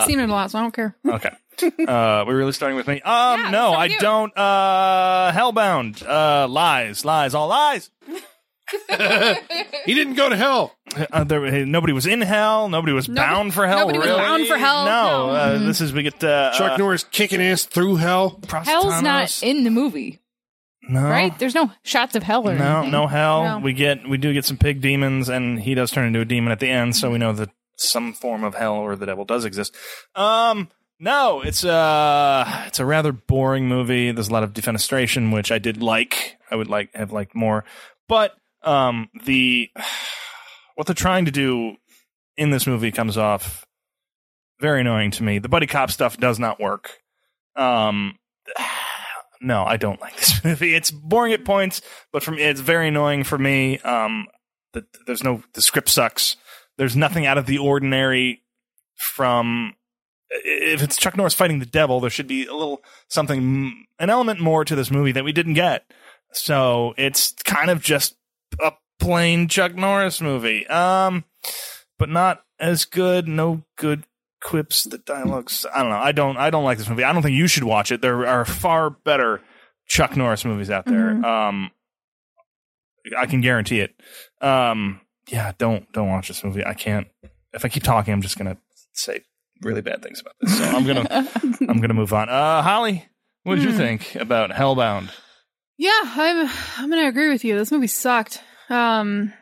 Speaker 4: I've seen it a lot, so I don't care.
Speaker 3: okay. Uh, we're really starting with me. Um,
Speaker 4: Yeah,
Speaker 3: no,
Speaker 4: it's so
Speaker 3: I
Speaker 4: cute.
Speaker 3: don't. Uh, Hellbound. Uh, lies, lies, all lies.
Speaker 2: he didn't go to hell.
Speaker 3: Uh, there, hey, nobody was in hell. Nobody was bound for hell.
Speaker 4: nobody was
Speaker 3: really.
Speaker 4: bound for hell,
Speaker 3: No,
Speaker 4: no.
Speaker 3: Uh, this is we get uh,
Speaker 2: Chuck
Speaker 3: uh,
Speaker 2: Norris kicking ass through hell.
Speaker 5: Hell's not
Speaker 3: Prostanos.
Speaker 5: in the movie,
Speaker 3: no,
Speaker 5: right? There's no shots of hell or
Speaker 3: No,
Speaker 5: anything.
Speaker 3: no hell.
Speaker 4: No.
Speaker 3: We get we do get some pig demons, and he does turn into a demon at the end, so we know that some form of hell or the devil does exist. Um, no, it's uh it's a rather boring movie. There's a lot of defenestration, which I did like. I would like have liked more, but um the what they're trying to do in this movie comes off very annoying to me. The buddy cop stuff does not work. Um, no, I don't like this movie. It's boring at points, but from it's very annoying for me. Um, the, there's no the script sucks. There's nothing out of the ordinary from i- if it's Chuck Norris fighting the devil. There should be a little something, an element more to this movie that we didn't get. So it's kind of just a plain Chuck Norris movie. Um, but not as good. No good quips. The dialogues. I don't know. I don't. I don't like this movie. I don't think you should watch it. There are far better Chuck Norris movies out there.
Speaker 4: Mhm.
Speaker 3: Um, I can guarantee it. Um, yeah. Don't don't watch this movie. I can't. If I keep talking, I'm just gonna say really bad things about this. So I'm gonna I'm gonna move on. Uh, Holly, what
Speaker 5: Hmm.
Speaker 3: did you think about Hellbound?
Speaker 4: Yeah, I'm I'm gonna agree with you. This movie sucked. Um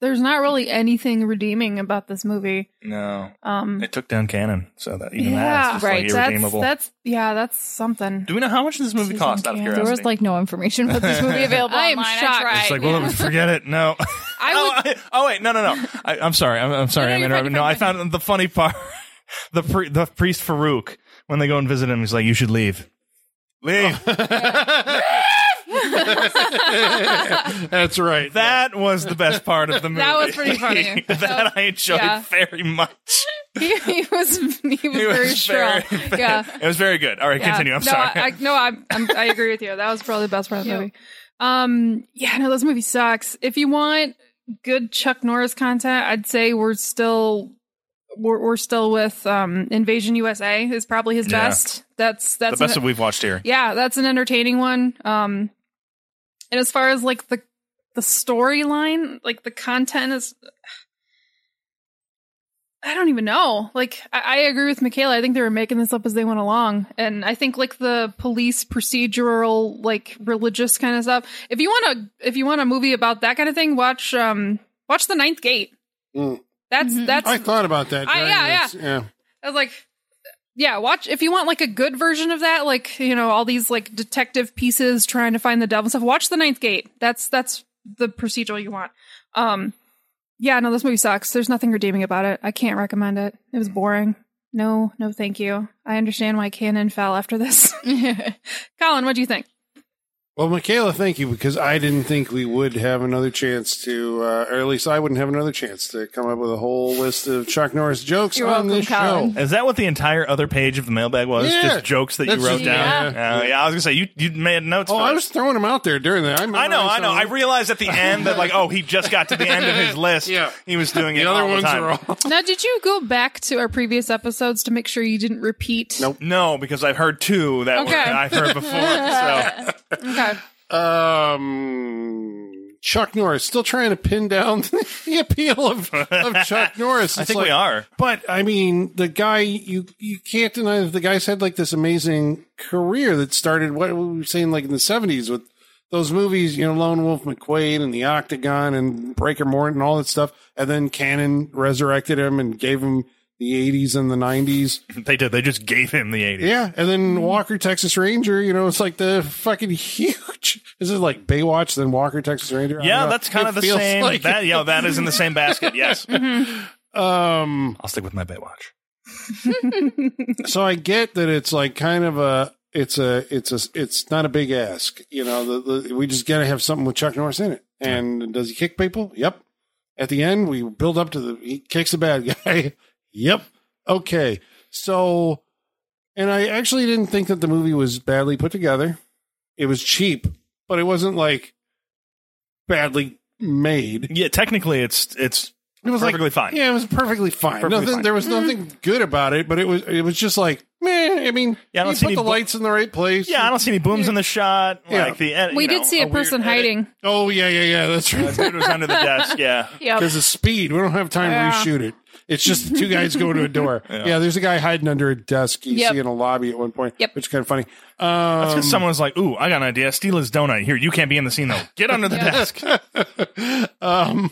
Speaker 4: there's not really anything redeeming about this movie.
Speaker 3: No,
Speaker 4: Um
Speaker 3: it took down Canon, so that even
Speaker 4: Yeah,
Speaker 3: that is just,
Speaker 5: right,
Speaker 3: like
Speaker 4: that's
Speaker 3: irredeemable.
Speaker 4: that's yeah, that's something.
Speaker 3: Do we know how much this movie
Speaker 4: Susan
Speaker 3: cost? Out of
Speaker 4: Cain.
Speaker 3: curiosity,
Speaker 5: There was like no information about this movie available.
Speaker 4: I am
Speaker 5: online.
Speaker 4: shocked.
Speaker 5: tried.
Speaker 4: It's
Speaker 3: It's like, well, forget it. No.
Speaker 4: I would
Speaker 3: oh, I- oh, wait, no, no, no. I, I'm sorry. I'm, I'm sorry.
Speaker 5: No, no,
Speaker 3: I'm
Speaker 5: you're
Speaker 3: interrupting.
Speaker 5: fine,
Speaker 3: No,
Speaker 5: you're
Speaker 3: I
Speaker 5: fine.
Speaker 3: found the funny part. The pri- the priest
Speaker 5: Oh,
Speaker 3: Farouk when they go and visit him, he's like, "You should leave. Leave."
Speaker 2: That's right.
Speaker 3: That was the best part of the movie.
Speaker 5: That was pretty funny.
Speaker 3: that I enjoyed
Speaker 5: Yeah.
Speaker 3: very much.
Speaker 5: he, he was he was
Speaker 3: It
Speaker 5: very
Speaker 3: was
Speaker 5: strong.
Speaker 3: very-
Speaker 5: Yeah.
Speaker 3: It was very good. All right,
Speaker 4: Yeah.
Speaker 3: continue. I'm
Speaker 4: no,
Speaker 3: sorry.
Speaker 4: I, I, no, I'm, I'm, I agree with you. That was probably the best part of the
Speaker 5: Yeah.
Speaker 4: movie. Um, yeah, no, this movie sucks. If you want good Chuck Norris content, I'd say we're still we're, we're still with um, Invasion USA is probably his
Speaker 3: Yeah.
Speaker 4: best. That's
Speaker 3: the
Speaker 4: that's
Speaker 3: best
Speaker 4: an,
Speaker 3: that we've watched here.
Speaker 4: yeah, that's an entertaining one. Um, and as far as like the the storyline, like the content is. I don't even know. Like, I, I agree with Michaela. I think they were making this up as they went along, and I think like the police procedural, like religious kind of stuff. If you want to, if you want a movie about that kind of thing, watch um watch The Ninth Gate.
Speaker 2: Mm.
Speaker 4: That's
Speaker 5: Mhm.
Speaker 4: that's
Speaker 2: I thought about that.
Speaker 4: I-
Speaker 2: during
Speaker 4: yeah,
Speaker 2: this. yeah.
Speaker 4: I was like, yeah, watch if you want like a good version of that, like you know all these like detective pieces trying to find the devil and stuff. Watch The Ninth Gate. That's that's the procedural you want. Um, yeah, no, this movie sucks. There's nothing redeeming about it. I can't recommend it. It was boring. No, no, thank you. I understand why Canon fell after this. Colin, what do you think?
Speaker 2: Well, Michaela, thank you because I didn't think we would have another chance to, uh, or at least I wouldn't have another chance to come up with a whole list of Chuck Norris jokes
Speaker 5: You're
Speaker 2: on
Speaker 5: welcome,
Speaker 2: this
Speaker 5: Colin.
Speaker 2: show.
Speaker 3: Is that what the entire other page of the mailbag was?
Speaker 2: Yeah.
Speaker 3: Just jokes that you
Speaker 2: That's
Speaker 3: wrote
Speaker 2: just-
Speaker 3: down?
Speaker 2: yeah.
Speaker 3: Uh, yeah, I was going to say, you, you made notes
Speaker 2: Oh,
Speaker 3: for
Speaker 2: I
Speaker 3: it.
Speaker 2: was throwing them out there during that. I,
Speaker 3: I know, I know. I
Speaker 2: memorized
Speaker 3: realized at the end that, like, oh, he just got to the end of his list.
Speaker 2: Yeah.
Speaker 3: He was
Speaker 2: some.
Speaker 3: doing it
Speaker 2: the other
Speaker 3: all
Speaker 2: ones
Speaker 3: the time.
Speaker 2: are all.
Speaker 4: Now, did you go back to our previous episodes to make sure you didn't repeat?
Speaker 2: Nope.
Speaker 3: No, because I've heard two that were,
Speaker 4: Okay.
Speaker 3: I've heard before. So
Speaker 4: Okay.
Speaker 2: Um, Chuck Norris still trying to pin down the appeal of, of Chuck Norris.
Speaker 3: I
Speaker 2: It's
Speaker 3: think
Speaker 2: like-
Speaker 3: we are.
Speaker 2: But I mean, the guy you you can't deny that the guy's had like this amazing career that started what we were saying like in the seventies with those movies, you know, Lone Wolf McQuade and The Octagon and Breaker Morton and all that stuff, and then Cannon resurrected him and gave him the eighties and the nineties.
Speaker 3: They did. They just gave him the 80s.
Speaker 2: Yeah, and then Walker Texas Ranger, you know, it's like the fucking huge. This is like Baywatch, then Walker Texas Ranger. I
Speaker 3: Yeah,
Speaker 2: don't know.
Speaker 3: that's kind
Speaker 2: It
Speaker 3: of the
Speaker 2: feels
Speaker 3: same.
Speaker 2: like-
Speaker 3: that, yeah, that is in the same basket. Yes,
Speaker 4: Mm-hmm.
Speaker 2: um,
Speaker 3: I'll stick with my Baywatch.
Speaker 2: so I get that it's like kind of a it's a it's a it's not a big ask. You know, the, the, we just gotta have something with Chuck Norris in it. And does he kick people? Yep. At the end, we build up to the he kicks a bad guy. yep. Okay. So, and I actually didn't think that the movie was badly put together. It was cheap, but it wasn't like badly made.
Speaker 3: Yeah, technically, it's it's
Speaker 2: It was like-
Speaker 3: perfectly fine.
Speaker 2: Yeah, it was perfectly fine.
Speaker 3: Perfectly
Speaker 2: nothing,
Speaker 3: fine.
Speaker 2: There was
Speaker 4: Hmm.
Speaker 2: nothing good about it, but it was it was just like, man. I mean,
Speaker 3: Yeah, I don't
Speaker 2: you
Speaker 3: see
Speaker 2: put
Speaker 3: any
Speaker 2: the
Speaker 3: bu-
Speaker 2: lights in the right place.
Speaker 3: Yeah, I don't see any booms in the shot.
Speaker 2: Yeah.
Speaker 3: Like the ed-
Speaker 4: We
Speaker 3: you
Speaker 4: did
Speaker 3: know,
Speaker 4: see a,
Speaker 3: weird
Speaker 4: person
Speaker 3: edit.
Speaker 4: hiding.
Speaker 2: Oh yeah, yeah, yeah. That's
Speaker 3: That
Speaker 2: right.
Speaker 3: dude was under the desk. Yeah,
Speaker 4: Yeah.
Speaker 2: Because of speed, we don't have time
Speaker 4: Yeah.
Speaker 2: to reshoot it. It's just two guys going to a door.
Speaker 3: Yeah.
Speaker 2: Yeah. there's a guy hiding under a desk. You
Speaker 4: Yep.
Speaker 2: see in a lobby at one point.
Speaker 4: Yep.
Speaker 2: which is kind of funny.
Speaker 3: that's
Speaker 2: Um,
Speaker 3: because someone was like, "Ooh, I got an idea. Steal his donut. Here, you can't be in the scene though. Get under the desk."
Speaker 2: um,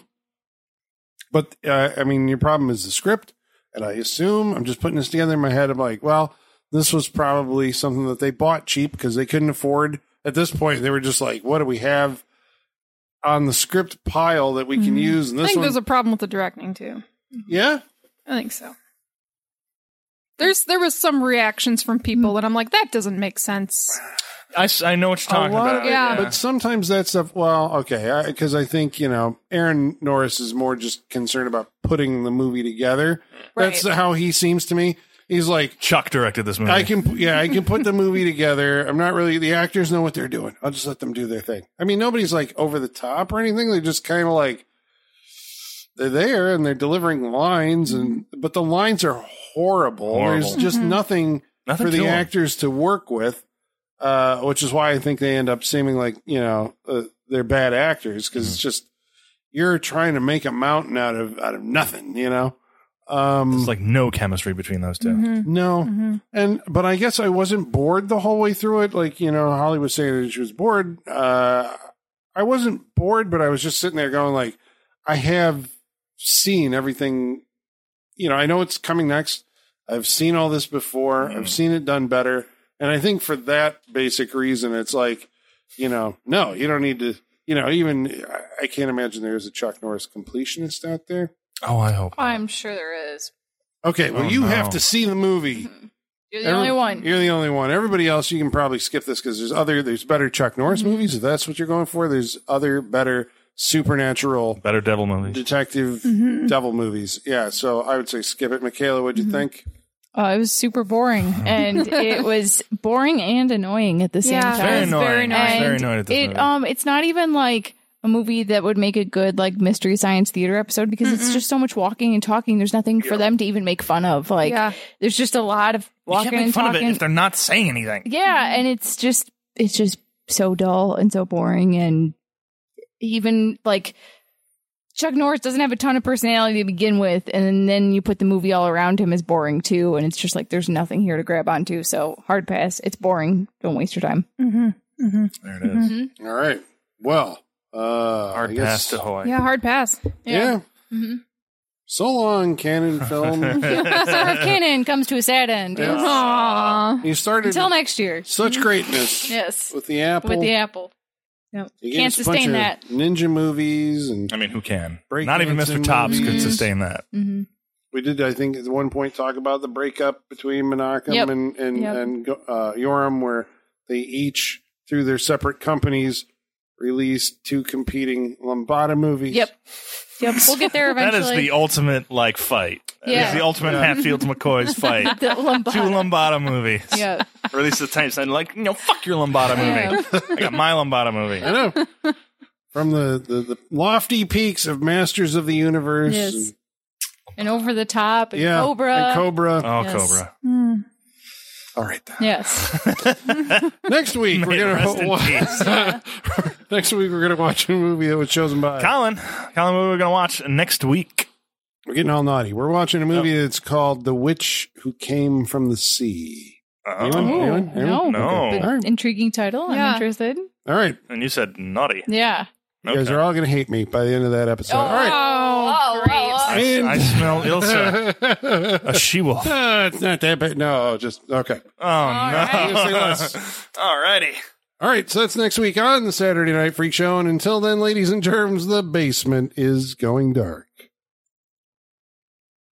Speaker 2: but uh, I mean, your problem is the script, and I assume I'm just putting this together in my head. I'm like, well, this was probably something that they bought cheap because they couldn't afford at this point. They were just like, what do we have on the script pile that we can
Speaker 4: Mhm.
Speaker 2: use? And
Speaker 4: I
Speaker 2: this
Speaker 4: think
Speaker 2: one,
Speaker 4: there's a problem with the directing too.
Speaker 2: yeah,
Speaker 4: I think so. There's there was some reactions from people that I'm like that doesn't make sense.
Speaker 3: I, s- I know what you're talking
Speaker 2: A lot-
Speaker 3: about.
Speaker 4: yeah.
Speaker 2: But sometimes that stuff, well, okay, because I, think you know Aaron Norris is more just concerned about putting the movie together. That's
Speaker 4: Right.
Speaker 2: how he seems to me. He's like,
Speaker 3: Chuck directed this movie.
Speaker 2: I can, yeah, I can put the movie together. I'm not really the actors know what they're doing. I'll just let them do their thing. I mean, nobody's like over the top or anything. They're just kind of like they're there and they're delivering lines, and but the lines are horrible.
Speaker 3: Horrible.
Speaker 2: There's just nothing
Speaker 3: Nothing
Speaker 2: for
Speaker 3: to
Speaker 2: the
Speaker 3: 'em.
Speaker 2: actors to work with, uh, which is why I think they end up seeming like you know uh, they're bad actors because it's just you're trying to make a mountain out of out of nothing, you know. Um,
Speaker 3: There's like no chemistry between those 2
Speaker 4: Mm-hmm.
Speaker 2: no, and but I guess I wasn't bored the whole way through it. Like you know, Holly was saying that she was bored. Uh, I wasn't bored, but I was just sitting there going like, I have seen everything. You know, I know it's coming next. I've seen all this before. I've seen it done better, and I think for that basic reason, it's like, you know, no, you don't need to. You know, even I- I can't imagine there is a Chuck Norris completionist out there.
Speaker 3: Oh, I hope.
Speaker 5: I'm sure there is.
Speaker 2: Okay, well,
Speaker 3: Oh,
Speaker 2: you
Speaker 3: no.
Speaker 2: have to see the movie
Speaker 5: You're the only
Speaker 2: Every-
Speaker 5: one.
Speaker 2: You're the only one. Everybody else, you can probably skip this because there's other, there's better Chuck Norris
Speaker 5: Mm-hmm.
Speaker 2: movies if that's what you're going for. There's other better supernatural
Speaker 3: Better devil movies.
Speaker 2: detective
Speaker 5: Mm-hmm.
Speaker 2: devil movies. Yeah, so I would say skip it. Michaela, what'd you think?
Speaker 5: Oh, it was super boring, and it was boring and annoying at the same
Speaker 4: Yeah.
Speaker 5: time.
Speaker 3: Very
Speaker 4: It's
Speaker 3: annoying.
Speaker 4: very
Speaker 5: And
Speaker 3: Very annoying at this
Speaker 5: it
Speaker 3: movie.
Speaker 5: um, it's not even like a movie that would make a good like mystery science theater episode because it's just so much walking and talking. There's nothing for them to even make fun of. Like,
Speaker 4: Yeah.
Speaker 5: there's just a lot of
Speaker 3: you
Speaker 5: walking
Speaker 3: can't make
Speaker 5: and
Speaker 3: fun
Speaker 5: talking.
Speaker 3: of it if they're not saying anything.
Speaker 5: yeah, and it's just it's just so dull and so boring, and even like. Chuck Norris doesn't have a ton of personality to begin with, and then you put the movie all around him as boring too, and it's just like there's nothing here to grab onto. So hard pass. It's boring. Don't waste your time.
Speaker 3: There it is.
Speaker 4: Mm-hmm.
Speaker 2: All right. Well, uh, I
Speaker 3: Hard
Speaker 2: guess-
Speaker 3: pass to Hawaii.
Speaker 4: Yeah, hard pass.
Speaker 2: Yeah.
Speaker 5: Mm-hmm.
Speaker 2: So long, Canon Film.
Speaker 5: Sarah Cannon comes to a sad end.
Speaker 2: Yeah.
Speaker 4: Aww.
Speaker 2: you started
Speaker 5: Until next year.
Speaker 2: such greatness
Speaker 5: Yes.
Speaker 2: with the apple.
Speaker 5: With the apple.
Speaker 2: You gave
Speaker 5: Can't
Speaker 2: us a bunch
Speaker 5: sustain
Speaker 2: of
Speaker 5: that.
Speaker 2: Ninja movies, and
Speaker 3: I mean, who can?
Speaker 2: Break
Speaker 3: not even
Speaker 2: dancing
Speaker 3: Mr. Tops could
Speaker 2: movies.
Speaker 3: sustain that.
Speaker 2: we did, I think, at one point talk about the breakup between Menachem
Speaker 5: Yep.
Speaker 2: and and
Speaker 5: Yep.
Speaker 2: and uh, Yoram, where they each, through their separate companies, released two competing Lombada movies.
Speaker 5: Yep. Yep. We'll get there
Speaker 3: That
Speaker 5: eventually.
Speaker 3: is the ultimate like fight. That is
Speaker 5: Yeah.
Speaker 3: the ultimate Hatfield McCoy's fight.
Speaker 5: the lumbar.
Speaker 3: Two Lombada movies.
Speaker 5: yeah.
Speaker 3: Or at least the time said like, you know, fuck your Lombada movie. I got my Lombada movie.
Speaker 2: I know. From the, the, the lofty peaks of Masters of the Universe.
Speaker 5: Yes.
Speaker 2: and-
Speaker 5: And over the top and
Speaker 2: yeah.
Speaker 5: cobra.
Speaker 2: and Cobra.
Speaker 3: Oh,
Speaker 5: Yes.
Speaker 3: Cobra.
Speaker 2: All right. then.
Speaker 5: yes.
Speaker 2: Next week,
Speaker 3: May it
Speaker 2: we're
Speaker 3: rest
Speaker 2: gonna
Speaker 3: in
Speaker 2: watch,
Speaker 3: peace.
Speaker 2: next week we're gonna watch a movie that was chosen by.
Speaker 3: Colin, Colin, what are we going to watch next week?
Speaker 2: We're getting all naughty. We're watching a
Speaker 3: Oh.
Speaker 2: movie that's called The Witch Who Came from the Sea. Anyone?
Speaker 5: Oh,
Speaker 2: Anyone? Anyone?
Speaker 3: no.
Speaker 2: Okay. All right.
Speaker 5: Intriguing title.
Speaker 4: Yeah.
Speaker 5: I'm interested.
Speaker 2: All right.
Speaker 3: And you said naughty.
Speaker 5: Yeah.
Speaker 2: You guys
Speaker 3: Okay.
Speaker 2: are all going to hate me by the end of that episode. all right.
Speaker 4: Oh, great.
Speaker 3: I,
Speaker 2: And-
Speaker 3: I smell Ilsa. A she wolf. Oh,
Speaker 2: Uh, it's not that bad. No, just okay. Say
Speaker 3: no.
Speaker 2: less.
Speaker 3: Alrighty.
Speaker 2: All right, so that's next week on the Saturday Night Freak Show. And until then, ladies and germs, the basement is going dark.